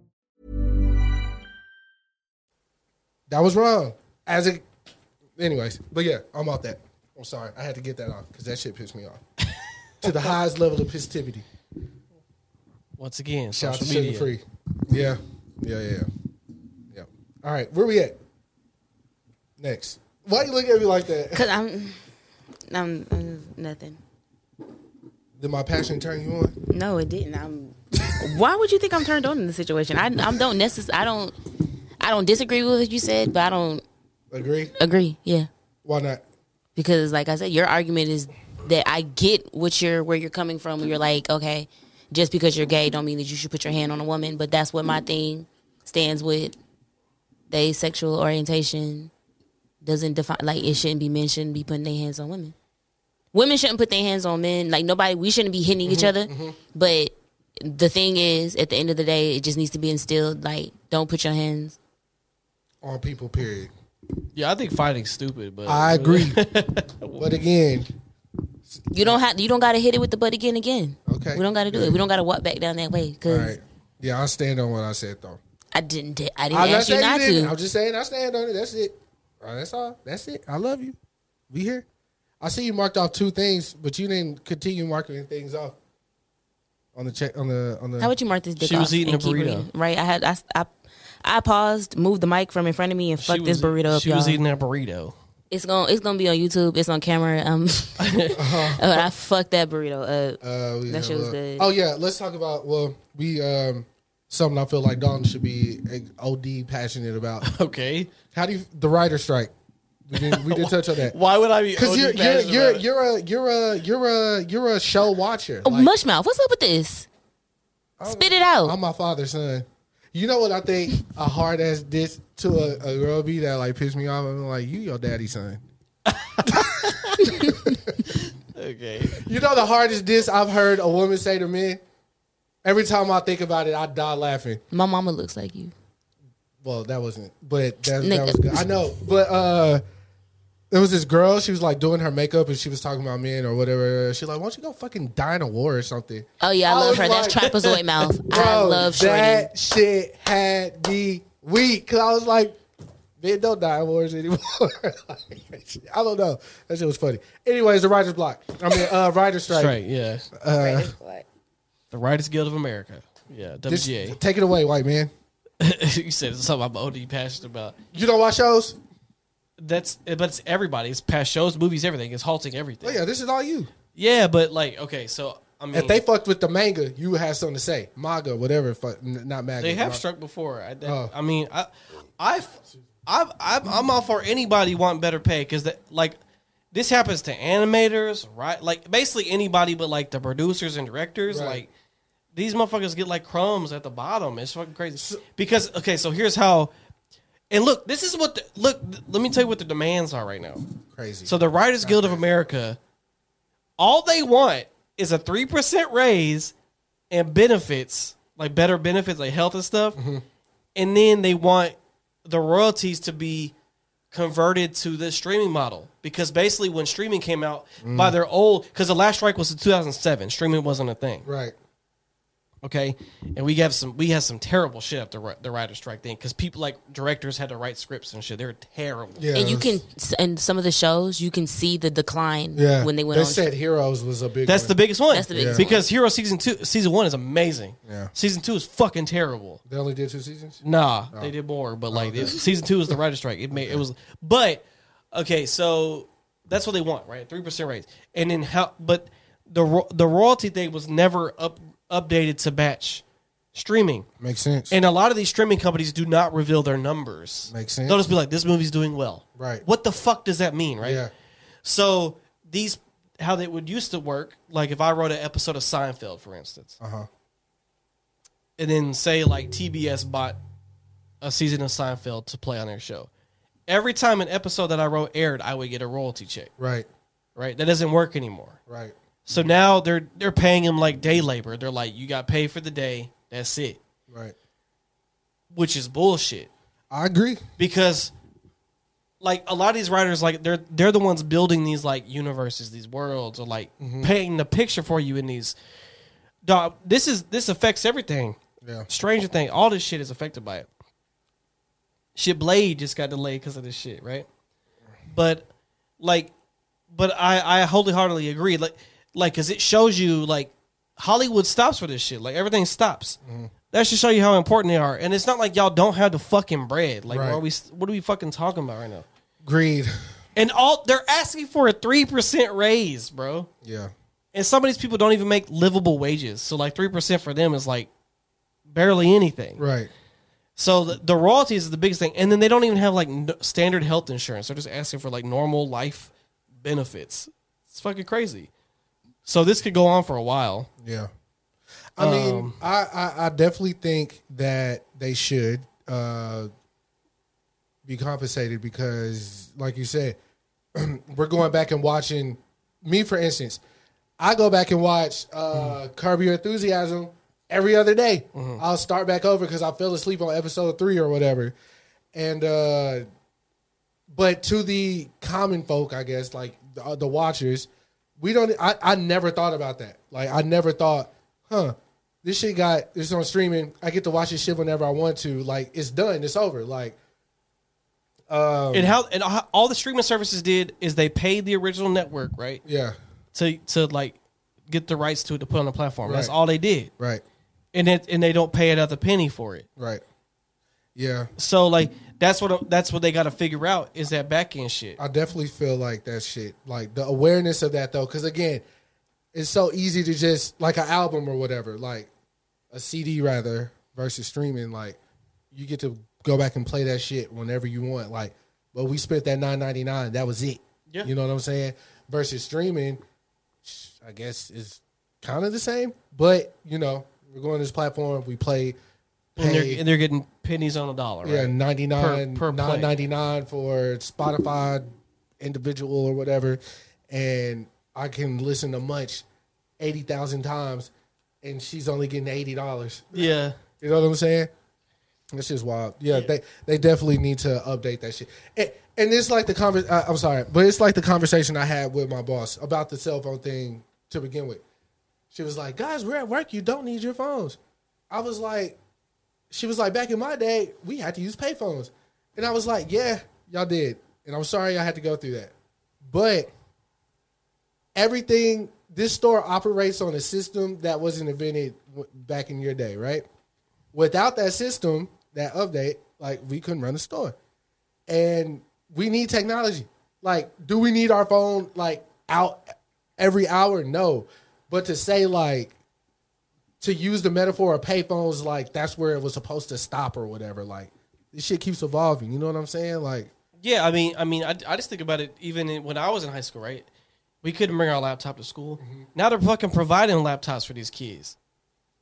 [SPEAKER 1] That was wrong. As a, anyways, but yeah, I'm off that. I'm sorry, I had to get that off because that shit pissed me off to the highest level of positivity.
[SPEAKER 3] Once again,
[SPEAKER 1] Shout out to
[SPEAKER 3] social
[SPEAKER 1] Sugar
[SPEAKER 3] media.
[SPEAKER 1] Free. Yeah, yeah, yeah, yeah. Yep. All right, where we at? Next. Why you look at me like that?
[SPEAKER 2] Cause I'm, I'm, I'm nothing.
[SPEAKER 1] Did my passion turn you on?
[SPEAKER 2] No, it didn't. I'm. why would you think I'm turned on in this situation? I, I don't necess- I don't. I don't disagree with what you said, but I don't
[SPEAKER 1] Agree?
[SPEAKER 2] agree. Yeah,
[SPEAKER 1] Why not?
[SPEAKER 2] because like I said, your argument is that I get what you're where you're coming from. When you're like, okay, just because you're gay don't mean that you should put your hand on a woman. But that's what my thing stands with. They sexual orientation doesn't define like it shouldn't be men shouldn't be putting their hands on women. Women shouldn't put their hands on men. Like nobody, we shouldn't be hitting each other. But the thing is, at the end of the day, it just needs to be instilled. Like, don't put your hands.
[SPEAKER 1] on people. Period.
[SPEAKER 3] Yeah, I think fighting's stupid, but
[SPEAKER 1] I agree. but again,
[SPEAKER 2] You don't have. You don't got to hit it with the butt again. Again.
[SPEAKER 1] Okay.
[SPEAKER 2] We don't got to do it. We don't got to walk back down that way
[SPEAKER 1] all
[SPEAKER 2] because
[SPEAKER 1] right. Yeah, I stand on what I said though.
[SPEAKER 2] I didn't. di- I didn't
[SPEAKER 1] I'm not
[SPEAKER 2] ask you
[SPEAKER 1] saying
[SPEAKER 2] not
[SPEAKER 1] you didn't.
[SPEAKER 2] to.
[SPEAKER 1] I'm just saying I stand on it. That's it. All right, that's all. That's it. I love you. We here. I see you marked off two things, but you didn't continue marking things off on the check on the on the.
[SPEAKER 2] How would you mark this dick
[SPEAKER 3] She was
[SPEAKER 2] off
[SPEAKER 3] eating
[SPEAKER 2] and
[SPEAKER 3] a
[SPEAKER 2] keep
[SPEAKER 3] burrito.
[SPEAKER 2] reading? Right. I had. I, I. I paused, moved the mic from in front of me, and
[SPEAKER 3] She
[SPEAKER 2] fucked
[SPEAKER 3] was-
[SPEAKER 2] this burrito up,
[SPEAKER 3] She
[SPEAKER 2] y'all.
[SPEAKER 3] was eating that burrito.
[SPEAKER 2] it's gonna. It's gonna be on YouTube. It's on camera. Um. but I fucked that burrito up.
[SPEAKER 1] Uh-huh. Uh, we
[SPEAKER 2] That shit
[SPEAKER 1] have,
[SPEAKER 2] was
[SPEAKER 1] uh,
[SPEAKER 2] good.
[SPEAKER 1] Oh yeah, let's talk about. Well, we um something I feel like Dalton should be uh, OD passionate about.
[SPEAKER 3] Okay.
[SPEAKER 1] How do you the writer strike? We did, we did touch on that.
[SPEAKER 3] Why would I be?
[SPEAKER 1] Because
[SPEAKER 3] OD
[SPEAKER 1] you're you're
[SPEAKER 3] passionate
[SPEAKER 1] you're,
[SPEAKER 3] about it?
[SPEAKER 1] you're a you're a you're a you're a show watcher.
[SPEAKER 2] Oh,
[SPEAKER 1] Like, Oh,
[SPEAKER 2] Mushmouth, what's up with this? Spit it out.
[SPEAKER 1] I'm my father's son. You know what I think a hard ass diss to a, a girl be that like pissed me off. I'm like, you your daddy's son.
[SPEAKER 3] okay.
[SPEAKER 1] You know the hardest diss I've heard a woman say to men. Every time I think about it, I die laughing.
[SPEAKER 2] My mama looks like you.
[SPEAKER 1] Well, that wasn't, but that, that
[SPEAKER 2] Nigga.
[SPEAKER 1] was good. I know, but uh, there was this girl. She was like doing her makeup, and she was talking about men or whatever. She like, why don't you go fucking die in a war or something?
[SPEAKER 2] Oh yeah, I,
[SPEAKER 1] I
[SPEAKER 2] love
[SPEAKER 1] was
[SPEAKER 2] her. That's
[SPEAKER 1] like-
[SPEAKER 2] trapezoid mouth. I
[SPEAKER 1] Bro,
[SPEAKER 2] love shorty.
[SPEAKER 1] That shit had me weak because I was like, man, don't die in wars anymore. Like, I don't know. That shit was funny. Anyways, the writer's block. I mean, uh, writer's strike.
[SPEAKER 3] Straight. Yeah.
[SPEAKER 1] Uh,
[SPEAKER 3] The Writers Guild of America. Yeah.
[SPEAKER 1] this-
[SPEAKER 3] WGA.
[SPEAKER 1] take it away, white man.
[SPEAKER 3] you said it's something I'm OD passionate about.
[SPEAKER 1] You don't watch shows?
[SPEAKER 3] That's but it's everybody. It's past shows, movies, everything. It's halting everything.
[SPEAKER 1] Well, Oh, yeah, this is all you.
[SPEAKER 3] Yeah, but like, okay, so I mean,
[SPEAKER 1] If they fucked with the manga, you would have something to say. Maga, whatever. Fuck, n- not MAGA.
[SPEAKER 3] They have
[SPEAKER 1] Ma-
[SPEAKER 3] struck before. I, that-
[SPEAKER 1] Oh.
[SPEAKER 3] I mean, I, I, I, I'm, I'm all for anybody wanting better pay because that like this happens to animators, right? Like basically anybody, but like the producers and directors,
[SPEAKER 1] Right.
[SPEAKER 3] like these motherfuckers get like crumbs at the bottom. It's fucking crazy. Because okay, so here's how. And look, this is what the, look. th- let me tell you what the demands are right now.
[SPEAKER 1] Crazy.
[SPEAKER 3] So the Writers Guild of America, all they want is a three percent raise and benefits, like better benefits, like health and stuff. And then they want the royalties to be converted to the streaming model because basically when streaming came out by their old because the last strike was in 2007 streaming wasn't a thing
[SPEAKER 1] Right.
[SPEAKER 3] okay and we have some we had some terrible shit after ri- the writer's strike thing because people like directors had to write scripts and shit they were terrible
[SPEAKER 1] Yeah.
[SPEAKER 2] and you can, and some of the shows, you can see the decline
[SPEAKER 1] Yeah.
[SPEAKER 2] when they went
[SPEAKER 1] they
[SPEAKER 2] on.
[SPEAKER 1] said Heroes was a big
[SPEAKER 3] That's
[SPEAKER 1] one.
[SPEAKER 3] the biggest one.
[SPEAKER 2] That's the biggest Yeah.
[SPEAKER 3] because Hero season two, season one is amazing.
[SPEAKER 1] Yeah.
[SPEAKER 3] Season two is fucking terrible.
[SPEAKER 1] They only did two seasons?
[SPEAKER 3] Nah, they
[SPEAKER 1] Oh.
[SPEAKER 3] did more, but like it- season two is the writer's strike. It made it was, but okay, so that's what they want, right? Three percent raise, and then how? But the ro- the royalty thing was never up updated to batch streaming.
[SPEAKER 1] Makes sense.
[SPEAKER 3] And a lot of these streaming companies do not reveal their numbers.
[SPEAKER 1] Makes sense.
[SPEAKER 3] They'll just be like, "This movie's doing well."
[SPEAKER 1] Right.
[SPEAKER 3] What the fuck does that mean, right?
[SPEAKER 1] Yeah.
[SPEAKER 3] So these, how they would used to work, like if I wrote an episode of Seinfeld, for instance,
[SPEAKER 1] Uh-huh.
[SPEAKER 3] and then say like TBS bought a season of Seinfeld to play on their show. Every time an episode that I wrote aired, I would get a royalty check.
[SPEAKER 1] Right.
[SPEAKER 3] Right. That doesn't work anymore.
[SPEAKER 1] Right.
[SPEAKER 3] So now they're they're paying him like day labor. They're like, you got paid for the day. That's it.
[SPEAKER 1] Right.
[SPEAKER 3] Which is bullshit.
[SPEAKER 1] I agree.
[SPEAKER 3] because like a lot of these writers like they're they're the ones building these like universes these worlds or like painting the picture for you in these dog this is this affects everything
[SPEAKER 1] Yeah.
[SPEAKER 3] stranger thing all this shit is affected by it shit blade just got delayed because of this shit right but like but i i wholeheartedly agree like like because it shows you like hollywood stops for this shit like everything stops that should show you how important they are and it's not like y'all don't have the fucking bread like what
[SPEAKER 1] Right.
[SPEAKER 3] are we what are we fucking talking about right now
[SPEAKER 1] Greed.
[SPEAKER 3] and all they're asking for a 3% raise bro
[SPEAKER 1] Yeah.
[SPEAKER 3] and some of these people don't even make livable wages so like 3% for them is like barely anything
[SPEAKER 1] Right.
[SPEAKER 3] so the, the royalties is the biggest thing, and then they don't even have like n- standard health insurance. They're just asking for like normal life benefits. It's fucking crazy. So this could go on for a while.
[SPEAKER 1] Yeah. Um, I mean, I, I, I definitely think that they should uh, be compensated because, like you said, we're going back and watching. Me, for instance, I go back and watch uh, Curb Your Enthusiasm every other day. I'll start back over because I fell asleep on episode three or whatever. And, uh, but to the common folk, I guess, like the, the watchers, we don't. I, I never thought about that. Like I never thought, huh? This shit got this on streaming. I get to watch this shit whenever I want to. Like it's done. It's over. Like Oh,
[SPEAKER 3] and how and how- all the streaming services did is they paid the original network right
[SPEAKER 1] yeah,
[SPEAKER 3] to to like get the rights to it to put on the platform. That's
[SPEAKER 1] Right.
[SPEAKER 3] all they did,
[SPEAKER 1] right,
[SPEAKER 3] and it, and they don't pay another penny for it.
[SPEAKER 1] right, yeah.
[SPEAKER 3] So like that's what that's what they got to figure out is that back end shit.
[SPEAKER 1] I definitely feel like that shit, like the awareness of that though, because again, it's so easy to just like an album or whatever, like a CD rather versus streaming. Like you get to go back and play that shit whenever you want. Like, but we spent that nine ninety nine. That was it.
[SPEAKER 3] Yeah.
[SPEAKER 1] you know what I'm saying. Versus streaming, I guess is kind of the same, but you know we're going to this platform. We play.
[SPEAKER 3] and,
[SPEAKER 1] pay-
[SPEAKER 3] they're, and they're getting pennies on a dollar.
[SPEAKER 1] yeah,
[SPEAKER 3] right?
[SPEAKER 1] ninety nine
[SPEAKER 3] Per- per play.
[SPEAKER 1] nine ninety nine for Spotify individual or whatever, and I can listen to much eighty thousand times, and she's only getting eighty dollars.
[SPEAKER 3] yeah.
[SPEAKER 1] You know what I'm saying? This is wild. Yeah, they they definitely need to update that shit. And, and it's like the conver- I, I'm sorry, but it's like the conversation I had with my boss about the cell phone thing to begin with. She was like, "Guys, we're at work. You don't need your phones." I was like, "She was like, back in my day, we had to use payphones," and I was like, "Yeah, y'all did." And I'm sorry I had to go through that, but everything this store operates on a system that wasn't invented w- back in your day, right? Without that system, that update, like we couldn't run the store. And we need technology. Like, do we need our phone like out every hour? No. But to say like to use the metaphor of payphones, like that's where it was supposed to stop or whatever. Like this shit keeps evolving. You know what I'm saying? Like,
[SPEAKER 3] Yeah, I mean, I mean, I, I just think about it. Even in, when I was in high school, right? We couldn't bring our laptop to school.
[SPEAKER 1] Mm-hmm.
[SPEAKER 3] Now they're fucking providing laptops for these kids.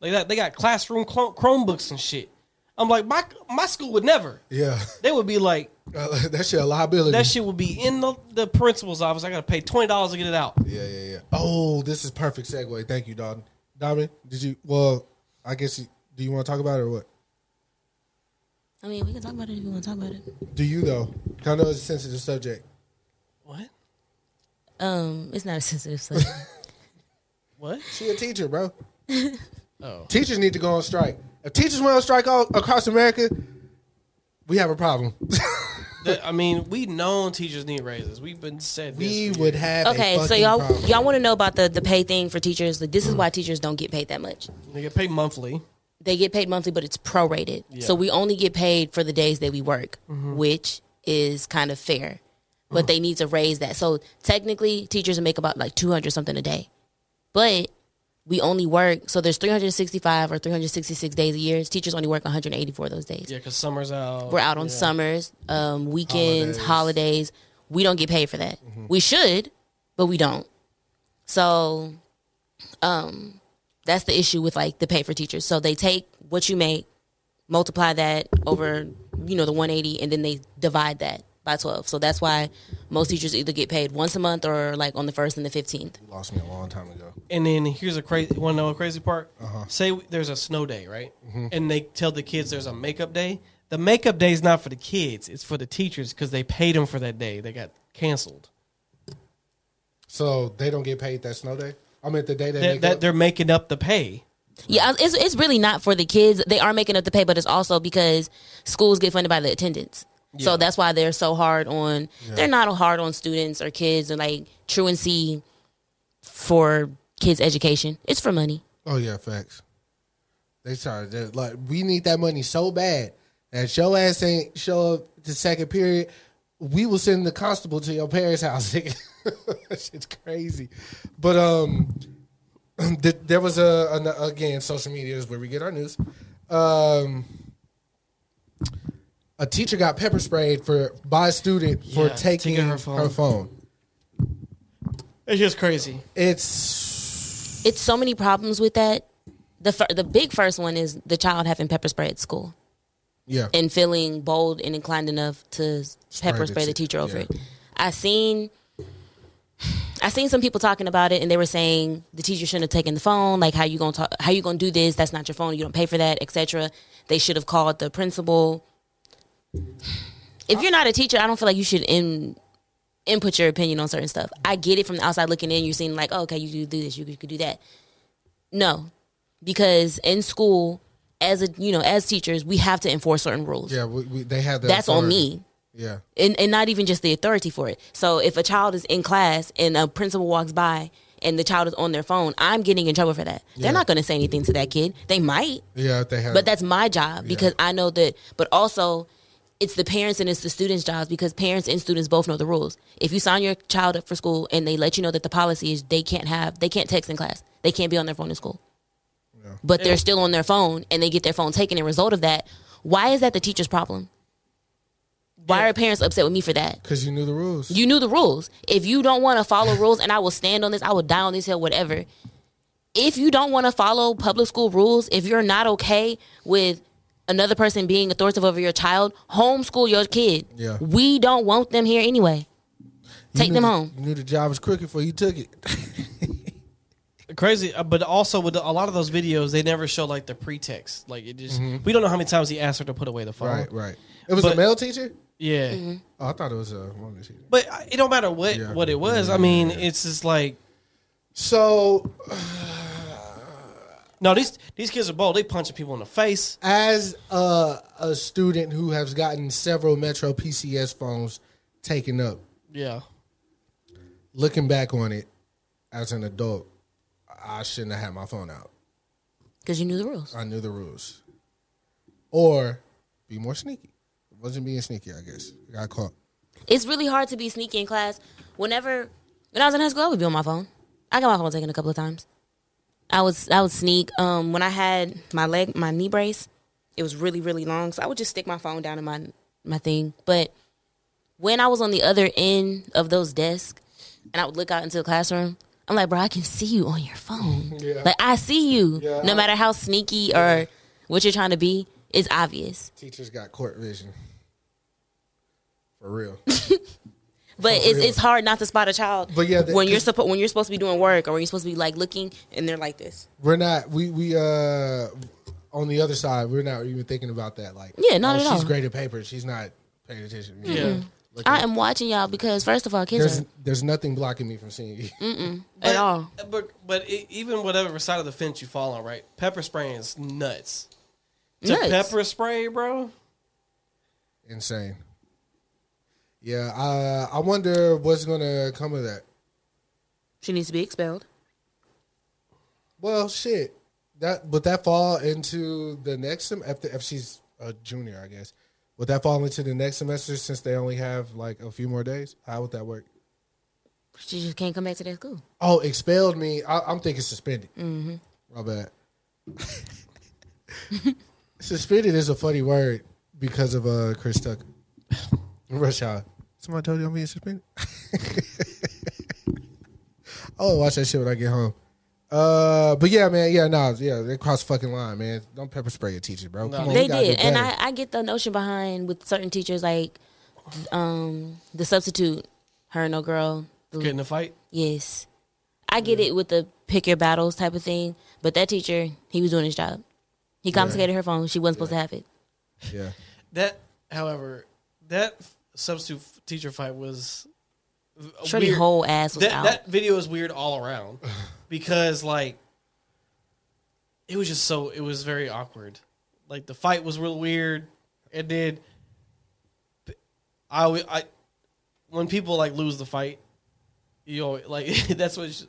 [SPEAKER 3] Like that, they got classroom clo- Chromebooks and shit. I'm like, my my school would never.
[SPEAKER 1] yeah,
[SPEAKER 3] They would be like,
[SPEAKER 1] that shit a liability.
[SPEAKER 3] that shit would be in the, the principal's office. I gotta pay twenty dollars to get it out.
[SPEAKER 1] Yeah, yeah, yeah. Oh, this is perfect segue. Thank you, Don. Diamond, did you? Well, I guess you, do you want to talk about it or what?
[SPEAKER 2] I mean, we can talk about it if you want to talk about it.
[SPEAKER 1] Do you though? 'Cause I know it's a sensitive subject.
[SPEAKER 3] What?
[SPEAKER 2] Um, it's not a sensitive subject.
[SPEAKER 3] What?
[SPEAKER 1] She a teacher, bro.
[SPEAKER 3] Oh.
[SPEAKER 1] Teachers need to go on strike. If teachers went on strike all across America, we have a problem.
[SPEAKER 3] The- I mean, we known teachers need raises. We've been said this.
[SPEAKER 1] we
[SPEAKER 3] for
[SPEAKER 1] would
[SPEAKER 3] years.
[SPEAKER 1] have
[SPEAKER 2] okay,
[SPEAKER 1] A
[SPEAKER 2] so
[SPEAKER 1] fucking
[SPEAKER 2] y'all
[SPEAKER 1] problem.
[SPEAKER 2] y'all want to know about the the pay thing for teachers? Like, this is why teachers don't get paid that much.
[SPEAKER 3] they get paid monthly.
[SPEAKER 2] They get paid monthly, but it's prorated. So we only get paid for the days that we work, which is kind of fair. But they need to raise that. So technically, teachers make about like two hundred something a day, but we only work. So there's three hundred sixty five or three hundred sixty six days a year. Teachers only work one hundred eighty four of those days.
[SPEAKER 3] Yeah, because summer's out.
[SPEAKER 2] We're out on summers, um, weekends, holidays. We don't get paid for that. We should, but we don't. So, um, that's the issue with like the pay for teachers. So they take what you make, multiply that over you know the 180, and then they divide that by 12. So that's why most teachers either get paid once a month or like on the first and the 15th.
[SPEAKER 1] You lost me a long time ago.
[SPEAKER 3] And then here's a crazy. Want to know a crazy part? Say w- there's a snow day, right? And they tell the kids there's a makeup day. The makeup day is not for the kids; it's for the teachers because they paid them for that day. They got canceled.
[SPEAKER 1] So they don't get paid that snow day. I meant the day they
[SPEAKER 3] That,
[SPEAKER 1] make
[SPEAKER 3] that
[SPEAKER 1] up.
[SPEAKER 3] they're making up the pay.
[SPEAKER 2] Yeah, it's, it's really not for the kids. They are making up the pay, but it's also because schools get funded by the attendance. So that's why they're so hard on. They're not hard on students or kids and like truancy for kids' education. It's for money.
[SPEAKER 1] Oh yeah, facts. They sorry, they're like we need that money so bad that your ass ain't show up to second period. We will send the constable to your parents' house. It's crazy, but um, th- there was a, an- again social media is where we get our news. Um, a teacher got pepper sprayed for by a student for
[SPEAKER 3] Yeah,
[SPEAKER 1] taking, her phone.
[SPEAKER 3] It's just crazy.
[SPEAKER 1] It's
[SPEAKER 2] It's so many problems with that. the fir- the big first one is the child having pepper spray at school
[SPEAKER 1] Yeah.
[SPEAKER 2] and feeling bold and inclined enough to pepper
[SPEAKER 1] the
[SPEAKER 2] spray the
[SPEAKER 1] tea-
[SPEAKER 2] teacher over
[SPEAKER 1] yeah.
[SPEAKER 2] it. I seen I seen some people talking about it and they were saying the teacher shouldn't have taken the phone, like how you gonna talk how you gonna do this, that's not your phone, you don't pay for that, etc. They should have called the principal. If you're not a teacher, I don't feel like you should in input your opinion on certain stuff. I get it from the outside looking in, you seem like, oh, okay, you could do this, you could, you could do that. No. Because in school, as a you know, as teachers, we have to enforce certain rules
[SPEAKER 1] yeah, we, we, they have that.
[SPEAKER 2] that's on
[SPEAKER 1] authority.
[SPEAKER 2] me
[SPEAKER 1] Yeah.
[SPEAKER 2] and, and not even just the authority for it so if a child is in class and a principal walks by and the child is on their phone i'm getting in trouble for that
[SPEAKER 1] Yeah.
[SPEAKER 2] they're not going to say anything to that kid they might
[SPEAKER 1] Yeah, they have.
[SPEAKER 2] but that's my job because i know that but also it's the parents and it's the students jobs because parents and students both know the rules if you sign your child up for school and they let you know that the policy is they can't have they can't text in class they can't be on their phone in school but they're still on their phone and they get their phone taken in result of that why is that the teacher's problem why are parents upset with me for that
[SPEAKER 1] because you knew the rules.
[SPEAKER 2] you knew the rules. If you don't want to follow rules, and I will stand on this, I will die on this hill, whatever. If you don't want to follow public school rules, if you're not okay with another person being authoritative over your child, homeschool your kid.
[SPEAKER 1] Yeah.
[SPEAKER 2] We don't want them here anyway.
[SPEAKER 1] You
[SPEAKER 2] Take
[SPEAKER 1] knew
[SPEAKER 2] them
[SPEAKER 1] the-
[SPEAKER 2] home.
[SPEAKER 1] You knew the job was crooked before you took it.
[SPEAKER 3] crazy. uh, But also with the, a lot of those videos, they never show like the pretext. Like it just we don't know how many times he asked her to put away the phone.
[SPEAKER 1] right, right. It was a
[SPEAKER 3] But-
[SPEAKER 1] male teacher.
[SPEAKER 3] Yeah.
[SPEAKER 1] Oh, I thought it was a woman teacher.
[SPEAKER 3] But I- it don't matter what
[SPEAKER 1] Yeah.
[SPEAKER 3] what it was. I mean, it's just like
[SPEAKER 1] So
[SPEAKER 3] no these these kids are bold. They punching people in the face.
[SPEAKER 1] as a, a student who has gotten several Metro PCS phones taken up,
[SPEAKER 3] Yeah.
[SPEAKER 1] looking back on it as an adult, I shouldn't have had my phone out.
[SPEAKER 2] Because you knew the rules.
[SPEAKER 1] I knew the rules. Or be more sneaky. Wasn't being sneaky, I guess. Got caught.
[SPEAKER 2] It's really hard to be sneaky in class. Whenever when I was in high school, I would be on my phone. I got my phone taken a couple of times. I was I would sneak. Um, when I had my leg, my knee brace, it was really really long, so I would just stick my phone down in my my thing. But when I was on the other end of those desks, and I would look out into the classroom, I'm like, bro, I can see you on your phone. Like I see you, no matter how sneaky or what you're trying to be, it's obvious.
[SPEAKER 1] Teachers got court vision. For real.
[SPEAKER 2] But it's, it's hard not to spot a child.
[SPEAKER 1] Oh, But yeah, that-
[SPEAKER 2] when you're
[SPEAKER 1] 'cause-
[SPEAKER 2] supposed when you're supposed to be doing work or when you're supposed to be like looking and they're like this.
[SPEAKER 1] we're not we we uh on the other side, we're not even thinking about that. Like
[SPEAKER 2] Yeah, not
[SPEAKER 1] oh,
[SPEAKER 2] at
[SPEAKER 1] She's
[SPEAKER 2] all.
[SPEAKER 1] graded paper. She's not paying attention.
[SPEAKER 3] Yeah.
[SPEAKER 2] I am watching y'all because first of all, kids
[SPEAKER 1] There's
[SPEAKER 2] are
[SPEAKER 1] there's nothing blocking me from seeing you.
[SPEAKER 2] Mm. at all.
[SPEAKER 3] But but it, even whatever side of the fence you fall on, right? Pepper spraying is nuts. To
[SPEAKER 2] Nuts.
[SPEAKER 3] pepper spray, bro.
[SPEAKER 1] Insane. Yeah, uh, I wonder what's gonna come of that.
[SPEAKER 2] She needs to be expelled.
[SPEAKER 1] Well, shit. That would that fall into the next sem after if she's a junior, I guess. Would that fall into the next semester since they only have like a few more days? How would that work?
[SPEAKER 2] She just can't come back to that school.
[SPEAKER 1] Oh, expelled me. I, I'm thinking suspended. Mm-hmm. My bad. suspended is a funny word because of uh, Chris Tucker. Rush Hour. Somebody told you I'm being suspended. oh, watch that shit when I get home. Uh, but yeah, man, yeah, nah, yeah, they cross fucking line, man. Don't pepper spray your teacher, bro. Come on,
[SPEAKER 2] they
[SPEAKER 1] we gotta do
[SPEAKER 2] did, and
[SPEAKER 1] better.
[SPEAKER 2] I, I get the notion behind with certain teachers like um the substitute, her and no girl. the-
[SPEAKER 3] Getting in a fight.
[SPEAKER 2] Yes, I get it with the pick your battles type of thing. But that teacher, he was doing his job. He confiscated her phone. She wasn't supposed to have it.
[SPEAKER 1] yeah,
[SPEAKER 3] That, however, that f- substitute f- teacher fight was v-
[SPEAKER 2] Shorty whole ass was
[SPEAKER 3] that,
[SPEAKER 2] out.
[SPEAKER 3] That video is weird all around because like it was just so it was very awkward. Like the fight was real weird, and then p- I alwa- I when people like lose the fight, you know, like that's what she,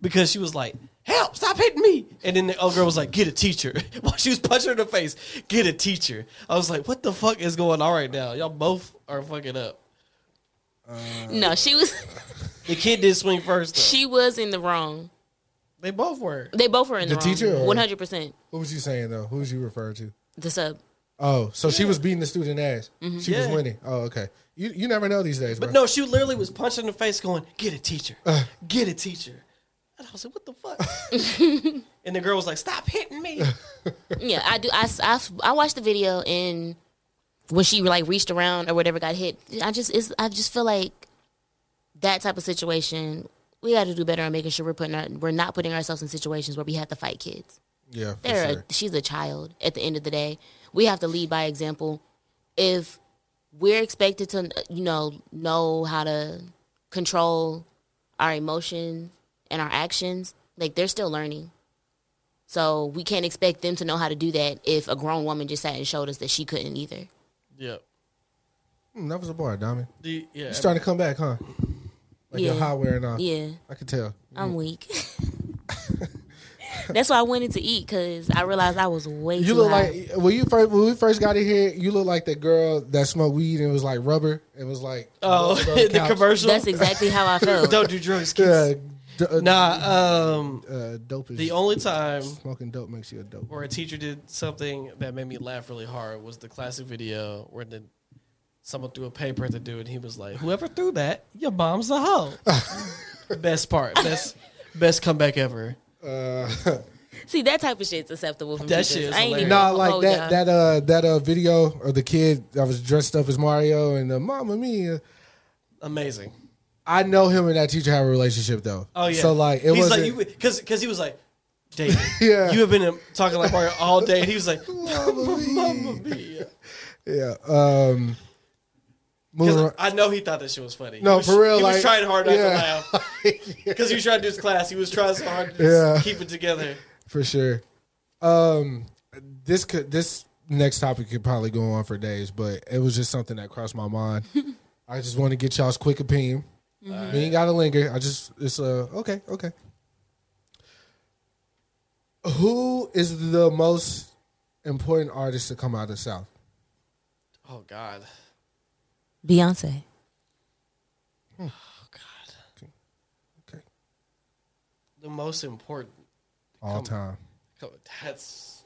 [SPEAKER 3] because she was like. Help! Stop hitting me! And then the old girl was like, "Get a teacher." While she was punching her in the face, "Get a teacher." I was like, "What the fuck is going on right now? Y'all both are fucking up."
[SPEAKER 2] No, she was
[SPEAKER 3] The kid did swing first. Though.
[SPEAKER 2] she was in the wrong.
[SPEAKER 3] They both were.
[SPEAKER 2] They both were in the,
[SPEAKER 1] The teacher or-
[SPEAKER 2] One hundred percent.
[SPEAKER 1] what was you saying though? Who was you referring to?
[SPEAKER 2] The sub.
[SPEAKER 1] Oh, so she was beating the student ass. She was
[SPEAKER 3] Yeah.
[SPEAKER 1] winning. Oh, okay. You you never know these days,
[SPEAKER 3] But
[SPEAKER 1] bro.
[SPEAKER 3] no, she literally was punched in the face, going, "Get a teacher, get a teacher." And I was like, what the fuck? and the girl was like, stop hitting me.
[SPEAKER 2] Yeah, I do. I, s- I s- I watched the video and when she like reached around or whatever got hit, I just it's, I just feel like that type of situation we got to do better on making sure we're putting our, we're not putting ourselves in situations where we have to fight kids.
[SPEAKER 1] Yeah, for
[SPEAKER 2] They're
[SPEAKER 1] sure.
[SPEAKER 2] a, she's a child at the end of the day. We have to lead by example. If we're expected to you know know how to control our emotions and our actions, like they're still learning. So we can't expect them to know how to do that if a grown woman just sat and showed us that she couldn't either.
[SPEAKER 3] yeah.
[SPEAKER 1] Mm, that was a bar, Diamond.
[SPEAKER 3] The, yeah.
[SPEAKER 1] You starting to come back, huh? Like your
[SPEAKER 2] Yeah.
[SPEAKER 1] high wearing off.
[SPEAKER 2] Yeah,
[SPEAKER 1] I can tell.
[SPEAKER 2] I'm weak. That's why I wanted to eat because I realized I was way
[SPEAKER 1] You
[SPEAKER 2] too
[SPEAKER 1] look
[SPEAKER 2] high.
[SPEAKER 1] like when you first when we first got in here. You look like that girl that smoked weed and it was like rubber. It was like
[SPEAKER 3] oh,
[SPEAKER 1] rubber
[SPEAKER 3] the
[SPEAKER 1] couch.
[SPEAKER 3] commercial.
[SPEAKER 2] That's exactly how I felt.
[SPEAKER 3] Don't do drugs,
[SPEAKER 1] Yeah,
[SPEAKER 3] kids.
[SPEAKER 1] d- uh,
[SPEAKER 3] Nah, um,
[SPEAKER 1] uh, dope is
[SPEAKER 3] the only time
[SPEAKER 1] smoking dope makes you a dope.
[SPEAKER 3] where a teacher did something that made me laugh really hard was the classic video where the someone threw a paper at the dude and he was like, "Whoever threw that, your mom's a hoe." best part, best best comeback ever.
[SPEAKER 1] Uh,
[SPEAKER 2] See, that type of shit's acceptable from
[SPEAKER 3] That
[SPEAKER 2] teachers.
[SPEAKER 3] shit is
[SPEAKER 2] I ain't even
[SPEAKER 1] Nah,
[SPEAKER 2] gonna
[SPEAKER 1] like
[SPEAKER 3] Oh,
[SPEAKER 2] hold
[SPEAKER 1] that
[SPEAKER 2] y'all.
[SPEAKER 1] that uh that uh video of the kid that was dressed up as Mario and the Mama Mia.
[SPEAKER 3] Amazing.
[SPEAKER 1] I know him and that teacher have a relationship though.
[SPEAKER 3] Oh yeah.
[SPEAKER 1] So like it
[SPEAKER 3] he's
[SPEAKER 1] was
[SPEAKER 3] like
[SPEAKER 1] like
[SPEAKER 3] you because because he was like, David,
[SPEAKER 1] Yeah.
[SPEAKER 3] you have been um, talking like Mario all day, and he was like, Mamma mia.
[SPEAKER 1] yeah. Um, moving
[SPEAKER 3] 'Cause
[SPEAKER 1] on.
[SPEAKER 3] I know he thought that shit was funny.
[SPEAKER 1] No,
[SPEAKER 3] He was-
[SPEAKER 1] for real,
[SPEAKER 3] He
[SPEAKER 1] like-
[SPEAKER 3] was trying hard not
[SPEAKER 1] yeah.
[SPEAKER 3] to laugh because he was trying to do his class. He was trying so hard to
[SPEAKER 1] Yeah.
[SPEAKER 3] just keep it together.
[SPEAKER 1] for sure. Um, this could this next topic could probably go on for days, but it was just something that crossed my mind. I just want to get y'all's quick opinion. We ain't gotta linger. I just it's uh okay okay. Who is the most important artist to come out of the South?
[SPEAKER 3] Oh God.
[SPEAKER 2] Beyonce.
[SPEAKER 3] Oh God.
[SPEAKER 1] Okay,
[SPEAKER 3] The most important.
[SPEAKER 1] all
[SPEAKER 3] Come-
[SPEAKER 1] time.
[SPEAKER 3] come- That's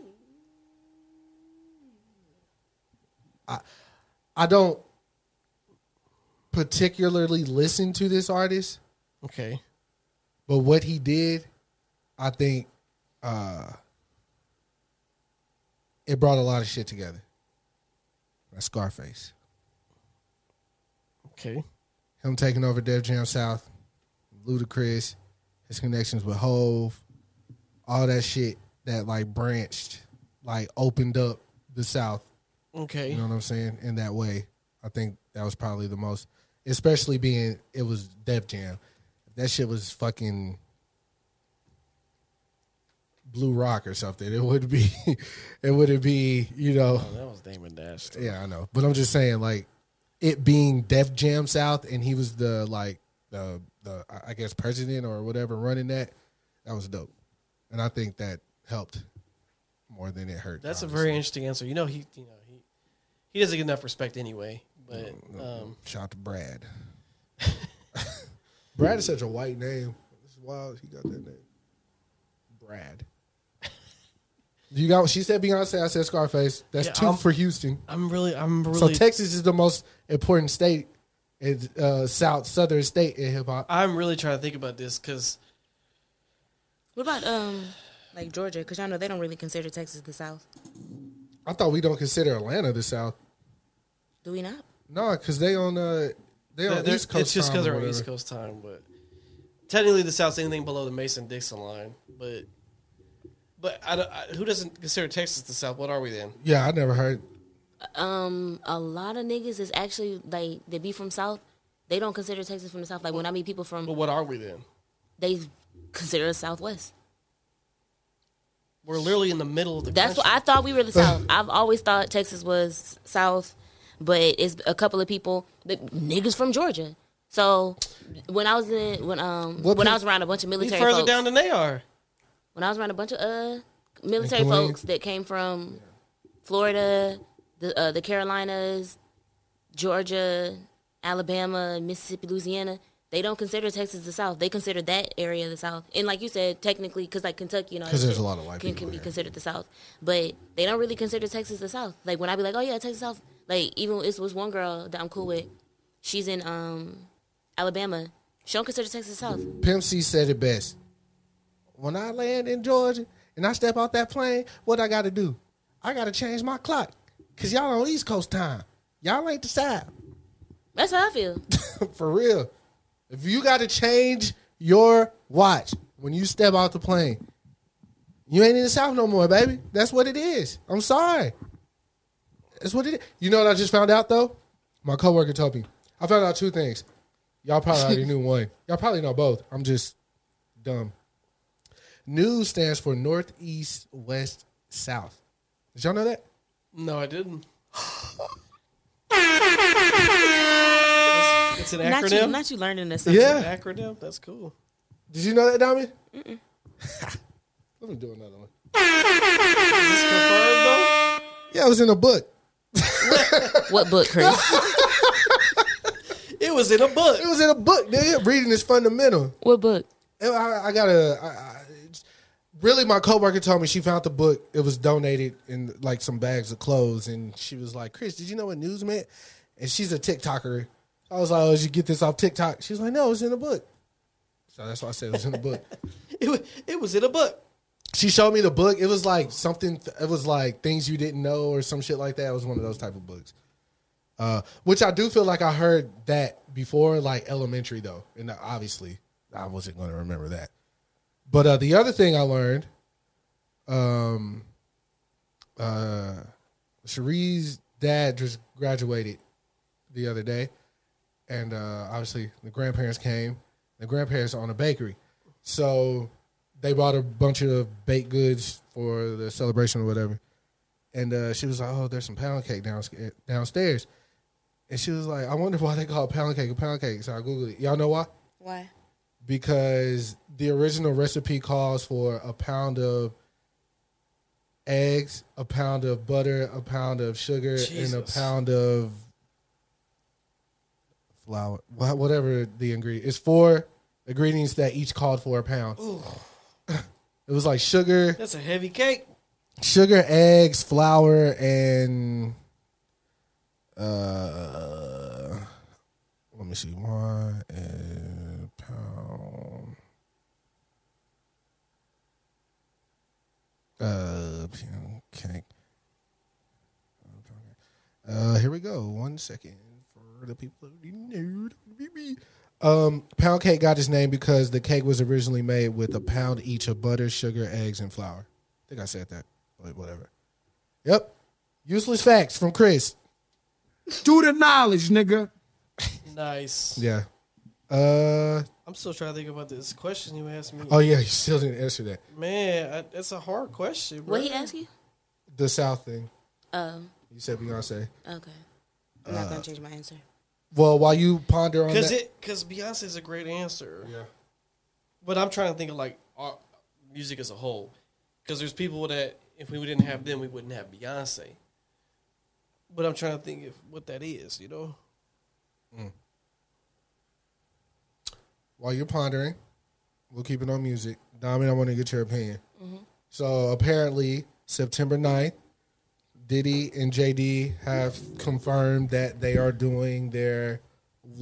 [SPEAKER 1] I don't particularly listen to this artist,
[SPEAKER 3] okay.
[SPEAKER 1] but what he did, I think, uh, it brought a lot of shit together. That's Scarface,
[SPEAKER 3] Okay.
[SPEAKER 1] him taking over Def Jam South, Ludacris, his connections with Hove, all that shit that like branched, like opened up the South
[SPEAKER 3] Okay.
[SPEAKER 1] You know what I'm saying? In that way, I think that was probably the most, especially being it was Def Jam. That shit was fucking Blue Rock or something. It would be, it wouldn't be, you know.
[SPEAKER 3] That was Damon Dash.
[SPEAKER 1] Yeah, I know, but I'm just saying, like it being Def Jam South, and he was the like the the I guess president or whatever running that. That was dope, and I think that helped more than it hurt.
[SPEAKER 3] That's a
[SPEAKER 1] honestly.
[SPEAKER 3] very interesting answer. You know he you know he he doesn't get enough respect anyway. But um,
[SPEAKER 1] Shout out to Brad. Brad is such a white name. It's wild he got that name. Brad. You got she said Beyonce, I said Scarface. That's
[SPEAKER 3] Yeah,
[SPEAKER 1] 2
[SPEAKER 3] I'm-
[SPEAKER 1] for Houston.
[SPEAKER 3] I'm really I'm really
[SPEAKER 1] So Texas is the most important state, it's, uh, South Southern state in hip hop.
[SPEAKER 3] I'm really trying to think about this because
[SPEAKER 2] What about um like Georgia? Because y'all know they don't really consider Texas the South.
[SPEAKER 1] I thought we don't consider Atlanta the South.
[SPEAKER 2] Do we not?
[SPEAKER 1] No, because they on uh, they on East Coast.
[SPEAKER 3] it's just
[SPEAKER 1] time
[SPEAKER 3] because
[SPEAKER 1] or
[SPEAKER 3] they're on East
[SPEAKER 1] whatever.
[SPEAKER 3] Coast time. But technically the South's anything below the Mason Dixon line. But but I, don't- I, who doesn't consider Texas the South? What are we then?
[SPEAKER 1] Yeah, I never heard.
[SPEAKER 2] Um, a lot of niggas is actually like they be from South. They don't consider Texas from the South. Like when I meet people
[SPEAKER 3] But
[SPEAKER 2] from,
[SPEAKER 3] what are we then?
[SPEAKER 2] they consider us Southwest.
[SPEAKER 3] We're literally in the middle of the
[SPEAKER 2] That's what
[SPEAKER 3] country.
[SPEAKER 2] I thought we were the South. I've always thought Texas was South, but it's a couple of people, the niggas from Georgia. So when I was in when um
[SPEAKER 1] What
[SPEAKER 2] when I
[SPEAKER 1] pe-
[SPEAKER 2] was around a bunch of
[SPEAKER 3] We
[SPEAKER 2] military
[SPEAKER 3] further
[SPEAKER 2] folks,
[SPEAKER 3] down than they are.
[SPEAKER 2] when I was around a bunch of uh military
[SPEAKER 1] And Tulane.
[SPEAKER 2] folks that came from Florida, the uh, the Carolinas, Georgia, Alabama, Mississippi, Louisiana, they don't consider Texas the South. They consider that area the South. And like you said, technically, because like Kentucky, you know,
[SPEAKER 1] 'Cause there's a lot of white
[SPEAKER 2] can,
[SPEAKER 1] people
[SPEAKER 2] can be
[SPEAKER 1] here.
[SPEAKER 2] considered the South, but they don't really consider Texas the South. Like when I be like, oh yeah, Texas South. Like even it was one girl that I'm cool with. She's in um Alabama. She don't consider Texas the South.
[SPEAKER 1] Pimp C said it best. When I land in Georgia and I step out that plane, what I got to do? I got to change my clock because y'all on East Coast time. Y'all ain't the side.
[SPEAKER 2] That's how I feel.
[SPEAKER 1] For real. If you got to change your watch when you step out the plane, you ain't in the South no more, baby. That's what it is. I'm sorry. That's what it is. You know what I just found out, though? My coworker told me. I found out two things. Y'all probably already knew one. Y'all probably know both. I'm just dumb. News stands for Northeast, West, South. Did y'all know that?
[SPEAKER 3] No, I didn't. it's, it's an
[SPEAKER 2] Not
[SPEAKER 3] acronym.
[SPEAKER 2] you, not you learning this.
[SPEAKER 1] Yeah.
[SPEAKER 3] An acronym. That's cool.
[SPEAKER 1] Did you know that, Dami? Let me do another one.
[SPEAKER 3] Is this confirmed though?
[SPEAKER 1] Yeah, it was in a book.
[SPEAKER 2] What book, Chris?
[SPEAKER 3] It was in a book.
[SPEAKER 1] It was in a book. Nigga. Reading is fundamental.
[SPEAKER 2] what book?
[SPEAKER 1] I, I got a. I, I, it's- really, my coworker told me she found the book. It was donated in like some bags of clothes, and she was like, "Chris, did you know what news meant?" And she's a TikToker. I was like, "Oh, did you get this off TikTok?" She's like, "No, it's in a book." So that's why I said it was in a book.
[SPEAKER 3] It, wa- it was in a book.
[SPEAKER 1] she showed me the book. It was like something. It was like things you didn't know or some shit like that. It was one of those type of books. Uh, which I do feel like I heard that before, like elementary though, and obviously I wasn't going to remember that. But uh, the other thing I learned, um, uh, Cherie's dad just graduated the other day, and uh, obviously the grandparents came. The grandparents own a bakery, so they bought a bunch of baked goods for the celebration or whatever. And uh, she was like, "Oh, there's some pound cake down, downstairs," and she was like, "I wonder why they call pound cake a pound cake." So I googled it. Y'all know why?
[SPEAKER 2] Why?
[SPEAKER 1] because the original recipe calls for a pound of eggs, a pound of butter, a pound of sugar, and a
[SPEAKER 3] Jesus.
[SPEAKER 1] pound of flour, wha- whatever the ingredient. It's four ingredients that each called for a pound. it was like sugar,
[SPEAKER 3] That's a heavy cake.
[SPEAKER 1] sugar, eggs, flour, and uh, let me see, one and pound. Uh, pound cake. Uh, here we go. One second for the people who know. Um, pound cake got its name because the cake was originally made with a pound each of butter, sugar, eggs, and flour. I think I said that, but whatever. Yep. Useless facts from Chris.
[SPEAKER 4] Do the knowledge, nigga.
[SPEAKER 3] Nice.
[SPEAKER 1] Yeah. Uh.
[SPEAKER 3] I'm still trying to think about this question you asked me.
[SPEAKER 1] Oh yeah. You still didn't answer that.
[SPEAKER 3] Man, I, that's a hard question. Bro.
[SPEAKER 2] What he ask you?
[SPEAKER 1] The South thing.
[SPEAKER 2] Oh,
[SPEAKER 1] You said Beyonce.
[SPEAKER 2] okay. I'm not gonna change my answer.
[SPEAKER 1] Well, while you ponder on
[SPEAKER 3] Because
[SPEAKER 1] that,
[SPEAKER 3] it because Beyonce's a great answer. Yeah. But I'm trying to think of like our music as a whole. Because there's people that if we didn't have them, we wouldn't have Beyonce. But I'm trying to think of what that is. You know.
[SPEAKER 1] while you're pondering, we'll keep it on music. Diamond, I want to get your opinion. So apparently, September 9th, Diddy and JD have confirmed that they are doing their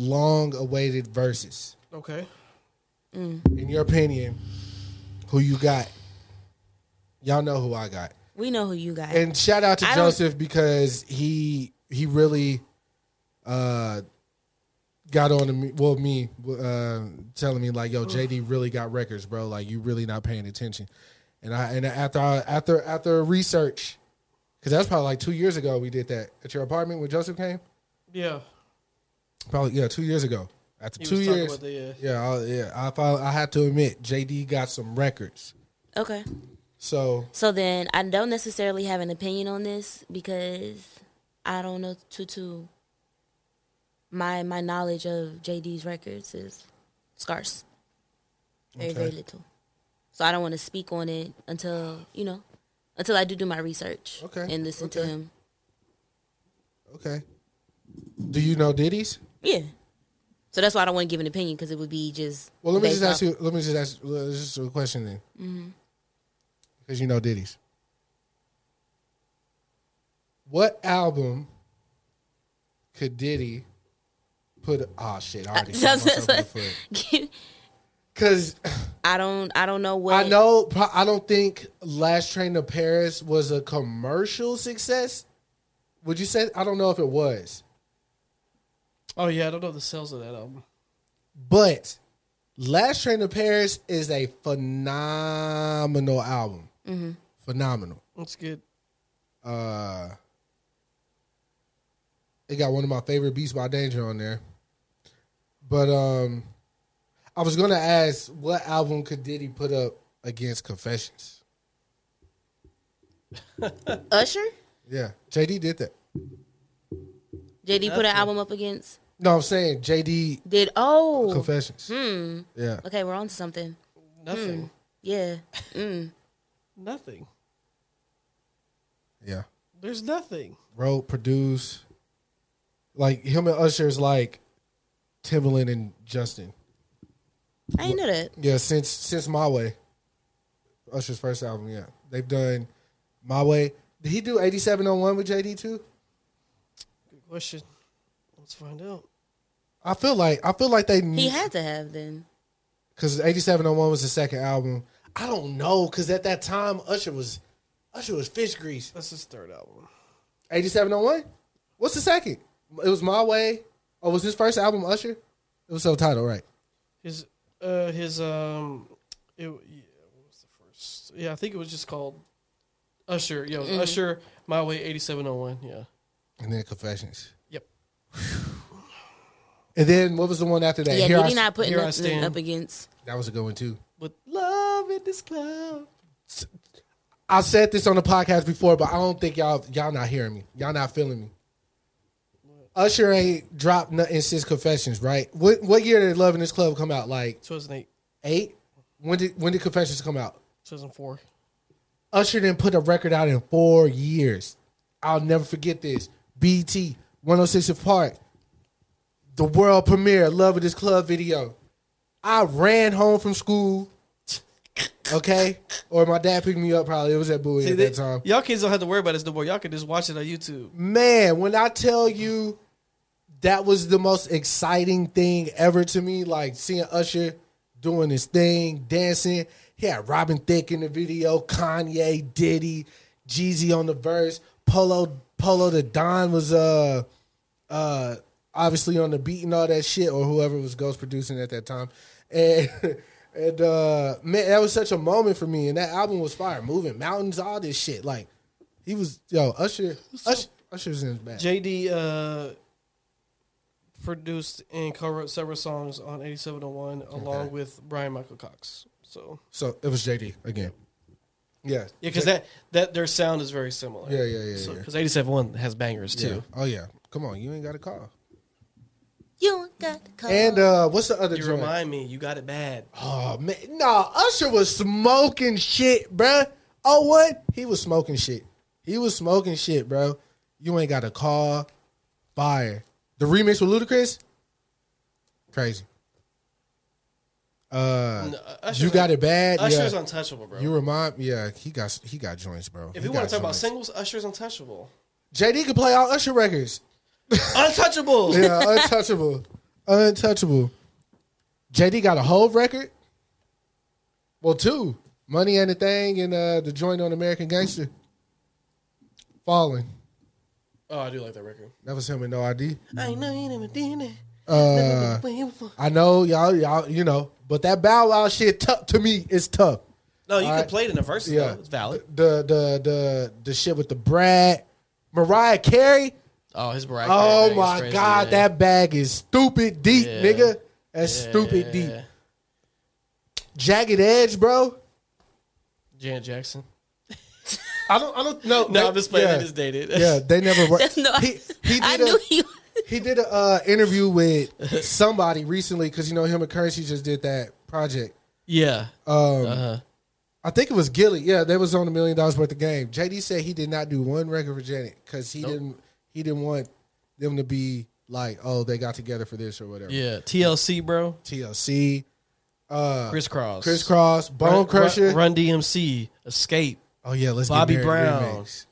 [SPEAKER 1] long-awaited verses.
[SPEAKER 3] Okay.
[SPEAKER 1] In your opinion, who you got? Y'all know who I got.
[SPEAKER 2] We know who you got.
[SPEAKER 1] And shout out to
[SPEAKER 2] I don't-
[SPEAKER 1] Joseph because he he really uh got on to me well me uh telling me like yo JD really got records bro like you really not paying attention. And I and after I, after after research cuz that's probably like 2 years ago we did that at your apartment when Joseph came.
[SPEAKER 3] Yeah.
[SPEAKER 1] Probably yeah, 2 years ago. After
[SPEAKER 3] He
[SPEAKER 1] 2
[SPEAKER 3] was talking
[SPEAKER 1] years.
[SPEAKER 3] about that, yeah.
[SPEAKER 1] yeah, I, yeah, I finally, I had to admit JD got some records.
[SPEAKER 2] okay.
[SPEAKER 1] So
[SPEAKER 2] So then I don't necessarily have an opinion on this because I don't know too too. My my knowledge of JD's records is scarce, very very
[SPEAKER 1] Okay.
[SPEAKER 2] little. So I don't want to speak on it until you know, until I do do my research
[SPEAKER 1] Okay,
[SPEAKER 2] and listen to
[SPEAKER 1] okay.
[SPEAKER 2] him.
[SPEAKER 1] okay. Do you know Diddy's?
[SPEAKER 2] Yeah. So that's why I don't want to give an opinion because it would be just.
[SPEAKER 1] Well, let me
[SPEAKER 2] based
[SPEAKER 1] just ask
[SPEAKER 2] off-
[SPEAKER 1] you. Let me just ask uh, this is a question then, because you know Diddy's. What album could Diddy put? Oh shit! I already
[SPEAKER 2] That's-
[SPEAKER 1] shot myself in the foot.
[SPEAKER 2] that's-
[SPEAKER 1] Because
[SPEAKER 2] I don't. I don't know what.
[SPEAKER 1] I know. pro- I don't think Last Train to Paris was a commercial success. Would you say? I don't know if it was,
[SPEAKER 3] Oh yeah, I don't know the sales of that album.
[SPEAKER 1] but Last Train to Paris is a phenomenal album.
[SPEAKER 3] Mm-hmm.
[SPEAKER 1] Phenomenal.
[SPEAKER 3] That's good.
[SPEAKER 1] Uh, it got one of my favorite beats by Danger on there. But um, I was gonna ask what album could Diddy put up against Confessions?
[SPEAKER 2] Usher.
[SPEAKER 1] Yeah, JD did that.
[SPEAKER 2] JD put an
[SPEAKER 1] Nothing.
[SPEAKER 2] album up against.
[SPEAKER 1] No, I'm saying JD
[SPEAKER 2] Did oh
[SPEAKER 1] Confessions.
[SPEAKER 2] Hmm.
[SPEAKER 1] Yeah.
[SPEAKER 2] Okay, we're on to something.
[SPEAKER 3] Nothing.
[SPEAKER 2] Hmm. Yeah. Mm.
[SPEAKER 3] Nothing.
[SPEAKER 1] Yeah.
[SPEAKER 3] There's nothing.
[SPEAKER 1] wrote, produced. Like him and Usher is like Timbaland and Justin.
[SPEAKER 2] I didn't know that.
[SPEAKER 1] Yeah, since since My Way, Usher's first album. Yeah, they've done My Way. Did he do eighty seven on one with JD too?
[SPEAKER 3] Good question. Let's find out.
[SPEAKER 1] I feel like I feel like they
[SPEAKER 2] He had to have then.
[SPEAKER 1] because eighty seven on oh one was the second album. I don't know because at that time Usher was Usher was fish grease.
[SPEAKER 3] That's his third album.
[SPEAKER 1] Eighty seven on one. What's the second? It was My Way. Oh, was his first album Usher? It was self titled, right?
[SPEAKER 3] His uh his um it, yeah, what was the first? Yeah, I think it was just called Usher. Yeah, it was
[SPEAKER 1] Mhm.
[SPEAKER 3] Usher My Way 8701. Yeah.
[SPEAKER 1] And then Confessions.
[SPEAKER 3] Yep.
[SPEAKER 1] And then what was the one after that?
[SPEAKER 2] yeah,
[SPEAKER 1] Here
[SPEAKER 2] did
[SPEAKER 1] I
[SPEAKER 2] he
[SPEAKER 1] S-
[SPEAKER 2] not put
[SPEAKER 1] Here I
[SPEAKER 2] nothing
[SPEAKER 1] Stand.
[SPEAKER 2] up against?
[SPEAKER 1] That was a good one too.
[SPEAKER 3] With love in this club.
[SPEAKER 1] I said this on the podcast before, but I don't think y'all y'all not hearing me. Y'all not feeling me. Usher ain't dropped nothing since Confessions, right? What what year did Love in This Club come out? Like
[SPEAKER 3] 2008,
[SPEAKER 1] eight? When did when did Confessions come out?
[SPEAKER 3] 2004.
[SPEAKER 1] Usher didn't put a record out in four years. I'll never forget this. BT 106 and oh Park, the world premiere Love of This Club video. I ran home from school, okay? Or my dad picked me up probably. It was at Bowie
[SPEAKER 3] See,
[SPEAKER 1] at
[SPEAKER 3] they-
[SPEAKER 1] that time.
[SPEAKER 3] Y'all kids don't have to worry about this no more. Y'all can just watch it on YouTube.
[SPEAKER 1] Man, when I tell you that was the most exciting thing ever to me, like seeing Usher doing his thing, dancing. He had Robin Thicke in the video, Kanye, Diddy, Jeezy on the verse, Polo, Polo the Don was uh uh obviously on the beat and all that shit, or whoever was ghost producing at that time. And and uh man, that was such a moment for me. And that album was fire, moving mountains, all this shit. Like he was yo, Usher Usher Usher's in his bag.
[SPEAKER 3] JD uh, produced and co-wrote several songs on 8701 along with Brian Michael Cox. So
[SPEAKER 1] So it was JD again. Yeah.
[SPEAKER 3] yeah, because that that their sound is very similar.
[SPEAKER 1] Yeah, yeah, yeah, yeah.
[SPEAKER 3] Because 8701 has bangers
[SPEAKER 1] Yeah.
[SPEAKER 3] too.
[SPEAKER 1] Oh yeah. Come on, you ain't got a call.
[SPEAKER 2] You got the call.
[SPEAKER 1] And uh what's the other
[SPEAKER 3] You
[SPEAKER 1] joint?
[SPEAKER 3] remind me, you got it bad.
[SPEAKER 1] Oh man, nah, Usher was smoking shit, bruh. Oh what? He was smoking shit. He was smoking shit, bro. You ain't got a call. Fire. The remix with Ludacris? Crazy. Uh
[SPEAKER 3] No, Usher's
[SPEAKER 1] You got
[SPEAKER 3] un-
[SPEAKER 1] it bad.
[SPEAKER 3] Usher's
[SPEAKER 1] yeah.
[SPEAKER 3] untouchable, bro.
[SPEAKER 1] You remind yeah, he got he got joints, bro.
[SPEAKER 3] If
[SPEAKER 1] He
[SPEAKER 3] you want
[SPEAKER 1] got
[SPEAKER 3] to talk about
[SPEAKER 1] joints.
[SPEAKER 3] singles, Usher's untouchable.
[SPEAKER 1] JD could play all Usher records.
[SPEAKER 3] Untouchable.
[SPEAKER 1] Yeah, untouchable. untouchable. JD got a whole record. Well, two. Money and the Thing and uh, the joint on American Gangster. Falling.
[SPEAKER 3] Oh, I do like that record.
[SPEAKER 1] That was him and No ID.
[SPEAKER 3] I know you never did it.
[SPEAKER 1] Uh, I know y'all, y'all, you know, but that Bow Wow shit tough to me is tough.
[SPEAKER 3] No, you
[SPEAKER 1] All
[SPEAKER 3] can
[SPEAKER 1] right.
[SPEAKER 3] play it in a verse.
[SPEAKER 1] Yeah.
[SPEAKER 3] though. It's valid.
[SPEAKER 1] The the the the shit with the Brad, Mariah Carey.
[SPEAKER 3] Oh, his Mariah. Carey
[SPEAKER 1] Oh
[SPEAKER 3] bag is
[SPEAKER 1] my
[SPEAKER 3] crazy,
[SPEAKER 1] God,
[SPEAKER 3] man.
[SPEAKER 1] that bag is stupid deep,
[SPEAKER 3] Yeah.
[SPEAKER 1] nigga. That's stupid deep. Jagged Edge, bro.
[SPEAKER 3] Janet Jackson.
[SPEAKER 1] I don't. I don't know.
[SPEAKER 3] No,
[SPEAKER 1] They-
[SPEAKER 3] I'm just playing.
[SPEAKER 1] yeah.
[SPEAKER 3] I just dated.
[SPEAKER 1] Yeah, they never were.
[SPEAKER 2] That's not.
[SPEAKER 1] He did
[SPEAKER 2] I
[SPEAKER 1] a-
[SPEAKER 2] knew he.
[SPEAKER 1] he did an uh, interview with somebody recently because you know him and Currency just did that project.
[SPEAKER 3] Yeah.
[SPEAKER 1] Um,
[SPEAKER 3] Uh-huh.
[SPEAKER 1] I think it was Gilly. Yeah, they was on a million dollars worth of game. JD said he did not do one record for Janet because he didn't. He didn't want them to be like, oh, they got together for this or whatever.
[SPEAKER 3] Yeah. TLC, bro.
[SPEAKER 1] TLC. Uh,
[SPEAKER 3] Criss Cross.
[SPEAKER 1] Crisscross, Bone
[SPEAKER 3] Run-
[SPEAKER 1] Crusher.
[SPEAKER 3] Run, Run DMC. Escape.
[SPEAKER 1] Oh yeah, let's get
[SPEAKER 3] Bobby
[SPEAKER 1] married
[SPEAKER 3] Brown.
[SPEAKER 1] remix.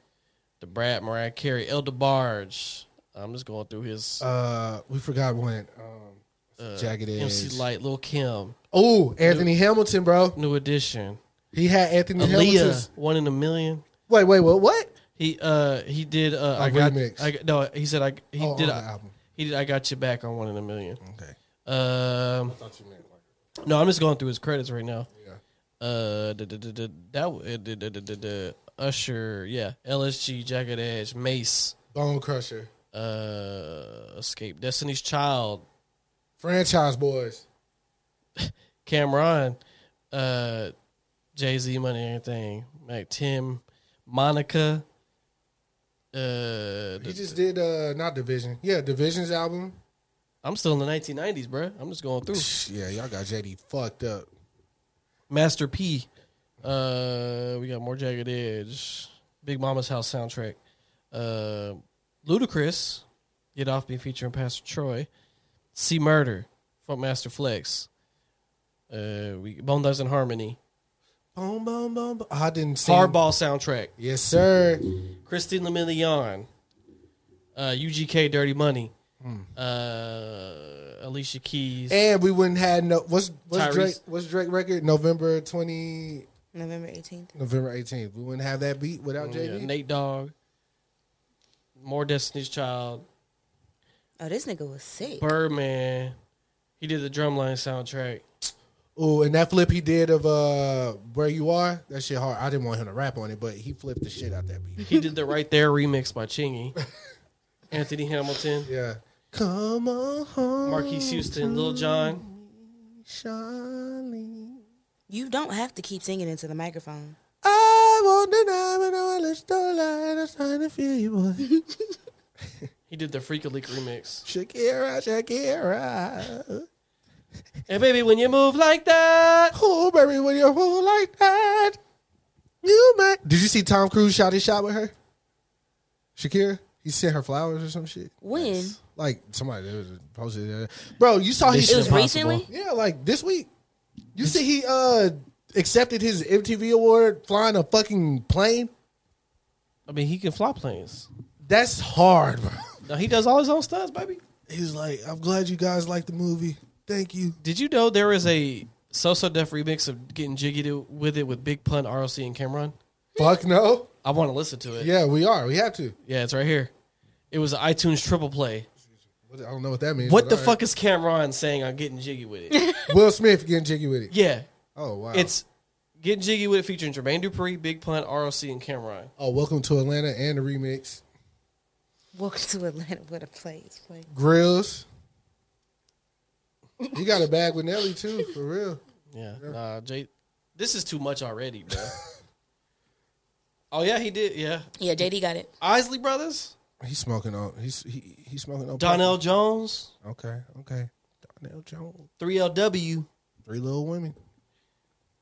[SPEAKER 3] The Brad Mariah Carey. El DeBarge. I'm just
[SPEAKER 1] Oh,
[SPEAKER 3] going through his.
[SPEAKER 1] Uh, we forgot one. Um,
[SPEAKER 3] uh,
[SPEAKER 1] Jagged Edge.
[SPEAKER 3] MC Light. Lil Kim.
[SPEAKER 1] Oh, Anthony Hamilton, bro.
[SPEAKER 3] New edition.
[SPEAKER 1] He had Anthony
[SPEAKER 3] Aaliyah,
[SPEAKER 1] Hamilton's-
[SPEAKER 3] one in a million.
[SPEAKER 1] Wait, wait, what? What?
[SPEAKER 3] He uh he did uh I got
[SPEAKER 1] Oh, remix.
[SPEAKER 3] I got- no he said I he
[SPEAKER 1] Oh,
[SPEAKER 3] did
[SPEAKER 1] on
[SPEAKER 3] I,
[SPEAKER 1] the album.
[SPEAKER 3] he did I got you back on one in a million. Okay. Um. no, I'm just going through his credits right now. Yeah. Uh, da, da, da, da, that w- uh, da, da, da, da, da, Usher, yeah, LSG, Jagged Edge, Mace,
[SPEAKER 1] Bone Crusher,
[SPEAKER 3] uh, Escape, Destiny's Child,
[SPEAKER 1] Franchise Boys.
[SPEAKER 3] Cameron, uh, Jay Z, Money, everything, Mac, Tim, Monica. Uh,
[SPEAKER 1] He just did uh not Division. Yeah, Division's album.
[SPEAKER 3] I'm still in the 1990s, bro. I'm just going through.
[SPEAKER 1] Yeah, y'all got JD fucked up.
[SPEAKER 3] Master P. Uh, we got more Jagged Edge. Big Mama's House soundtrack. Uh, Ludacris. Get off me featuring Pastor Troy. C Murder from Master Flex. Uh, we Bone Thugs and Harmony.
[SPEAKER 1] Boom, boom, boom, boom. I didn't see
[SPEAKER 3] Hardball soundtrack.
[SPEAKER 1] Yes, sir.
[SPEAKER 3] Christine Lemillion. Uh, UGK Dirty Money. Uh, Alicia Keys.
[SPEAKER 1] And we wouldn't had no. What's what's
[SPEAKER 3] Tyrese.
[SPEAKER 1] Drake? What's Drake record? November twenty,
[SPEAKER 2] November 18th.
[SPEAKER 1] November eighteenth. We wouldn't have that beat without
[SPEAKER 3] Mm, Yeah,
[SPEAKER 1] JD.
[SPEAKER 3] Nate Dogg. More Destiny's Child.
[SPEAKER 2] Oh, this nigga was sick.
[SPEAKER 3] Birdman. He did the drumline soundtrack.
[SPEAKER 1] Oh, and that flip he did of uh where you are. That shit hard. I didn't want him to rap on it, but he flipped the shit out that beat.
[SPEAKER 3] He did the Right There remix by Chingy. Anthony Hamilton.
[SPEAKER 1] Yeah. Come on home,
[SPEAKER 3] Marquise Houston. Lil Jon.
[SPEAKER 1] Charlene.
[SPEAKER 2] You don't have to keep singing into the microphone.
[SPEAKER 1] I won't deny when I let the light. I'm trying to feel you, boy.
[SPEAKER 3] He did the Freak a Leak remix.
[SPEAKER 1] Shakira, Shakira.
[SPEAKER 3] And baby, when you move like that.
[SPEAKER 1] Oh, baby, when you're whole like that, you might. Did you see Tom Cruise shot his shot with her? Shakira? He sent her flowers or some shit?
[SPEAKER 2] When?
[SPEAKER 1] Like, somebody that was posted it. Bro, you saw his
[SPEAKER 2] It was recently?
[SPEAKER 1] Yeah, like this week. You see, he uh accepted his MTV award flying a fucking plane?
[SPEAKER 3] I mean, he can fly planes.
[SPEAKER 1] That's hard, bro.
[SPEAKER 3] Now, he does all his own stunts, baby.
[SPEAKER 1] He's like, I'm glad you guys like the movie. Thank you.
[SPEAKER 3] Did you know there is a So So Def remix of Getting Jiggy to- with it with Big Pun, ROC, and Cameron?
[SPEAKER 1] Fuck no.
[SPEAKER 3] I want to listen to it.
[SPEAKER 1] Yeah, we are. We have to.
[SPEAKER 3] Yeah, it's right here. It was an iTunes triple play.
[SPEAKER 1] What- I don't know what that means.
[SPEAKER 3] What
[SPEAKER 1] but
[SPEAKER 3] the
[SPEAKER 1] all right.
[SPEAKER 3] fuck is Cameron saying on Getting Jiggy with it?
[SPEAKER 1] Will Smith getting jiggy with it.
[SPEAKER 3] yeah.
[SPEAKER 1] Oh wow.
[SPEAKER 3] It's Getting Jiggy with it featuring Jermaine Dupree, Big Pun, ROC, and Cameron.
[SPEAKER 1] oh, welcome to Atlanta and the remix.
[SPEAKER 2] Welcome to Atlanta with a place. Like,
[SPEAKER 1] Grills. You got a bag with Nelly too, for real.
[SPEAKER 3] Yeah. Nah, Jay, this is too much already, bro. oh, yeah, he did. Yeah.
[SPEAKER 2] yeah, JD got it.
[SPEAKER 3] Isley Brothers,
[SPEAKER 1] He's smoking on. He's he, he's smoking on.
[SPEAKER 3] Donnell Jones,
[SPEAKER 1] Okay, okay. Donnell Jones.
[SPEAKER 3] 3LW.
[SPEAKER 1] Three little women.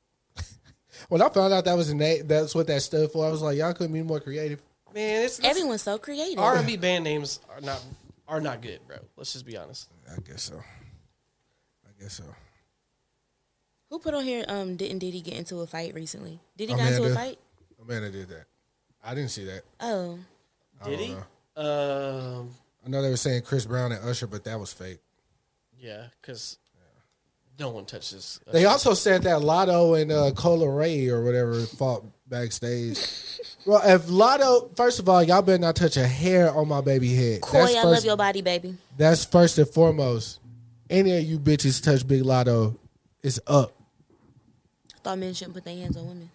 [SPEAKER 1] when I found out that was the name, that's what that stood for. I was like, y'all couldn't be more creative.
[SPEAKER 3] Man, it's, it's
[SPEAKER 2] Everyone's so creative.
[SPEAKER 3] R&B band names are not are not good, bro. Let's just be honest.
[SPEAKER 1] I guess so. I guess so.
[SPEAKER 2] Who put on here? Um, didn't Diddy get into a fight recently? Diddy got
[SPEAKER 1] Amanda.
[SPEAKER 2] into a fight?
[SPEAKER 1] Amanda did that. I didn't see that.
[SPEAKER 2] Oh,
[SPEAKER 3] Did he? Um,
[SPEAKER 1] I know they were saying Chris Brown and Usher, but that was fake.
[SPEAKER 3] yeah, because no one touches.
[SPEAKER 1] They also said that Lotto and uh, Cola Ray or whatever fought backstage. well, if Lotto, first of all, y'all better not touch a hair on my baby head.
[SPEAKER 2] Koi, I love
[SPEAKER 1] first,
[SPEAKER 2] your body, baby.
[SPEAKER 1] That's first and foremost. Any of you bitches touch Big Lotto, it's up.
[SPEAKER 2] I thought men shouldn't put their hands on women.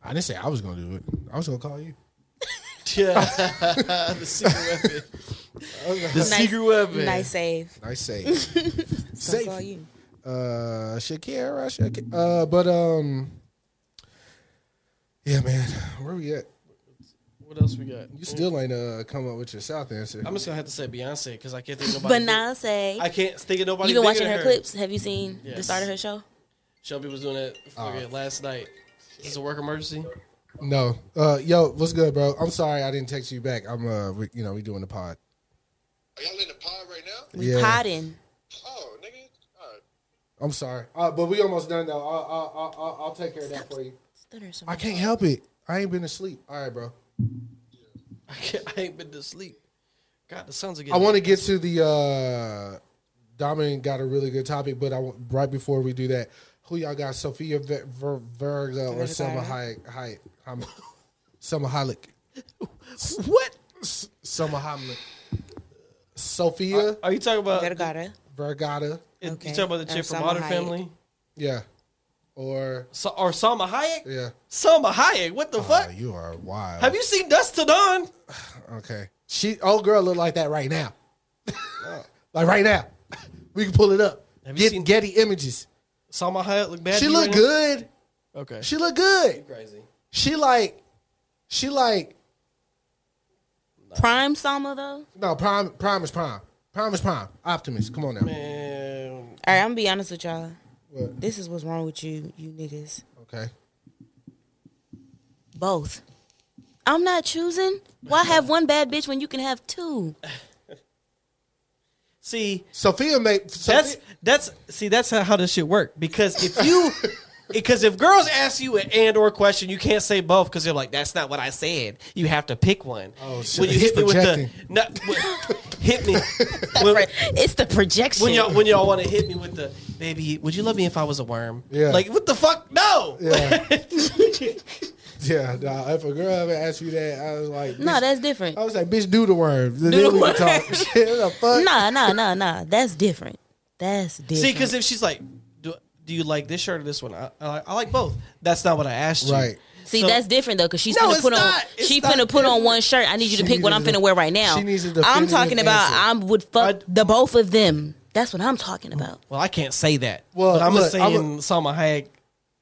[SPEAKER 1] I didn't say I was gonna do it. I was gonna call you.
[SPEAKER 3] Yeah. the secret weapon. The secret weapon.
[SPEAKER 2] Nice save.
[SPEAKER 1] Nice save.
[SPEAKER 2] Don't
[SPEAKER 1] Safe.
[SPEAKER 2] call Oh, you.
[SPEAKER 1] Uh, Shakira, Shakira. Uh, but um, yeah, man, where we at?
[SPEAKER 3] What else we got?
[SPEAKER 1] You still ain't uh come up with your South answer.
[SPEAKER 3] I'm just gonna have to say Beyonce because I can't think of nobody.
[SPEAKER 2] Beyonce.
[SPEAKER 3] I can't think of nobody.
[SPEAKER 2] You been
[SPEAKER 3] bigger
[SPEAKER 2] watching
[SPEAKER 3] than
[SPEAKER 2] her,
[SPEAKER 3] her
[SPEAKER 2] clips? Have you seen the
[SPEAKER 3] Yes.
[SPEAKER 2] start of her show?
[SPEAKER 3] Shelby was doing that
[SPEAKER 1] Ah.
[SPEAKER 3] fucking last night. Is this a work emergency?
[SPEAKER 1] No. Uh, yo, what's good, bro? I'm sorry I didn't text you back. I'm uh, we, you know, we doing the pod.
[SPEAKER 5] Are y'all in the pod right now?
[SPEAKER 2] We
[SPEAKER 1] Yeah.
[SPEAKER 2] potting.
[SPEAKER 5] Oh, nigga. All right.
[SPEAKER 1] I'm sorry, uh, but we almost done though. I'll, I'll, I'll- I'll, I'll take care of that for you.
[SPEAKER 2] Stutter so
[SPEAKER 1] I
[SPEAKER 2] much.
[SPEAKER 1] can't help it. I ain't been asleep. All right, bro.
[SPEAKER 3] I, can't, I ain't been to sleep. God, the sounds are getting.
[SPEAKER 1] I want to get to the uh Dominic got a really good topic, but I want, right before we do that, who y'all got? Sophia Ver, Ver, Vergara or
[SPEAKER 6] Vergara.
[SPEAKER 1] Selma Hayek? Hayek. I'm, Selma Hayek.
[SPEAKER 2] What?
[SPEAKER 1] Selma Hayek. Sophia.
[SPEAKER 3] Are you talking about
[SPEAKER 2] Vergara?
[SPEAKER 1] Vergara.
[SPEAKER 3] You talking about the
[SPEAKER 2] Uh,
[SPEAKER 3] chick from Modern Family?
[SPEAKER 1] Yeah. Or
[SPEAKER 3] so, or Salma Hayek?
[SPEAKER 1] Yeah. Ah,
[SPEAKER 3] Salma Hayek. What the fuck?
[SPEAKER 1] oh, You are wild.
[SPEAKER 3] Have you seen Dust to Dawn?
[SPEAKER 1] Okay. She old girl look like that right now. like right now. We can pull it up. Get Getty images.
[SPEAKER 3] Salma Hayek look bad.
[SPEAKER 1] she
[SPEAKER 3] to you
[SPEAKER 1] look
[SPEAKER 3] right now?
[SPEAKER 1] good.
[SPEAKER 3] Okay.
[SPEAKER 1] She look good.
[SPEAKER 3] Crazy.
[SPEAKER 1] She like she like
[SPEAKER 2] Prime Sama though?
[SPEAKER 1] no prime prime is prime. Prime is prime. Optimist. Come on now.
[SPEAKER 2] All right, I'm gonna be honest with y'all. This is what's wrong with you, you niggas.
[SPEAKER 1] Okay.
[SPEAKER 2] Both. I'm not choosing. Why have one bad bitch when you can have two?
[SPEAKER 3] See,
[SPEAKER 1] Sophia made
[SPEAKER 3] that's that's see that's how, how this shit work because if you because if girls ask you an and or question, you can't say both because they're like that's not what I said. You have to pick one. Oh
[SPEAKER 1] shit,
[SPEAKER 3] When you
[SPEAKER 1] he's
[SPEAKER 3] hit me with the
[SPEAKER 1] projecting.
[SPEAKER 3] no, when- hit me. When-
[SPEAKER 2] It's the projection.
[SPEAKER 3] when y'all when y'all want to hit me with the baby, would you love me if I was a worm?
[SPEAKER 1] Yeah.
[SPEAKER 3] Like what the fuck? No.
[SPEAKER 1] Yeah. yeah, nah, if a girl ever asked you that, I was like
[SPEAKER 2] No,
[SPEAKER 1] bitch-
[SPEAKER 2] that's different.
[SPEAKER 3] Oh,
[SPEAKER 1] I was like, bitch, do the worm. Do
[SPEAKER 2] the worm.
[SPEAKER 1] Talk. Shit, the fuck?
[SPEAKER 2] Nah, nah, nah, nah. That's different. That's different.
[SPEAKER 3] See, because if she's like, do, do you like this shirt or this one? I, I, like- I like both. That's not what I asked you.
[SPEAKER 1] Right.
[SPEAKER 2] See,
[SPEAKER 3] So-
[SPEAKER 2] that's different though, because she's
[SPEAKER 3] No,
[SPEAKER 2] finna
[SPEAKER 3] it's
[SPEAKER 2] put on
[SPEAKER 3] not. It's
[SPEAKER 2] she
[SPEAKER 3] not
[SPEAKER 2] finna put on
[SPEAKER 3] different.
[SPEAKER 2] one shirt. I need you to
[SPEAKER 3] She
[SPEAKER 2] pick what I'm
[SPEAKER 3] needs
[SPEAKER 2] finna
[SPEAKER 3] a-
[SPEAKER 2] wear right now.
[SPEAKER 3] she needs a
[SPEAKER 2] I'm
[SPEAKER 3] definitive
[SPEAKER 2] talking about
[SPEAKER 3] answer.
[SPEAKER 2] I'm would fuck the both of them. That's what I'm talking about.
[SPEAKER 3] Well, I can't say that.
[SPEAKER 1] Well,
[SPEAKER 3] Well, but I'm
[SPEAKER 1] look,
[SPEAKER 3] just saying
[SPEAKER 1] I'm
[SPEAKER 3] Salma Hayek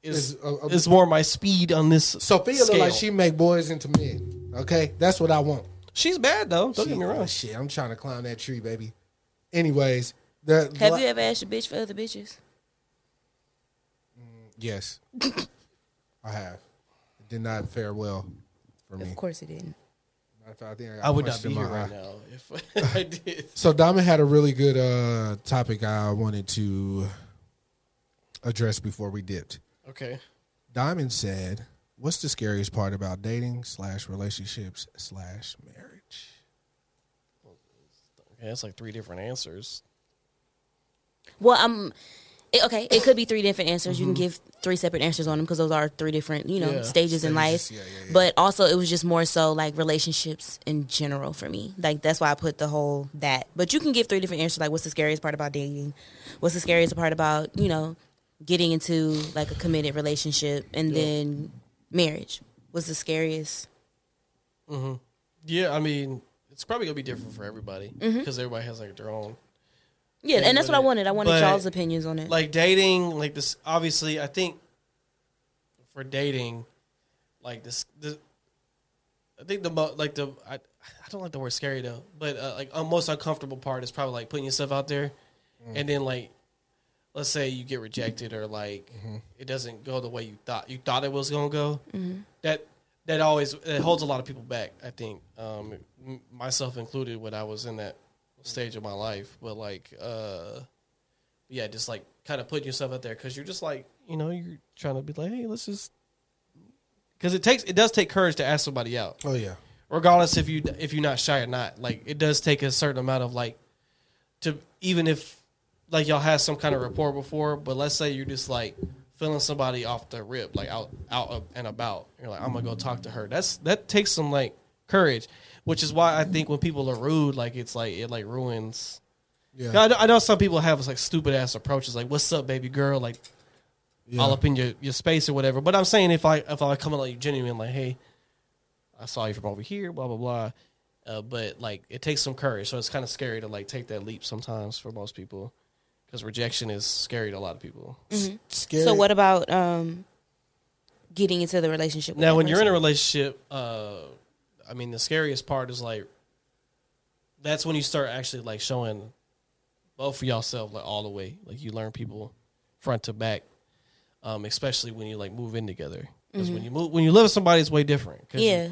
[SPEAKER 3] is
[SPEAKER 1] Is, uh, uh,
[SPEAKER 3] is more my speed on this.
[SPEAKER 1] Sophia
[SPEAKER 3] scale.
[SPEAKER 1] look like she make boys into men. Okay, that's what I want.
[SPEAKER 3] she's bad though. Don't get me wrong.
[SPEAKER 1] Shit, I'm trying to climb that tree, baby. Anyways, the
[SPEAKER 2] Have
[SPEAKER 1] the-
[SPEAKER 2] you ever asked a bitch for other bitches?
[SPEAKER 1] Yes, I have. It did not fare well for me.
[SPEAKER 2] Of course it didn't.
[SPEAKER 1] Matter of fact, I, think I, got
[SPEAKER 3] I would not
[SPEAKER 1] punched
[SPEAKER 3] be
[SPEAKER 1] in
[SPEAKER 3] here
[SPEAKER 1] my
[SPEAKER 3] right
[SPEAKER 1] eye.
[SPEAKER 3] now if I did.
[SPEAKER 1] So Diamond had a really good uh, topic I wanted to address before we dipped.
[SPEAKER 3] Okay.
[SPEAKER 1] Diamond said, "What's the scariest part about dating slash relationships slash marriage?"
[SPEAKER 3] Yeah, that's like three different answers.
[SPEAKER 2] Well, I'm it, okay. It could be three different answers. You can give three separate answers on them because those are three different you know
[SPEAKER 3] Mm-hmm. Yeah.
[SPEAKER 2] stages in life.
[SPEAKER 1] Stages, yeah, yeah, yeah.
[SPEAKER 2] But also, it was just more so like relationships in general for me. Like that's why I put the whole that. But you can give three different answers. Like what's the scariest part about dating? What's the scariest part about you know getting into like a committed relationship and then marriage? What's the scariest?
[SPEAKER 3] Yeah, I mean, it's probably gonna be different for everybody because
[SPEAKER 2] Mm-hmm.
[SPEAKER 3] everybody has like their own.
[SPEAKER 2] Yeah, and that's what I
[SPEAKER 3] but-
[SPEAKER 2] wanted. I wanted
[SPEAKER 3] but-
[SPEAKER 2] y'all's opinions on it.
[SPEAKER 3] like dating like this obviously i think for dating like this, this i think the mo- like the I, I don't like the word scary though but uh, like uh, most uncomfortable part is probably like putting yourself out there and then like let's say you get rejected or like it doesn't go the way you thought you thought it was going to go that that always it holds a lot of people back i think um m- myself included when i was in that stage of my life but like uh yeah, just like kind of putting yourself out there because you're just like, you know, you're trying to be like, hey, let's just because it takes it does take courage to ask somebody out,
[SPEAKER 1] Oh yeah,
[SPEAKER 3] regardless if you if you're not shy or not. Like it does take a certain amount of like to even if like y'all had some kind of rapport before, but let's say you're just like feeling somebody off the rip, like out out and about. You're like, I'm gonna go talk to her. That's that takes some like courage, which is why I think when people are rude, like it's like it like ruins.
[SPEAKER 1] yeah.
[SPEAKER 3] I know, I know some people have like stupid ass approaches, like "What's up, baby girl?" Like
[SPEAKER 1] Yeah.
[SPEAKER 3] all up in your, your space or whatever. But I'm saying if I if I come at like genuine, like, "Hey, I saw you from over here," blah blah blah. Uh, but like it takes some courage, so it's kind of scary to like take that leap sometimes for most people, because rejection is scary to a lot of people.
[SPEAKER 1] Scary.
[SPEAKER 2] So what about um getting into the relationship? with
[SPEAKER 3] now
[SPEAKER 2] that
[SPEAKER 3] when you're in a
[SPEAKER 2] person?
[SPEAKER 3] relationship uh i mean the scariest part is like that's when you start actually like showing both for yourself like all the way like you learn people front to back um especially when you like move in together because when you move when you live with somebody it's way different 'Cause you-
[SPEAKER 2] yeah.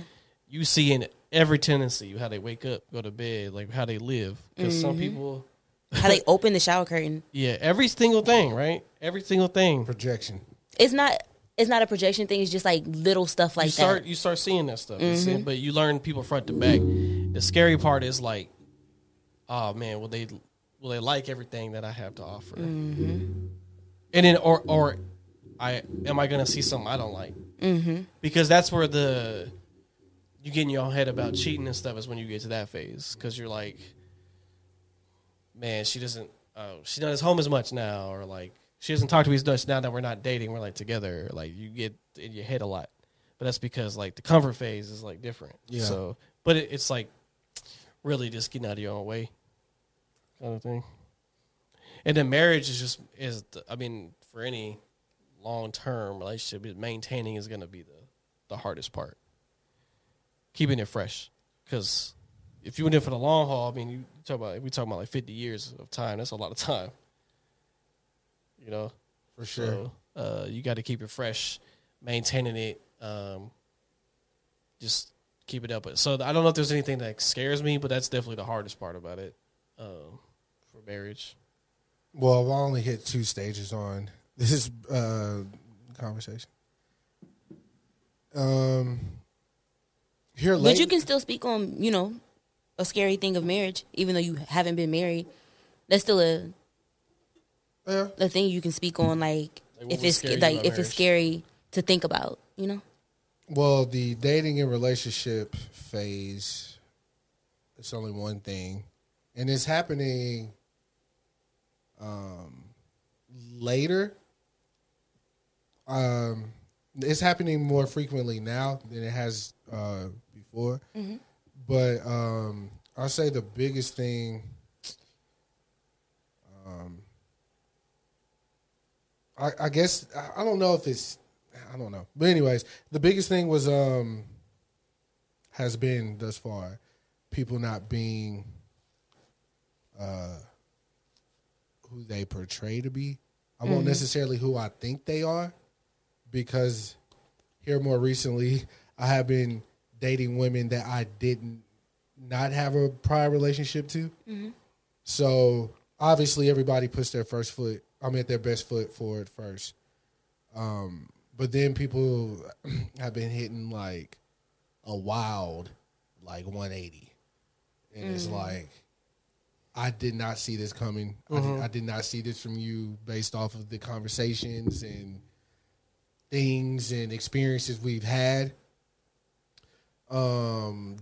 [SPEAKER 3] you see in every tendency how they wake up go to bed like how they live because some people
[SPEAKER 2] how they open the shower curtain.
[SPEAKER 3] yeah every single thing right every single thing
[SPEAKER 1] projection?
[SPEAKER 2] It's not it's not a projection thing. It's just like little stuff like
[SPEAKER 3] you start
[SPEAKER 2] that. Mm-hmm.
[SPEAKER 3] you start seeing that stuff. You see- but you learn people front to back. The scary part is like, oh man, will they will they like everything that I have to offer?
[SPEAKER 2] Mhm.
[SPEAKER 3] And then, or or I am I going to see something I don't like?
[SPEAKER 2] Mhm.
[SPEAKER 3] Because that's where the you get in your head about cheating and stuff is when you get to that phase because you're like, man, she doesn't, oh, she's not as home as much now, or like she doesn't talk to me as much now that we're not dating, we're like together. Like you get in your head a lot, but that's because like the comfort phase is like different.
[SPEAKER 1] Yeah.
[SPEAKER 3] So, but it, it's like really just getting out of your own way, kind of thing. And then marriage is just is the, I mean for any long term relationship, is maintaining is going to be the the hardest part. Keeping it fresh, because if you went in for the long haul, I mean, you talk about we talking about like fifty years of time. That's a lot of time, you know.
[SPEAKER 1] For sure.
[SPEAKER 3] So, uh, you got to keep it fresh, maintaining it. Um, just keep it up. So I don't know if there's anything that scares me, but that's definitely the hardest part about it um, for marriage.
[SPEAKER 1] Well, I only hit two stages on this uh, conversation. Um, here
[SPEAKER 2] But
[SPEAKER 1] lately,
[SPEAKER 2] you can still speak on, you know, a scary thing of marriage, even though you haven't been married. That's still a a thing you can speak on, like,
[SPEAKER 3] Like, what
[SPEAKER 2] if
[SPEAKER 3] would
[SPEAKER 2] it's
[SPEAKER 3] scare you
[SPEAKER 2] like if
[SPEAKER 3] about
[SPEAKER 2] it's scary to think about, you know.
[SPEAKER 1] well, the dating and relationship phase. It's only one thing, and it's happening. Um, later. Um, it's happening more frequently now than it has uh, before.
[SPEAKER 6] Mhm.
[SPEAKER 1] But um, I'll say the biggest thing. Um, I, I guess I- I don't know if it's I don't know, but anyways, the biggest thing was um has been thus far people not being uh who they portray to be. I won't
[SPEAKER 6] Mhm.
[SPEAKER 1] necessarily who I think they are because here more recently I have been dating women that I didn't not have a prior relationship to.
[SPEAKER 6] Mhm.
[SPEAKER 1] So obviously everybody puts their first foot, I meant their best foot forward first. Um, but then people have been hitting like a wild like 180. And it's
[SPEAKER 6] Mm.
[SPEAKER 1] like I did not see this coming. I,
[SPEAKER 6] Mhm.
[SPEAKER 1] did, I did not see this from you based off of the conversations and things and experiences we've had. Um,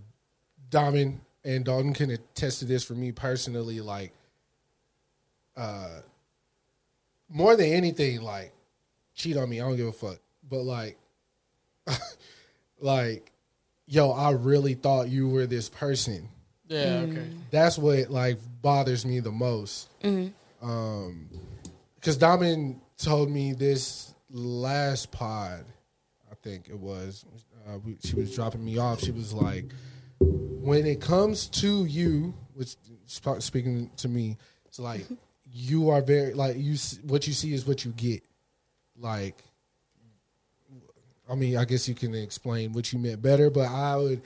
[SPEAKER 1] Domin and Dalton can attest to this for me personally. Like, uh, more than anything, like, cheat on me. I don't give a fuck. But like, like, yo, I really thought you were this person.
[SPEAKER 3] Yeah, okay.
[SPEAKER 1] That's what like bothers me the most.
[SPEAKER 2] Mhm.
[SPEAKER 1] Um, because Domin told me this last pod, I think it was. Uh, we, she was dropping me off. She was like, "When it comes to you, which sp- speaking to me, it's like you are very like you. s- What you see is what you get. Like, I mean, I guess you can explain what you meant better, but I would."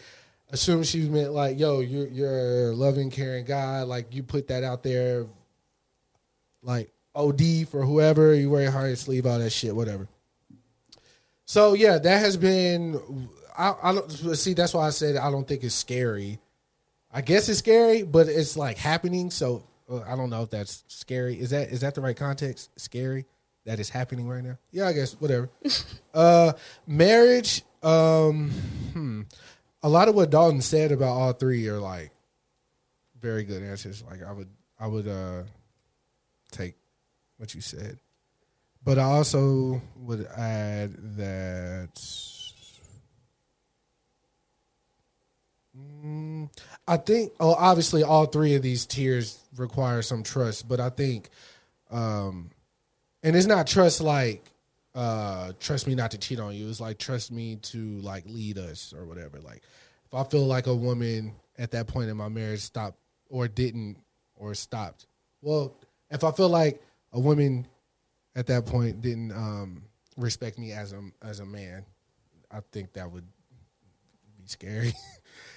[SPEAKER 1] Assume she meant like, yo, you're you're a loving, caring guy. Like you put that out there like OD for whoever you wear your heart sleeve, all that shit, whatever. So yeah, that has been. I, I don't see. That's why I said I don't think it's scary. I guess it's scary, but it's like happening. So uh, I don't know if that's scary. Is that is that the right context? Scary that is happening right now. Yeah, I guess whatever. uh, marriage. Um, hmm. a lot of what Dalton said about all three are like very good answers. Like I would, I would uh take what you said, but I also would add that Mm, I think, oh, obviously, all three of these tiers require some trust, but I think, um, and it's not trust like, uh, trust me not to cheat on you. It's like trust me to like lead us or whatever. Like, if I feel like a woman at that point in my marriage stopped or didn't or stopped, well, if I feel like a woman at that point didn't um, respect me as a as a man, I think that would be scary.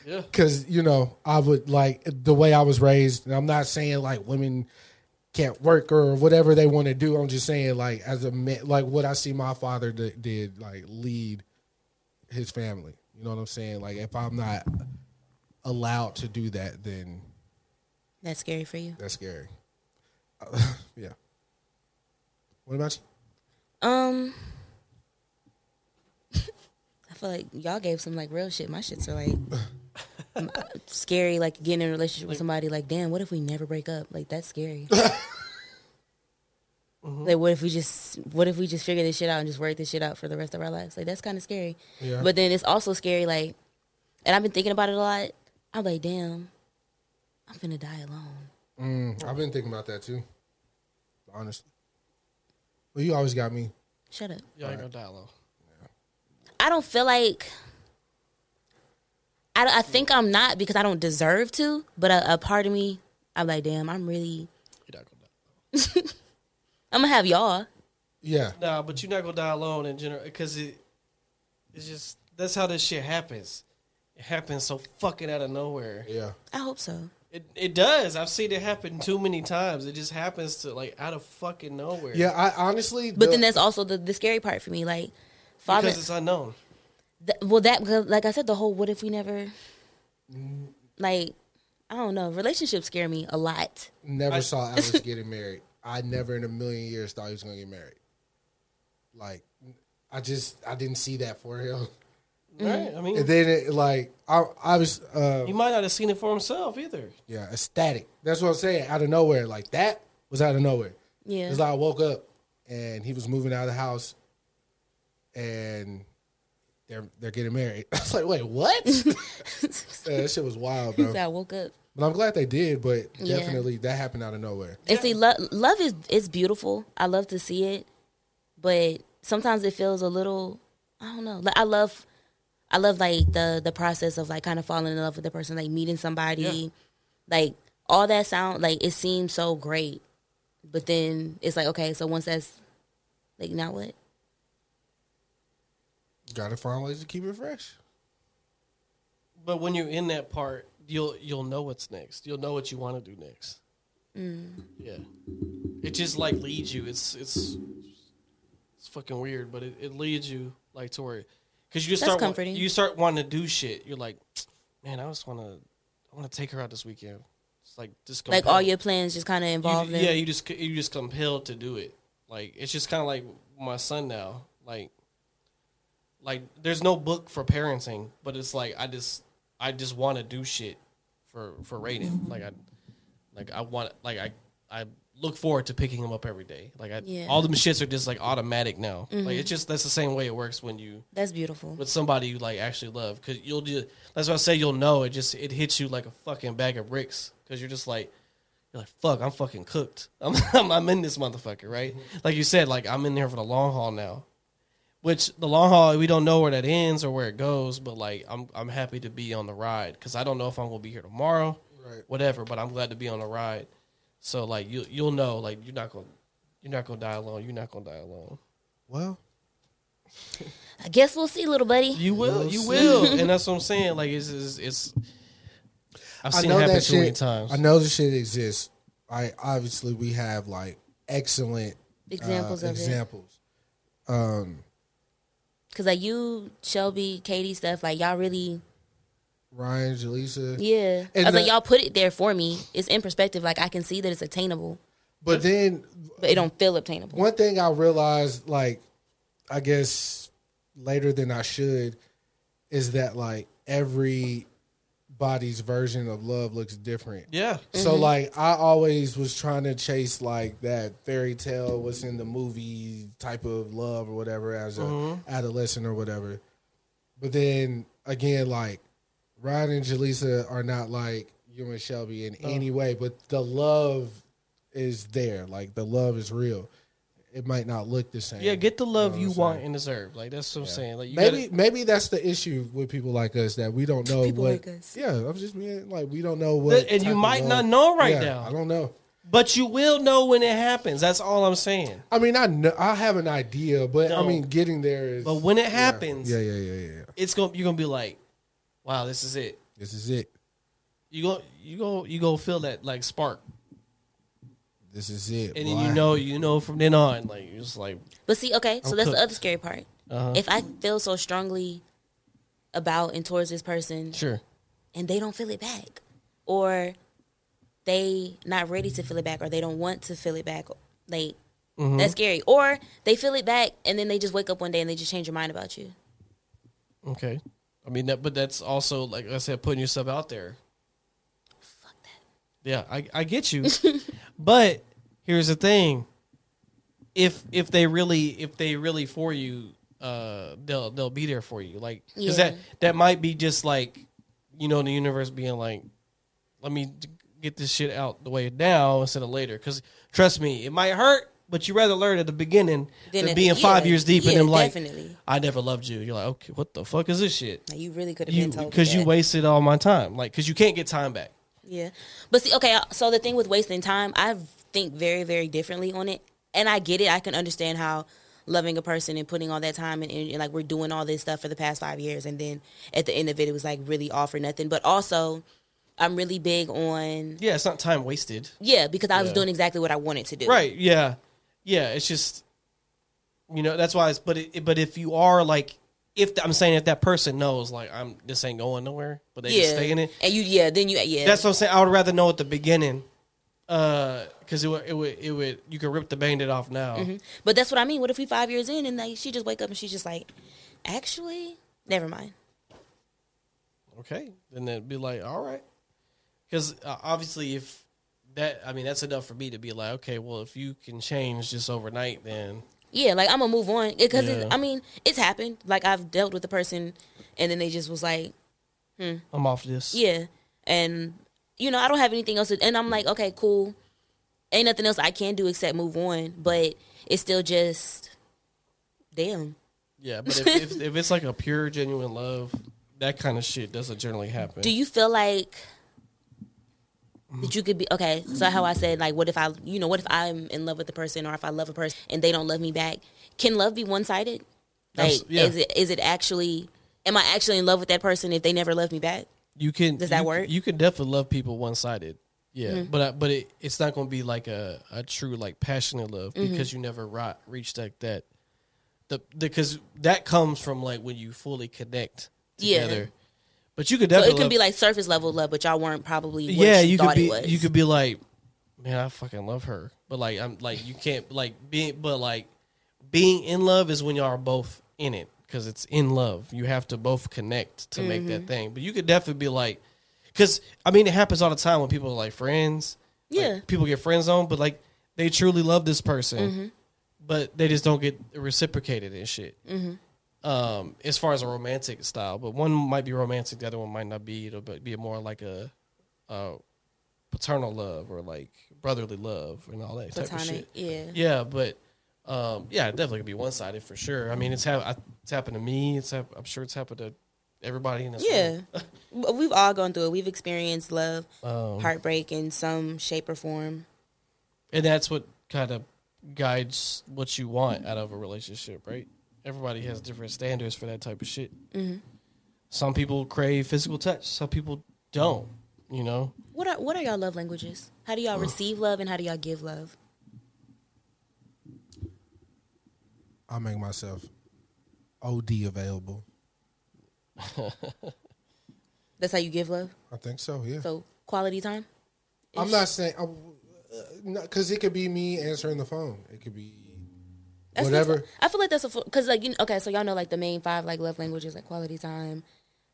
[SPEAKER 3] Yeah.
[SPEAKER 1] Cause you know, I would like the way I was raised, and I'm not saying like women can't work or whatever they want to do. I'm just saying like as a man, like what I see my father d- did, like lead his family. You know what I'm saying? Like if I'm not allowed to do that, then
[SPEAKER 2] That's scary for you.
[SPEAKER 1] that's scary. yeah. What about you?
[SPEAKER 2] Um, I feel like y'all gave some like real shit. My shits are like m- scary. Like getting in a relationship with somebody. Like, damn, what if we never break up? Like that's scary. Like, what if we just what if we just figure this shit out and just work this shit out for the rest of our lives? Like that's kind of scary.
[SPEAKER 6] Yeah.
[SPEAKER 2] But then it's also scary. Like, and I've been thinking about it a lot. I'm like, damn, I'm finna die alone.
[SPEAKER 1] Mm, I've been thinking about that too. Honestly. Well, you always got me.
[SPEAKER 2] Shut up.
[SPEAKER 3] Y'all ain't gonna die alone.
[SPEAKER 2] I don't feel like I, I think I'm not because I don't deserve to, but a, a part of me, I'm like, damn, I'm really. I'm gonna have y'all.
[SPEAKER 1] Yeah.
[SPEAKER 3] Nah, but you're not gonna die alone in general because it, it's just that's how this shit happens. It happens so fucking out of nowhere.
[SPEAKER 1] Yeah.
[SPEAKER 2] I hope so.
[SPEAKER 3] It it does. I've seen it happen too many times. It just happens to like out of fucking nowhere.
[SPEAKER 1] Yeah, I honestly.
[SPEAKER 2] But then that's also the, the scary part for me, like father.
[SPEAKER 3] because it's unknown.
[SPEAKER 2] th- well, that because like I said, the whole what if we never,
[SPEAKER 3] Mm-hmm.
[SPEAKER 2] like, I don't know. Relationships scare me a lot.
[SPEAKER 1] Never saw Alex getting married. I never in a million years thought he was going to get married. Like, I just I didn't see that for him.
[SPEAKER 3] Right? I mean,
[SPEAKER 1] and then it, like I I was uh,
[SPEAKER 3] he might not have seen it for himself either.
[SPEAKER 1] yeah ecstatic. That's what I'm saying. Out of nowhere, like that was out of nowhere.
[SPEAKER 3] Yeah.
[SPEAKER 1] it's like I woke up and he was moving out of the house, and they're they're getting married. I was like, wait, what? yeah, that shit was wild,
[SPEAKER 3] Oh.
[SPEAKER 1] bro.
[SPEAKER 2] So I woke up.
[SPEAKER 1] But I'm glad they did. But
[SPEAKER 2] Yeah.
[SPEAKER 1] definitely that happened out of nowhere.
[SPEAKER 2] And see, love, love is is beautiful. I love to see it, but sometimes it feels a little. I don't know. Like I love, I love like the the process of like kind of falling in love with the person, like meeting somebody,
[SPEAKER 6] Yeah.
[SPEAKER 2] like all that sound like it seems so great, but then it's like okay, so once that's like now what?
[SPEAKER 1] Got to find ways to keep it fresh.
[SPEAKER 3] But when you're in that part, you'll you'll know what's next. You'll know what you want to do next.
[SPEAKER 2] Mm.
[SPEAKER 3] Yeah, it just like leads you. It's it's it's fucking weird, but it, it leads you like to where because you just
[SPEAKER 2] That's
[SPEAKER 3] start wa-
[SPEAKER 2] comforting.
[SPEAKER 3] you start wanting to do shit. You're like, man, I just want to I want to take her out this weekend. It's like just
[SPEAKER 2] Like
[SPEAKER 3] compelled.
[SPEAKER 2] all your plans just kind of
[SPEAKER 3] You-
[SPEAKER 2] involve them.
[SPEAKER 3] yeah, you just you just compelled to do it. Like it's just kind of like my son now. Like like there's no book for parenting, but it's like I just I just want to do shit for for Raiden. Like I like I want like I I look forward to picking him up every day. Like I
[SPEAKER 2] Yeah.
[SPEAKER 3] all them shits are just like automatic now. Like
[SPEAKER 2] Mhm.
[SPEAKER 3] it's just that's the same way it works when you
[SPEAKER 2] That's beautiful.
[SPEAKER 3] with somebody you like actually love because you'll just that's why I say you'll know it just it hits you like a fucking bag of bricks because you're just like you're like fuck I'm fucking cooked I'm I'm, I'm in this motherfucker right like you said like I'm in there for the long haul now which the long haul we don't know where that ends or where it goes but like I'm I'm happy to be on the ride because I don't know if I'm gonna be here tomorrow
[SPEAKER 1] Right.
[SPEAKER 3] whatever but I'm glad to be on the ride so like you you'll know like you're not gonna you're not gonna die alone you're not gonna die alone
[SPEAKER 1] Well,
[SPEAKER 2] I guess we'll see, little buddy.
[SPEAKER 3] You will, you will, and that's what I'm saying. Like it's it's, it's I've seen it happen too
[SPEAKER 1] shit,
[SPEAKER 3] many times.
[SPEAKER 1] I know this shit exists. I obviously we have like excellent uh,
[SPEAKER 2] Examples of it.
[SPEAKER 1] examples. Um,
[SPEAKER 2] Cause like you, Shelby, Katie, stuff like y'all really
[SPEAKER 1] Ryan, Jaleesa.
[SPEAKER 2] Yeah.
[SPEAKER 1] And
[SPEAKER 2] I was like,
[SPEAKER 1] the-
[SPEAKER 2] y'all put it there for me. It's in perspective. Like, I can see that it's attainable,
[SPEAKER 1] But then
[SPEAKER 2] but it don't feel obtainable.
[SPEAKER 1] one thing I realized, like, I guess later than I should, is that like every body's version of love looks different.
[SPEAKER 3] Yeah.
[SPEAKER 1] So
[SPEAKER 3] Mhm.
[SPEAKER 1] like I always was trying to chase like that fairy tale what's in the movie type of love or whatever as a
[SPEAKER 3] Mhm.
[SPEAKER 1] adolescent or whatever. But then again, like Ryan and Jaleesa are not like you and Shelby in any way, but the love is there. Like the love is real. It might not look the same.
[SPEAKER 3] yeah, get the love you,
[SPEAKER 1] what I'm
[SPEAKER 3] want
[SPEAKER 1] saying?
[SPEAKER 3] and deserve. Like that's what I'm saying. Like you
[SPEAKER 1] maybe
[SPEAKER 3] gotta,
[SPEAKER 1] maybe that's the issue with people like us that we don't know
[SPEAKER 3] People
[SPEAKER 1] what.
[SPEAKER 3] like us.
[SPEAKER 1] Yeah, I'm just being like we don't know what.
[SPEAKER 3] and
[SPEAKER 1] type
[SPEAKER 3] you
[SPEAKER 1] of
[SPEAKER 3] might
[SPEAKER 1] love-
[SPEAKER 3] not know right
[SPEAKER 1] Yeah,
[SPEAKER 3] now.
[SPEAKER 1] I don't know.
[SPEAKER 3] but you will know when it happens. That's all I'm saying.
[SPEAKER 1] I mean, I know, I have an idea, but I
[SPEAKER 3] No.
[SPEAKER 1] mean, getting there is.
[SPEAKER 3] But when it
[SPEAKER 1] yeah.
[SPEAKER 3] happens-
[SPEAKER 1] yeah, yeah, yeah, yeah, yeah.
[SPEAKER 3] It's gonna you're gonna be like, wow, this is it.
[SPEAKER 1] This is it.
[SPEAKER 3] You go you go you go feel that like spark,
[SPEAKER 1] This is it.
[SPEAKER 3] and then you
[SPEAKER 1] boy.
[SPEAKER 3] know you know from then on like you're just like
[SPEAKER 2] But see, okay, so
[SPEAKER 3] I'm
[SPEAKER 2] that's
[SPEAKER 3] cooked.
[SPEAKER 2] the other scary part.
[SPEAKER 3] Uh-huh.
[SPEAKER 2] If I feel so strongly about and towards this person,
[SPEAKER 3] sure
[SPEAKER 2] and they don't feel it back, or they not ready to feel it back or they don't want to feel it back. Like
[SPEAKER 3] Mm-hmm.
[SPEAKER 6] Mhm.
[SPEAKER 2] that's scary. Or they feel it back and then they just wake up one day and they just change their mind about you.
[SPEAKER 3] Okay. I mean that, but that's also like I said, putting yourself out there. Fuck that. Yeah, I I get you, but here's the thing: if if they really if they really for you, uh, they'll they'll be there for you. Like, cause
[SPEAKER 7] Yeah.
[SPEAKER 3] that that might be just like, you know, the universe being like, let me d- get this shit out the way now instead of later. Cause trust me, it might hurt, but you rather learn at the beginning
[SPEAKER 2] Then
[SPEAKER 3] than
[SPEAKER 2] at-
[SPEAKER 3] being five
[SPEAKER 2] yeah,
[SPEAKER 3] years deep and
[SPEAKER 2] yeah,
[SPEAKER 3] them like,
[SPEAKER 2] definitely.
[SPEAKER 3] I never loved you. You're like, okay, what the fuck is this shit?
[SPEAKER 2] Like, you really could have
[SPEAKER 3] You
[SPEAKER 2] been told
[SPEAKER 3] because you
[SPEAKER 2] that.
[SPEAKER 3] wasted all my time. Like, because you can't get time back.
[SPEAKER 2] Yeah. But see, okay, so the thing with wasting time, I think very, very differently on it. And I get it. I can understand how loving a person and putting all that time and, and, like we're doing all this stuff for the past five years. And then at the end of it, it was like really all for nothing. But also, I'm really big on,
[SPEAKER 3] Yeah, it's not time wasted.
[SPEAKER 2] yeah, because I was
[SPEAKER 3] Yeah.
[SPEAKER 2] doing exactly what I wanted to do.
[SPEAKER 3] Right? Yeah, yeah. It's just, you know, that's why. It's but it, but if you are like, if I'm saying if that person knows like I'm this ain't going nowhere, but they
[SPEAKER 2] yeah.
[SPEAKER 3] just stay in it.
[SPEAKER 2] And you, yeah, then you, yeah.
[SPEAKER 3] That's what I'm saying. I would rather know at the beginning, because it would it would it would you could rip the bandit off now.
[SPEAKER 2] Mhm. But that's what I mean. What if we five years in and like she just wake up and she's just like, actually, never mind.
[SPEAKER 3] okay then that'd be like all right because uh, obviously if that i mean that's enough for me to be like okay well if you can change just overnight then
[SPEAKER 2] Yeah, like I'm gonna move on because
[SPEAKER 3] Yeah.
[SPEAKER 2] I mean it's happened. Like I've dealt with the person, and then they just was like, hmm,
[SPEAKER 3] i'm off this
[SPEAKER 2] yeah, and you know I don't have anything else. To, and I'm like, okay, cool. Ain't nothing else I can do except move on. But it's still just, damn.
[SPEAKER 3] yeah but if, if, if it's like a pure genuine love that kind of shit doesn't generally happen
[SPEAKER 2] Do you feel like that you could be okay? So how I said, like, what if I, you know, what if I'm in love with the person, or if I love a person and they don't love me back? Can love be one sided? Like,
[SPEAKER 3] Abs- yeah.
[SPEAKER 2] is it is it actually? Am I actually in love with that person if they never love me back?
[SPEAKER 3] you can
[SPEAKER 2] Does that
[SPEAKER 3] you-
[SPEAKER 2] work?
[SPEAKER 3] you can definitely love people one-sided yeah
[SPEAKER 2] Mhm.
[SPEAKER 3] but I, but it, it's not going to be like a, a true like passionate love
[SPEAKER 2] Mm-hmm.
[SPEAKER 7] Mhm.
[SPEAKER 3] because you never ri- reached like that the because that comes from like when you fully connect
[SPEAKER 2] Yeah.
[SPEAKER 3] together but you could
[SPEAKER 2] So
[SPEAKER 3] definitely
[SPEAKER 2] it could
[SPEAKER 3] love-
[SPEAKER 2] be like surface level love, but y'all weren't probably. What
[SPEAKER 3] yeah,
[SPEAKER 2] you,
[SPEAKER 3] you
[SPEAKER 2] thought
[SPEAKER 3] could be
[SPEAKER 2] it was.
[SPEAKER 3] you could be like, man, I fucking love her, but like I'm like you can't like being but like being in love is when y'all are both in it because it's in love. You have to both connect to make that
[SPEAKER 2] Mm-hmm.
[SPEAKER 7] Mhm.
[SPEAKER 3] thing. But you could definitely be like, because I mean it happens all the time when people are like friends. like,
[SPEAKER 7] Yeah.
[SPEAKER 3] people get friend zoned, but like they truly love this person,
[SPEAKER 2] Mm-hmm.
[SPEAKER 7] Mhm.
[SPEAKER 3] but they just don't get reciprocated and shit.
[SPEAKER 7] Mhm.
[SPEAKER 2] Mm-hmm.
[SPEAKER 3] Um, as far as a romantic style, but one might be romantic, the other one might not be. It'll be be more like a, a paternal love or like brotherly love and all that type of
[SPEAKER 2] Platonic,
[SPEAKER 3] shit.
[SPEAKER 2] yeah.
[SPEAKER 3] yeah, but um, yeah, it definitely could be one sided for sure. I mean, it's hap- I- it's happened to me. It's hap- I'm sure it's happened to everybody in this.
[SPEAKER 2] Yeah,
[SPEAKER 3] room.
[SPEAKER 2] W- we've all gone through it. We've experienced love,
[SPEAKER 3] Um,
[SPEAKER 2] heartbreak in some shape or form.
[SPEAKER 3] and that's what kind of guides what you want out of a relationship, right? Everybody has different standards for that type of shit.
[SPEAKER 2] Mhm.
[SPEAKER 3] Some people crave physical touch. Some people don't. You know,
[SPEAKER 2] What are what are y'all love languages? How do y'all receive love and how do y'all give love?
[SPEAKER 1] I make myself OD available.
[SPEAKER 2] That's how you give love.
[SPEAKER 1] I think so. Yeah.
[SPEAKER 2] So quality time.
[SPEAKER 1] I'm not saying because it could be me answering the phone. It could be
[SPEAKER 2] That's-
[SPEAKER 1] whatever.
[SPEAKER 2] that's- I feel like that's a because like you know, okay, so y'all know like the main five like love languages like quality time,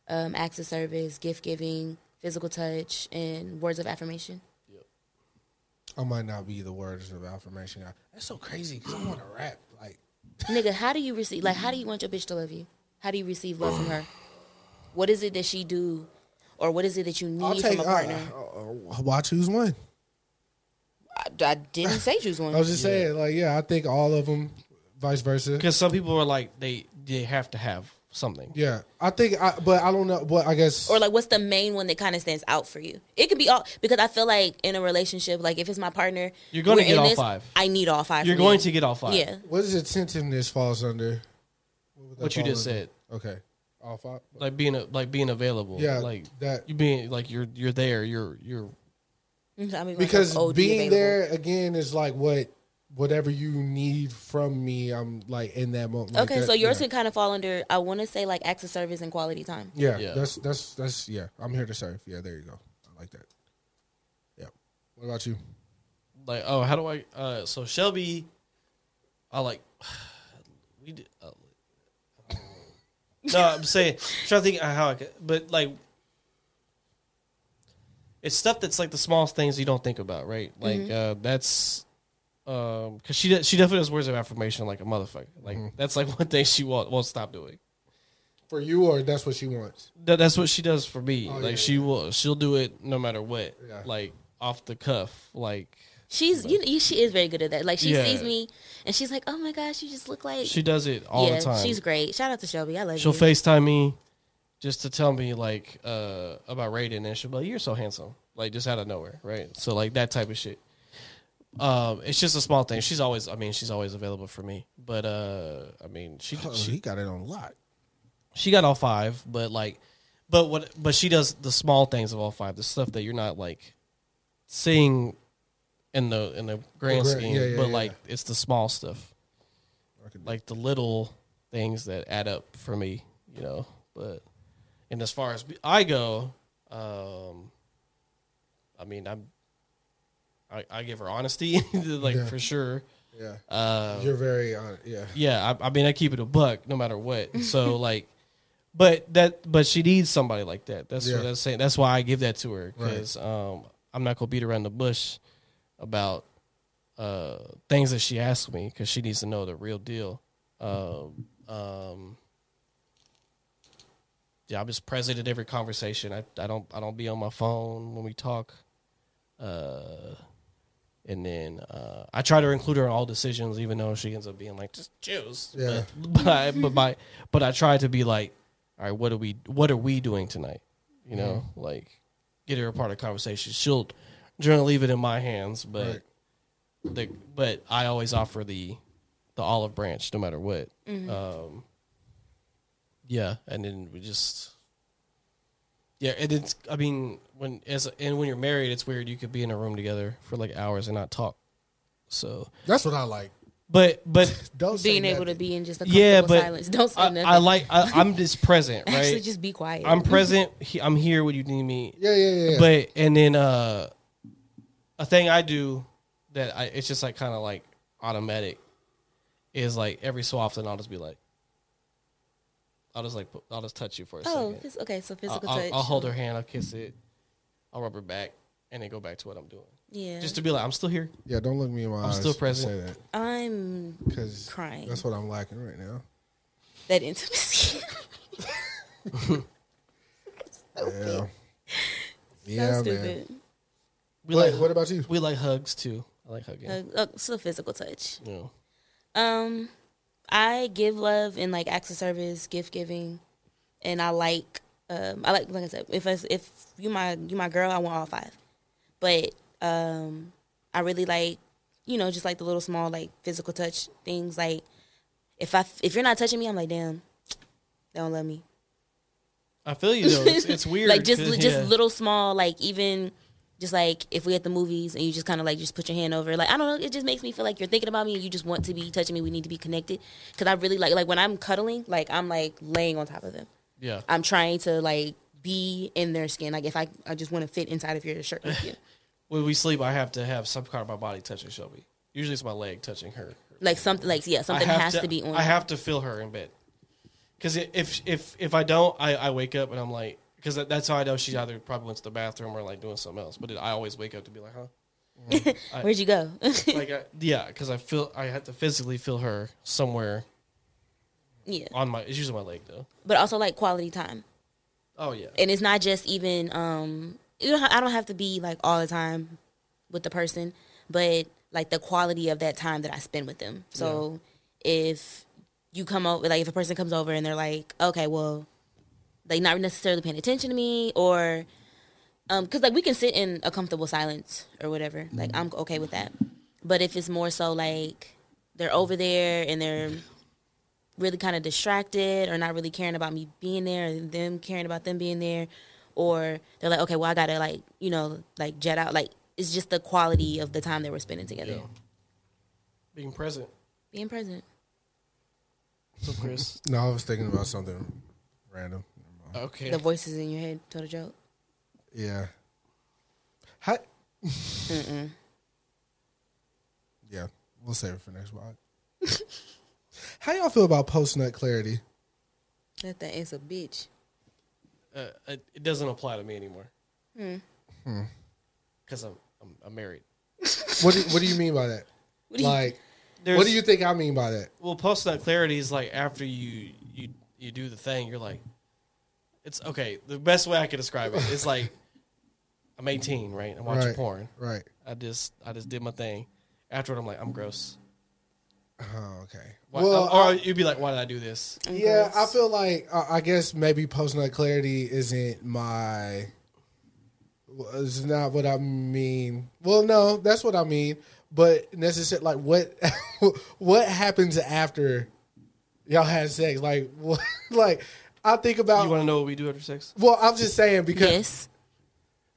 [SPEAKER 2] um, acts of service, gift giving, physical touch, and words of affirmation.
[SPEAKER 1] I might not be the words of affirmation. guy. That's so crazy because I want to rap. Like
[SPEAKER 2] Nigga, how do you receive? Like, how do you want your bitch to love you? How do you receive love from her? What is it that she do, or what is it that you
[SPEAKER 1] I'll
[SPEAKER 2] need
[SPEAKER 1] take
[SPEAKER 2] from
[SPEAKER 1] uh,
[SPEAKER 2] a partner?
[SPEAKER 1] uh, why choose one?
[SPEAKER 2] I, I didn't say choose one.
[SPEAKER 1] I was just saying, like, yeah, I think all of them, vice versa.
[SPEAKER 3] because some people are like they they have to have something.
[SPEAKER 1] Yeah, I think, I, but I don't know. But I guess,
[SPEAKER 2] Or like, what's the main one that kind of stands out for you? It could be all because I feel like in a relationship, like if it's my partner,
[SPEAKER 3] You're gonna
[SPEAKER 2] we're
[SPEAKER 3] get
[SPEAKER 2] in
[SPEAKER 3] all five.
[SPEAKER 2] I need all five.
[SPEAKER 3] You're
[SPEAKER 2] from
[SPEAKER 3] going
[SPEAKER 2] you.
[SPEAKER 3] to get all five.
[SPEAKER 2] Yeah,
[SPEAKER 1] what is attentiveness falls under? would that
[SPEAKER 3] What you
[SPEAKER 1] fall
[SPEAKER 3] just
[SPEAKER 1] under?
[SPEAKER 3] said.
[SPEAKER 1] Okay. All five.
[SPEAKER 3] Like being a, like being available.
[SPEAKER 1] Yeah,
[SPEAKER 3] Like
[SPEAKER 1] that-
[SPEAKER 3] You being like you're you're there. You're you're
[SPEAKER 2] Mm, I mean,
[SPEAKER 1] because being there again is like what whatever you need from me. I'm like in that moment. like
[SPEAKER 2] okay,
[SPEAKER 1] that-
[SPEAKER 2] so yours
[SPEAKER 1] yeah.
[SPEAKER 2] could kind of fall under. I want to say like acts of service and quality time.
[SPEAKER 1] Yeah, that's that's that's yeah. I'm here to serve. Yeah, there you go. I like that. Yeah, What about you?
[SPEAKER 3] Like, oh, how do I? Uh, so Shelby, I like. We did. Uh, no, I'm saying I'm trying to think how I could, but like, it's stuff that's like the smallest things you don't think about, right? Like
[SPEAKER 6] Mhm.
[SPEAKER 2] Mm-hmm.
[SPEAKER 3] uh, that's because she de- she definitely does words of affirmation like a motherfucker. Like
[SPEAKER 1] Mhm.
[SPEAKER 3] that's like one thing she won't won't stop doing.
[SPEAKER 1] For you, or that's what she wants?
[SPEAKER 3] That, that's what she does for me.
[SPEAKER 1] Oh,
[SPEAKER 3] like
[SPEAKER 1] yeah,
[SPEAKER 3] she will she'll do it no matter what.
[SPEAKER 1] Yeah.
[SPEAKER 3] Like off the cuff, like
[SPEAKER 2] She's you know she is very good at that. Like she
[SPEAKER 3] Yeah.
[SPEAKER 2] sees me and she's like, "Oh my gosh, you just look like."
[SPEAKER 3] She does it all the
[SPEAKER 2] yeah,
[SPEAKER 3] time.
[SPEAKER 2] She's great. Shout out to Shelby. I love
[SPEAKER 3] she'll
[SPEAKER 2] you.
[SPEAKER 3] FaceTime me just to tell me like uh about Raiden and she'll be like, You're so handsome. Like just out of nowhere, right? So like that type of shit. Um, it's just a small thing. She's always I mean, she's always available for me. But uh I mean she
[SPEAKER 1] Oh,
[SPEAKER 3] she,
[SPEAKER 1] he got it on lock.
[SPEAKER 3] she got all five, but like but what but she does the small things of all five, the stuff that you're not like seeing in the in the grand
[SPEAKER 1] grand-
[SPEAKER 3] scheme,
[SPEAKER 1] yeah, yeah,
[SPEAKER 3] but
[SPEAKER 1] yeah.
[SPEAKER 3] like it's the small stuff. Like the little things that add up for me, you know. But and as far as I go, um I mean, I'm I, I give her honesty, like
[SPEAKER 1] Yeah.
[SPEAKER 3] for sure.
[SPEAKER 1] Yeah.
[SPEAKER 3] Um,
[SPEAKER 1] You're very honest. Yeah.
[SPEAKER 3] yeah, I, I mean, I keep it a buck no matter what. So like, but that, but she needs somebody like that. That's
[SPEAKER 1] Yeah.
[SPEAKER 3] what I'm saying. That's why I give that to her
[SPEAKER 1] Right.
[SPEAKER 3] because um, I'm not gonna beat around the bush about uh, things that she asks me because she needs to know the real deal. Um, um, yeah, I'm just present at every conversation. I, I don't I don't be on my phone when we talk. Uh, and then uh, I try to include her in all decisions, even though she ends up being like just choose.
[SPEAKER 1] Yeah.
[SPEAKER 3] But, but I but my but I try to be like, all right, what are we what are we doing tonight? You know, like get her a part of the conversation. She'll generally leave it in my hands, but the but I always offer the the olive branch no matter what.
[SPEAKER 6] Mhm.
[SPEAKER 3] Um, yeah, and then we just yeah, and it's I mean when as and when you're married, it's weird. You could be in a room together for like hours and not talk. So
[SPEAKER 1] That's what I like.
[SPEAKER 3] But but
[SPEAKER 1] Don't
[SPEAKER 2] being able to be in just a comfortable
[SPEAKER 3] yeah, but
[SPEAKER 2] silence. Don't say
[SPEAKER 3] I,
[SPEAKER 2] nothing.
[SPEAKER 3] I like I, I'm just present, right?
[SPEAKER 2] Actually, just be quiet.
[SPEAKER 3] I'm present. He, I'm here when you need me.
[SPEAKER 1] Yeah, yeah, yeah, yeah.
[SPEAKER 3] But and then uh, a thing I do that I it's just like kind of like automatic is like every so often I'll just be like. I'll just like put- I'll just touch you for a
[SPEAKER 2] Oh,
[SPEAKER 3] second.
[SPEAKER 2] phys- okay, so
[SPEAKER 3] I'll-
[SPEAKER 2] physical
[SPEAKER 3] I'll,
[SPEAKER 2] touch.
[SPEAKER 3] I'll hold her hand. I'll kiss it. I'll rub her back, and then go back to what I'm doing.
[SPEAKER 2] Yeah.
[SPEAKER 3] Just to be like, I'm still here.
[SPEAKER 1] Yeah, don't look me in my
[SPEAKER 3] I'm
[SPEAKER 1] eyes.
[SPEAKER 3] still
[SPEAKER 1] and
[SPEAKER 3] present.
[SPEAKER 1] Say that.
[SPEAKER 2] I'm
[SPEAKER 1] 'Cause
[SPEAKER 2] crying.
[SPEAKER 1] That's what I'm lacking right now.
[SPEAKER 2] that intimacy.
[SPEAKER 1] Yeah.
[SPEAKER 2] stupid.
[SPEAKER 3] We
[SPEAKER 1] Blake, what about you?
[SPEAKER 3] We like hugs too. I like hugging.
[SPEAKER 2] Uh, uh, still physical touch.
[SPEAKER 3] Yeah.
[SPEAKER 2] Um, I give love and like acts of service, gift giving, and I like um I like like I said if I, if you my you my girl I want all five, but um I really like you know just like the little small like physical touch things like if I if you're not touching me I'm like damn they don't love me
[SPEAKER 3] I feel you though. It's, it's weird.
[SPEAKER 2] like just
[SPEAKER 3] 'cause-
[SPEAKER 2] just
[SPEAKER 3] yeah.
[SPEAKER 2] little small like even just like if we at the movies and you just kind of like just put your hand over like I don't know it just makes me feel like you're thinking about me and you just want to be touching me we need to be connected because I really like like when I'm cuddling like I'm like laying on top of them
[SPEAKER 3] Yeah.
[SPEAKER 2] I'm trying to like be in their skin like if I I just want to fit inside of your shirt with you.
[SPEAKER 3] When we sleep, I have to have some part of my body touching Shelby. Usually, it's my leg touching her.
[SPEAKER 2] like something like yeah something
[SPEAKER 3] I have
[SPEAKER 2] has to, be on
[SPEAKER 3] I have to feel her in bed. Because if if if I don't, I, I wake up and I'm like, because that's how I know she either probably went to the bathroom or like doing something else. But it, I always wake up to be like, huh? I-
[SPEAKER 2] Where'd you go?
[SPEAKER 3] like, I, yeah, because I feel I had to physically feel her somewhere.
[SPEAKER 2] Yeah.
[SPEAKER 3] On my, it's usually my leg though.
[SPEAKER 2] but also like quality time
[SPEAKER 3] Oh yeah.
[SPEAKER 2] and it's not just even um you know I don't have to be like all the time with the person, but like the quality of that time that I spend with them. So if you come over like if a person comes over and they're like, "Okay, well, like not necessarily paying attention to me or um cuz like we can sit in a comfortable silence or whatever. Like I'm okay with that. But if it's more so like they're over there and they're really kind of distracted or not really caring about me being there and them caring about them being there or they're like okay well i gotta like you know like jet out like it's just the quality of the time that we're spending together
[SPEAKER 3] Being present.
[SPEAKER 2] being present
[SPEAKER 3] So Chris,
[SPEAKER 1] No, I was thinking about something random.
[SPEAKER 3] okay.
[SPEAKER 2] the voices in your head told a joke
[SPEAKER 1] Yeah. How
[SPEAKER 2] Mm-mm.
[SPEAKER 1] Yeah, we'll save it for next vlog. How y'all feel about post nut clarity?
[SPEAKER 2] That thing is a bitch.
[SPEAKER 3] Uh, it, it doesn't apply to me anymore
[SPEAKER 2] Hmm.
[SPEAKER 1] Hmm.
[SPEAKER 3] because I'm, I'm I'm married.
[SPEAKER 1] What do, what do you mean by that?
[SPEAKER 3] What do you-
[SPEAKER 1] like, what
[SPEAKER 3] There's-
[SPEAKER 1] do you think I mean by that?
[SPEAKER 3] Well, post nut clarity is like after you you you do the thing, you're like, it's okay. The best way I can describe it is like, I'm 18, right? I'm watching
[SPEAKER 1] Right,
[SPEAKER 3] porn.
[SPEAKER 1] right.
[SPEAKER 3] I just I just did my thing. Afterward, I'm like, I'm gross.
[SPEAKER 1] Oh, okay.
[SPEAKER 3] Why,
[SPEAKER 1] Well,
[SPEAKER 3] or you'd be like, why did I do this?
[SPEAKER 1] Yeah, I feel like uh, I guess maybe post nut clarity isn't my is not what I mean. Well, no, that's what I mean, but necessarily like what what happens after y'all had sex? Like what like I think about
[SPEAKER 3] You want to know what we do after sex?
[SPEAKER 1] Well, I'm just saying because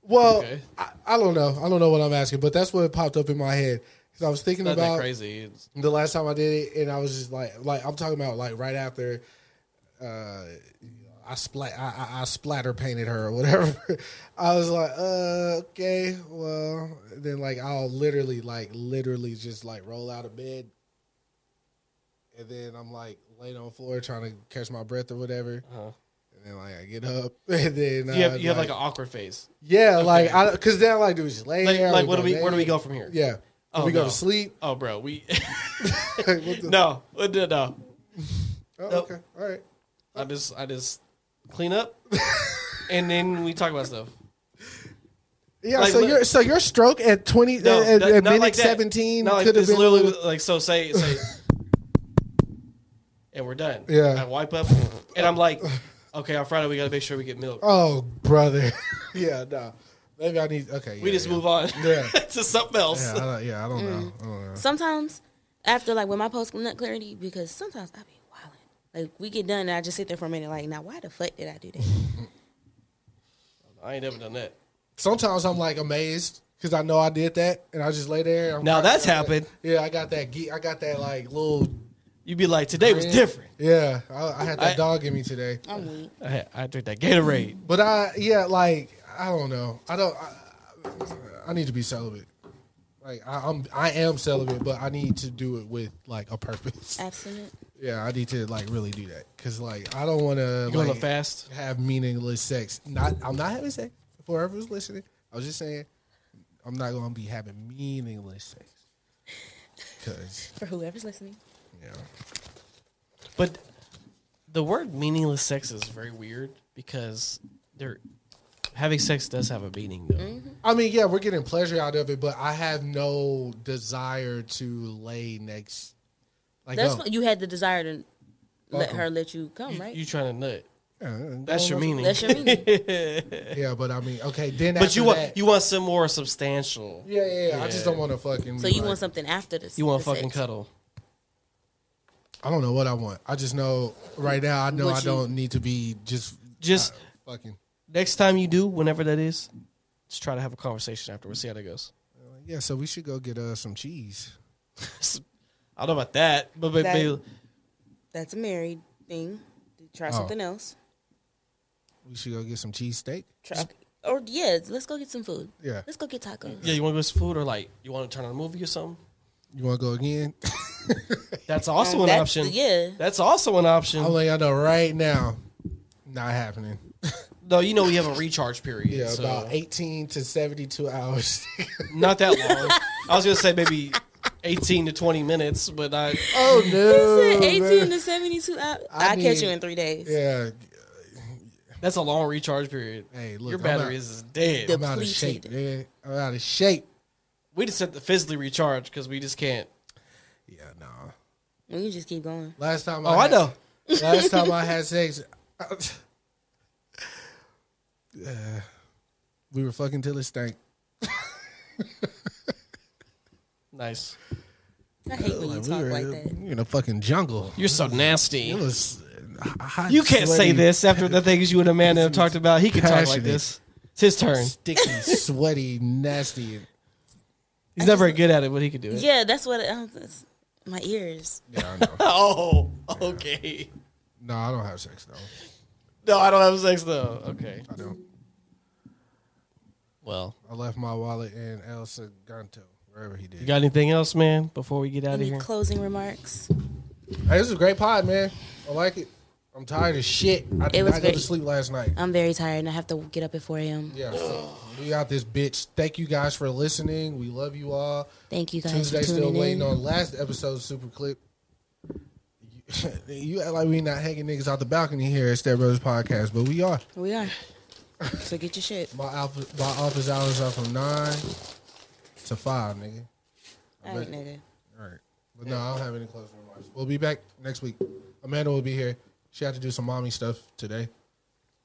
[SPEAKER 1] Well, I, I don't know. I don't know what I'm asking, but that's what popped up in my head because I was thinking
[SPEAKER 3] Not that
[SPEAKER 1] about
[SPEAKER 3] crazy. It's-
[SPEAKER 1] the last time I did it, and I was just like, like I'm talking about like right after, uh, I splat, I, I, I splatter painted her or whatever. I was like, uh, okay, well, then like I'll literally like literally just like roll out of bed, and then I'm like laid on the floor trying to catch my breath or whatever. And then like I get up, and then
[SPEAKER 3] Uh-huh. You have
[SPEAKER 1] uh,
[SPEAKER 3] you have like an awkward phase.
[SPEAKER 1] yeah,
[SPEAKER 3] Okay.
[SPEAKER 1] like I because then I like do just lay
[SPEAKER 3] Like,
[SPEAKER 1] there.
[SPEAKER 3] like
[SPEAKER 1] we
[SPEAKER 3] what do
[SPEAKER 1] go
[SPEAKER 3] we where do we
[SPEAKER 1] naked.
[SPEAKER 3] go from here?
[SPEAKER 1] Yeah,
[SPEAKER 3] Oh,
[SPEAKER 1] we go
[SPEAKER 3] no.
[SPEAKER 1] to sleep.
[SPEAKER 3] Oh, bro, we no, no, no.
[SPEAKER 1] Oh,
[SPEAKER 3] Nope.
[SPEAKER 1] Okay, all right.
[SPEAKER 3] I just I just clean up, and then we talk about stuff.
[SPEAKER 1] Yeah,
[SPEAKER 3] Like,
[SPEAKER 1] so
[SPEAKER 3] look-
[SPEAKER 1] your so your stroke at twenty
[SPEAKER 3] No,
[SPEAKER 1] at,
[SPEAKER 3] that-
[SPEAKER 1] at
[SPEAKER 3] not
[SPEAKER 1] minute
[SPEAKER 3] like that.
[SPEAKER 1] seventeen
[SPEAKER 3] Not like
[SPEAKER 1] could have
[SPEAKER 3] it's
[SPEAKER 1] been a
[SPEAKER 3] literally
[SPEAKER 1] little-
[SPEAKER 3] like so. Say say, and we're done.
[SPEAKER 1] Yeah.
[SPEAKER 3] I wipe up, and I'm like, okay, on Friday we gotta make sure we get milk.
[SPEAKER 1] oh brother, yeah, no, maybe I need okay.
[SPEAKER 3] we
[SPEAKER 1] yeah,
[SPEAKER 3] just
[SPEAKER 1] yeah.
[SPEAKER 3] move on
[SPEAKER 1] Yeah.
[SPEAKER 3] to something else.
[SPEAKER 1] Yeah, I don't, yeah, I don't know. I don't know.
[SPEAKER 2] Sometimes after like with my post nut clarity, because sometimes I be wilding. Like we get done and I just sit there for a minute, like, now why the fuck did I do that?
[SPEAKER 3] I ain't never done that.
[SPEAKER 1] Sometimes I'm like amazed because I know I did that, and I just lay there. I'm
[SPEAKER 3] Now
[SPEAKER 1] like,
[SPEAKER 3] that's
[SPEAKER 1] I got
[SPEAKER 3] happened.
[SPEAKER 1] that- Yeah, I got that. ge- I got that like little.
[SPEAKER 3] You'd be like, today was
[SPEAKER 1] grin.
[SPEAKER 3] different.
[SPEAKER 1] Yeah, I, I had that
[SPEAKER 3] I-
[SPEAKER 1] dog in me today.
[SPEAKER 2] I'm weak.
[SPEAKER 3] I, had- I drink that Gatorade.
[SPEAKER 1] But I, yeah, like I don't know. I don't. I, I need to be celibate. Like I, I'm, I am celibate, but I need to do it with like a purpose.
[SPEAKER 2] Abstinent.
[SPEAKER 1] Yeah, I need to like really do that because like I don't want to
[SPEAKER 3] You going
[SPEAKER 1] like,
[SPEAKER 3] to fast?
[SPEAKER 1] have meaningless sex. Not, I'm not having sex. Whoever's listening, I was just saying, I'm not gonna be having meaningless sex. Cause
[SPEAKER 2] For whoever's listening.
[SPEAKER 1] yeah,
[SPEAKER 3] But the word meaningless sex is very weird because they're having sex does have a meaning though.
[SPEAKER 2] Mm-hmm.
[SPEAKER 1] I mean, yeah, we're getting pleasure out of it, but I have no desire to lay next. Like,
[SPEAKER 2] That's
[SPEAKER 1] no.
[SPEAKER 2] what you had the desire to let
[SPEAKER 1] Uh-uh.
[SPEAKER 2] her let you come, right?
[SPEAKER 3] You trying to nut?
[SPEAKER 1] Yeah,
[SPEAKER 3] That's your meaning.
[SPEAKER 2] That's your meaning.
[SPEAKER 1] Yeah, but I mean, okay, then.
[SPEAKER 3] But
[SPEAKER 1] after
[SPEAKER 3] you want
[SPEAKER 1] that-
[SPEAKER 3] you want some more substantial.
[SPEAKER 1] yeah, yeah, yeah, I just don't want to fucking.
[SPEAKER 2] So you
[SPEAKER 1] like-
[SPEAKER 2] want something after this.
[SPEAKER 3] You want
[SPEAKER 2] the
[SPEAKER 3] fucking
[SPEAKER 2] sex.
[SPEAKER 3] cuddle.
[SPEAKER 1] I don't know what I want. I just know right now. I know
[SPEAKER 2] What
[SPEAKER 1] I
[SPEAKER 2] you-
[SPEAKER 1] don't need to be just
[SPEAKER 2] Uh-uh.
[SPEAKER 3] Just
[SPEAKER 1] fucking.
[SPEAKER 3] next time you do, whenever that is, just try to have a conversation afterwards. See how that goes.
[SPEAKER 1] Yeah, so we should go get uh, some cheese.
[SPEAKER 3] I don't know about that, but but-
[SPEAKER 2] That-
[SPEAKER 3] but-
[SPEAKER 2] That's a married thing. Try
[SPEAKER 1] Oh.
[SPEAKER 2] something else.
[SPEAKER 1] We should go get some cheese steak.
[SPEAKER 2] Try, or yeah, let's go get some food.
[SPEAKER 1] Yeah.
[SPEAKER 2] Let's go get tacos.
[SPEAKER 3] yeah, you want to go to food or like you want to turn on a movie or something.
[SPEAKER 1] You want to go again?
[SPEAKER 3] That's also
[SPEAKER 2] Um,
[SPEAKER 3] an
[SPEAKER 2] that's-
[SPEAKER 3] option.
[SPEAKER 2] yeah.
[SPEAKER 3] that's also an option.
[SPEAKER 1] I'm letting y'all know right now. Not happening.
[SPEAKER 3] no, you know we have a recharge period.
[SPEAKER 1] Yeah,
[SPEAKER 3] so
[SPEAKER 1] about 18 to 72 hours.
[SPEAKER 3] not that long. I was gonna say maybe eighteen to twenty minutes, but I
[SPEAKER 1] oh
[SPEAKER 2] He said
[SPEAKER 1] no!
[SPEAKER 2] 18 to 72 hours. I,
[SPEAKER 1] I
[SPEAKER 2] will catch
[SPEAKER 1] mean-
[SPEAKER 2] you in three days.
[SPEAKER 1] Yeah,
[SPEAKER 3] that's a long recharge period.
[SPEAKER 1] Hey, look,
[SPEAKER 3] your
[SPEAKER 1] I'm
[SPEAKER 3] battery
[SPEAKER 1] out-
[SPEAKER 3] is dead.
[SPEAKER 1] I'm out of shape, man. I'm out of shape.
[SPEAKER 3] we just have to physically recharge because we just can't.
[SPEAKER 1] Yeah, no.
[SPEAKER 2] We can just keep going.
[SPEAKER 1] Last time.
[SPEAKER 3] Oh, I
[SPEAKER 1] had-
[SPEAKER 3] know.
[SPEAKER 1] Last time I had sex, I- Uh, we were fucking till it stank.
[SPEAKER 3] Nice.
[SPEAKER 2] I hate when you
[SPEAKER 1] Like, we
[SPEAKER 2] talk
[SPEAKER 1] were
[SPEAKER 2] like that.
[SPEAKER 1] in a fucking jungle.
[SPEAKER 3] You're so
[SPEAKER 1] It
[SPEAKER 3] nasty.
[SPEAKER 1] was hot,
[SPEAKER 3] You can't say
[SPEAKER 1] sweaty,
[SPEAKER 3] this after the things you and Amanda have talked about. He can talk like
[SPEAKER 1] Passionate.
[SPEAKER 3] this. It's his turn.
[SPEAKER 1] sticky, sweaty, nasty.
[SPEAKER 3] He's never good at it, but he can do it.
[SPEAKER 2] Yeah, that's what um, that's my ears.
[SPEAKER 1] Yeah, I know.
[SPEAKER 3] Oh, okay.
[SPEAKER 1] No, I don't have sex though.
[SPEAKER 3] No, I don't have sex though. Okay.
[SPEAKER 1] I don't.
[SPEAKER 3] Well,
[SPEAKER 1] I left my wallet in El Segundo, wherever he did.
[SPEAKER 3] you got anything else, man? Before we get out of
[SPEAKER 2] Any
[SPEAKER 3] here,
[SPEAKER 2] closing remarks?
[SPEAKER 1] Hey, this is a great pod, man. I like it. I'm tired as shit. I did
[SPEAKER 2] It was
[SPEAKER 1] not
[SPEAKER 2] great.
[SPEAKER 1] go to sleep last night.
[SPEAKER 2] I'm very tired and I have to get up at 4 a.m.
[SPEAKER 1] Yeah, we out this bitch. Thank you guys for listening. We love you all.
[SPEAKER 2] Thank you guys for
[SPEAKER 1] Tuesday still
[SPEAKER 2] tuning
[SPEAKER 1] waiting
[SPEAKER 2] in.
[SPEAKER 1] on last episode's super clip. you act like we not hanging niggas out the balcony here at Step Brothers Podcast, but we are.
[SPEAKER 2] We are. So get your shit.
[SPEAKER 1] My office, my office hours are from nine to five, nigga.
[SPEAKER 2] All right, nigga.
[SPEAKER 1] All right, but no, I don't have any closing remarks. We'll be back next week. Amanda will be here. She had to do some mommy stuff today,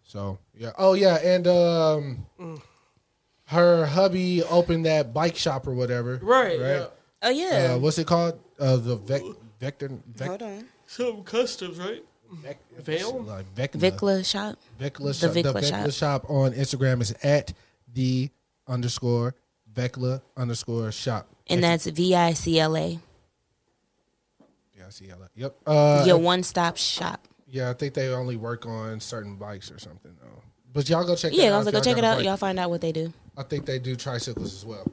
[SPEAKER 1] so yeah. Oh yeah, and um, her hubby opened that bike shop or whatever.
[SPEAKER 3] Right,
[SPEAKER 1] Right.
[SPEAKER 2] Oh yeah.
[SPEAKER 1] Uh, what's it called? Uh, the vec- vector. Vec-
[SPEAKER 2] Hold on.
[SPEAKER 3] some customs, right? Veil.
[SPEAKER 1] like Vecla.
[SPEAKER 2] Vicla shop.
[SPEAKER 1] Vecla
[SPEAKER 2] The
[SPEAKER 1] shop. The
[SPEAKER 2] Vicla
[SPEAKER 1] Vecla
[SPEAKER 2] shop.
[SPEAKER 1] shop on Instagram is at the underscore Vecla underscore shop.
[SPEAKER 2] And that's V I C L A.
[SPEAKER 1] Yeah, I see how that. Yep. Uh,
[SPEAKER 2] Your one stop shop.
[SPEAKER 1] Yeah, I think they only work on certain bikes or something though. But y'all go check. that
[SPEAKER 2] Yeah, I
[SPEAKER 1] out
[SPEAKER 2] was
[SPEAKER 1] if
[SPEAKER 2] like, go
[SPEAKER 1] y'all
[SPEAKER 2] check
[SPEAKER 1] got
[SPEAKER 2] it
[SPEAKER 1] a
[SPEAKER 2] out.
[SPEAKER 1] bike.
[SPEAKER 2] Y'all find out what they do.
[SPEAKER 1] I think they do tricycles as well.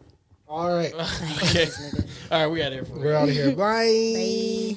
[SPEAKER 1] All right,
[SPEAKER 3] Okay. All right, we out of here. For
[SPEAKER 1] we're out of here. Bye.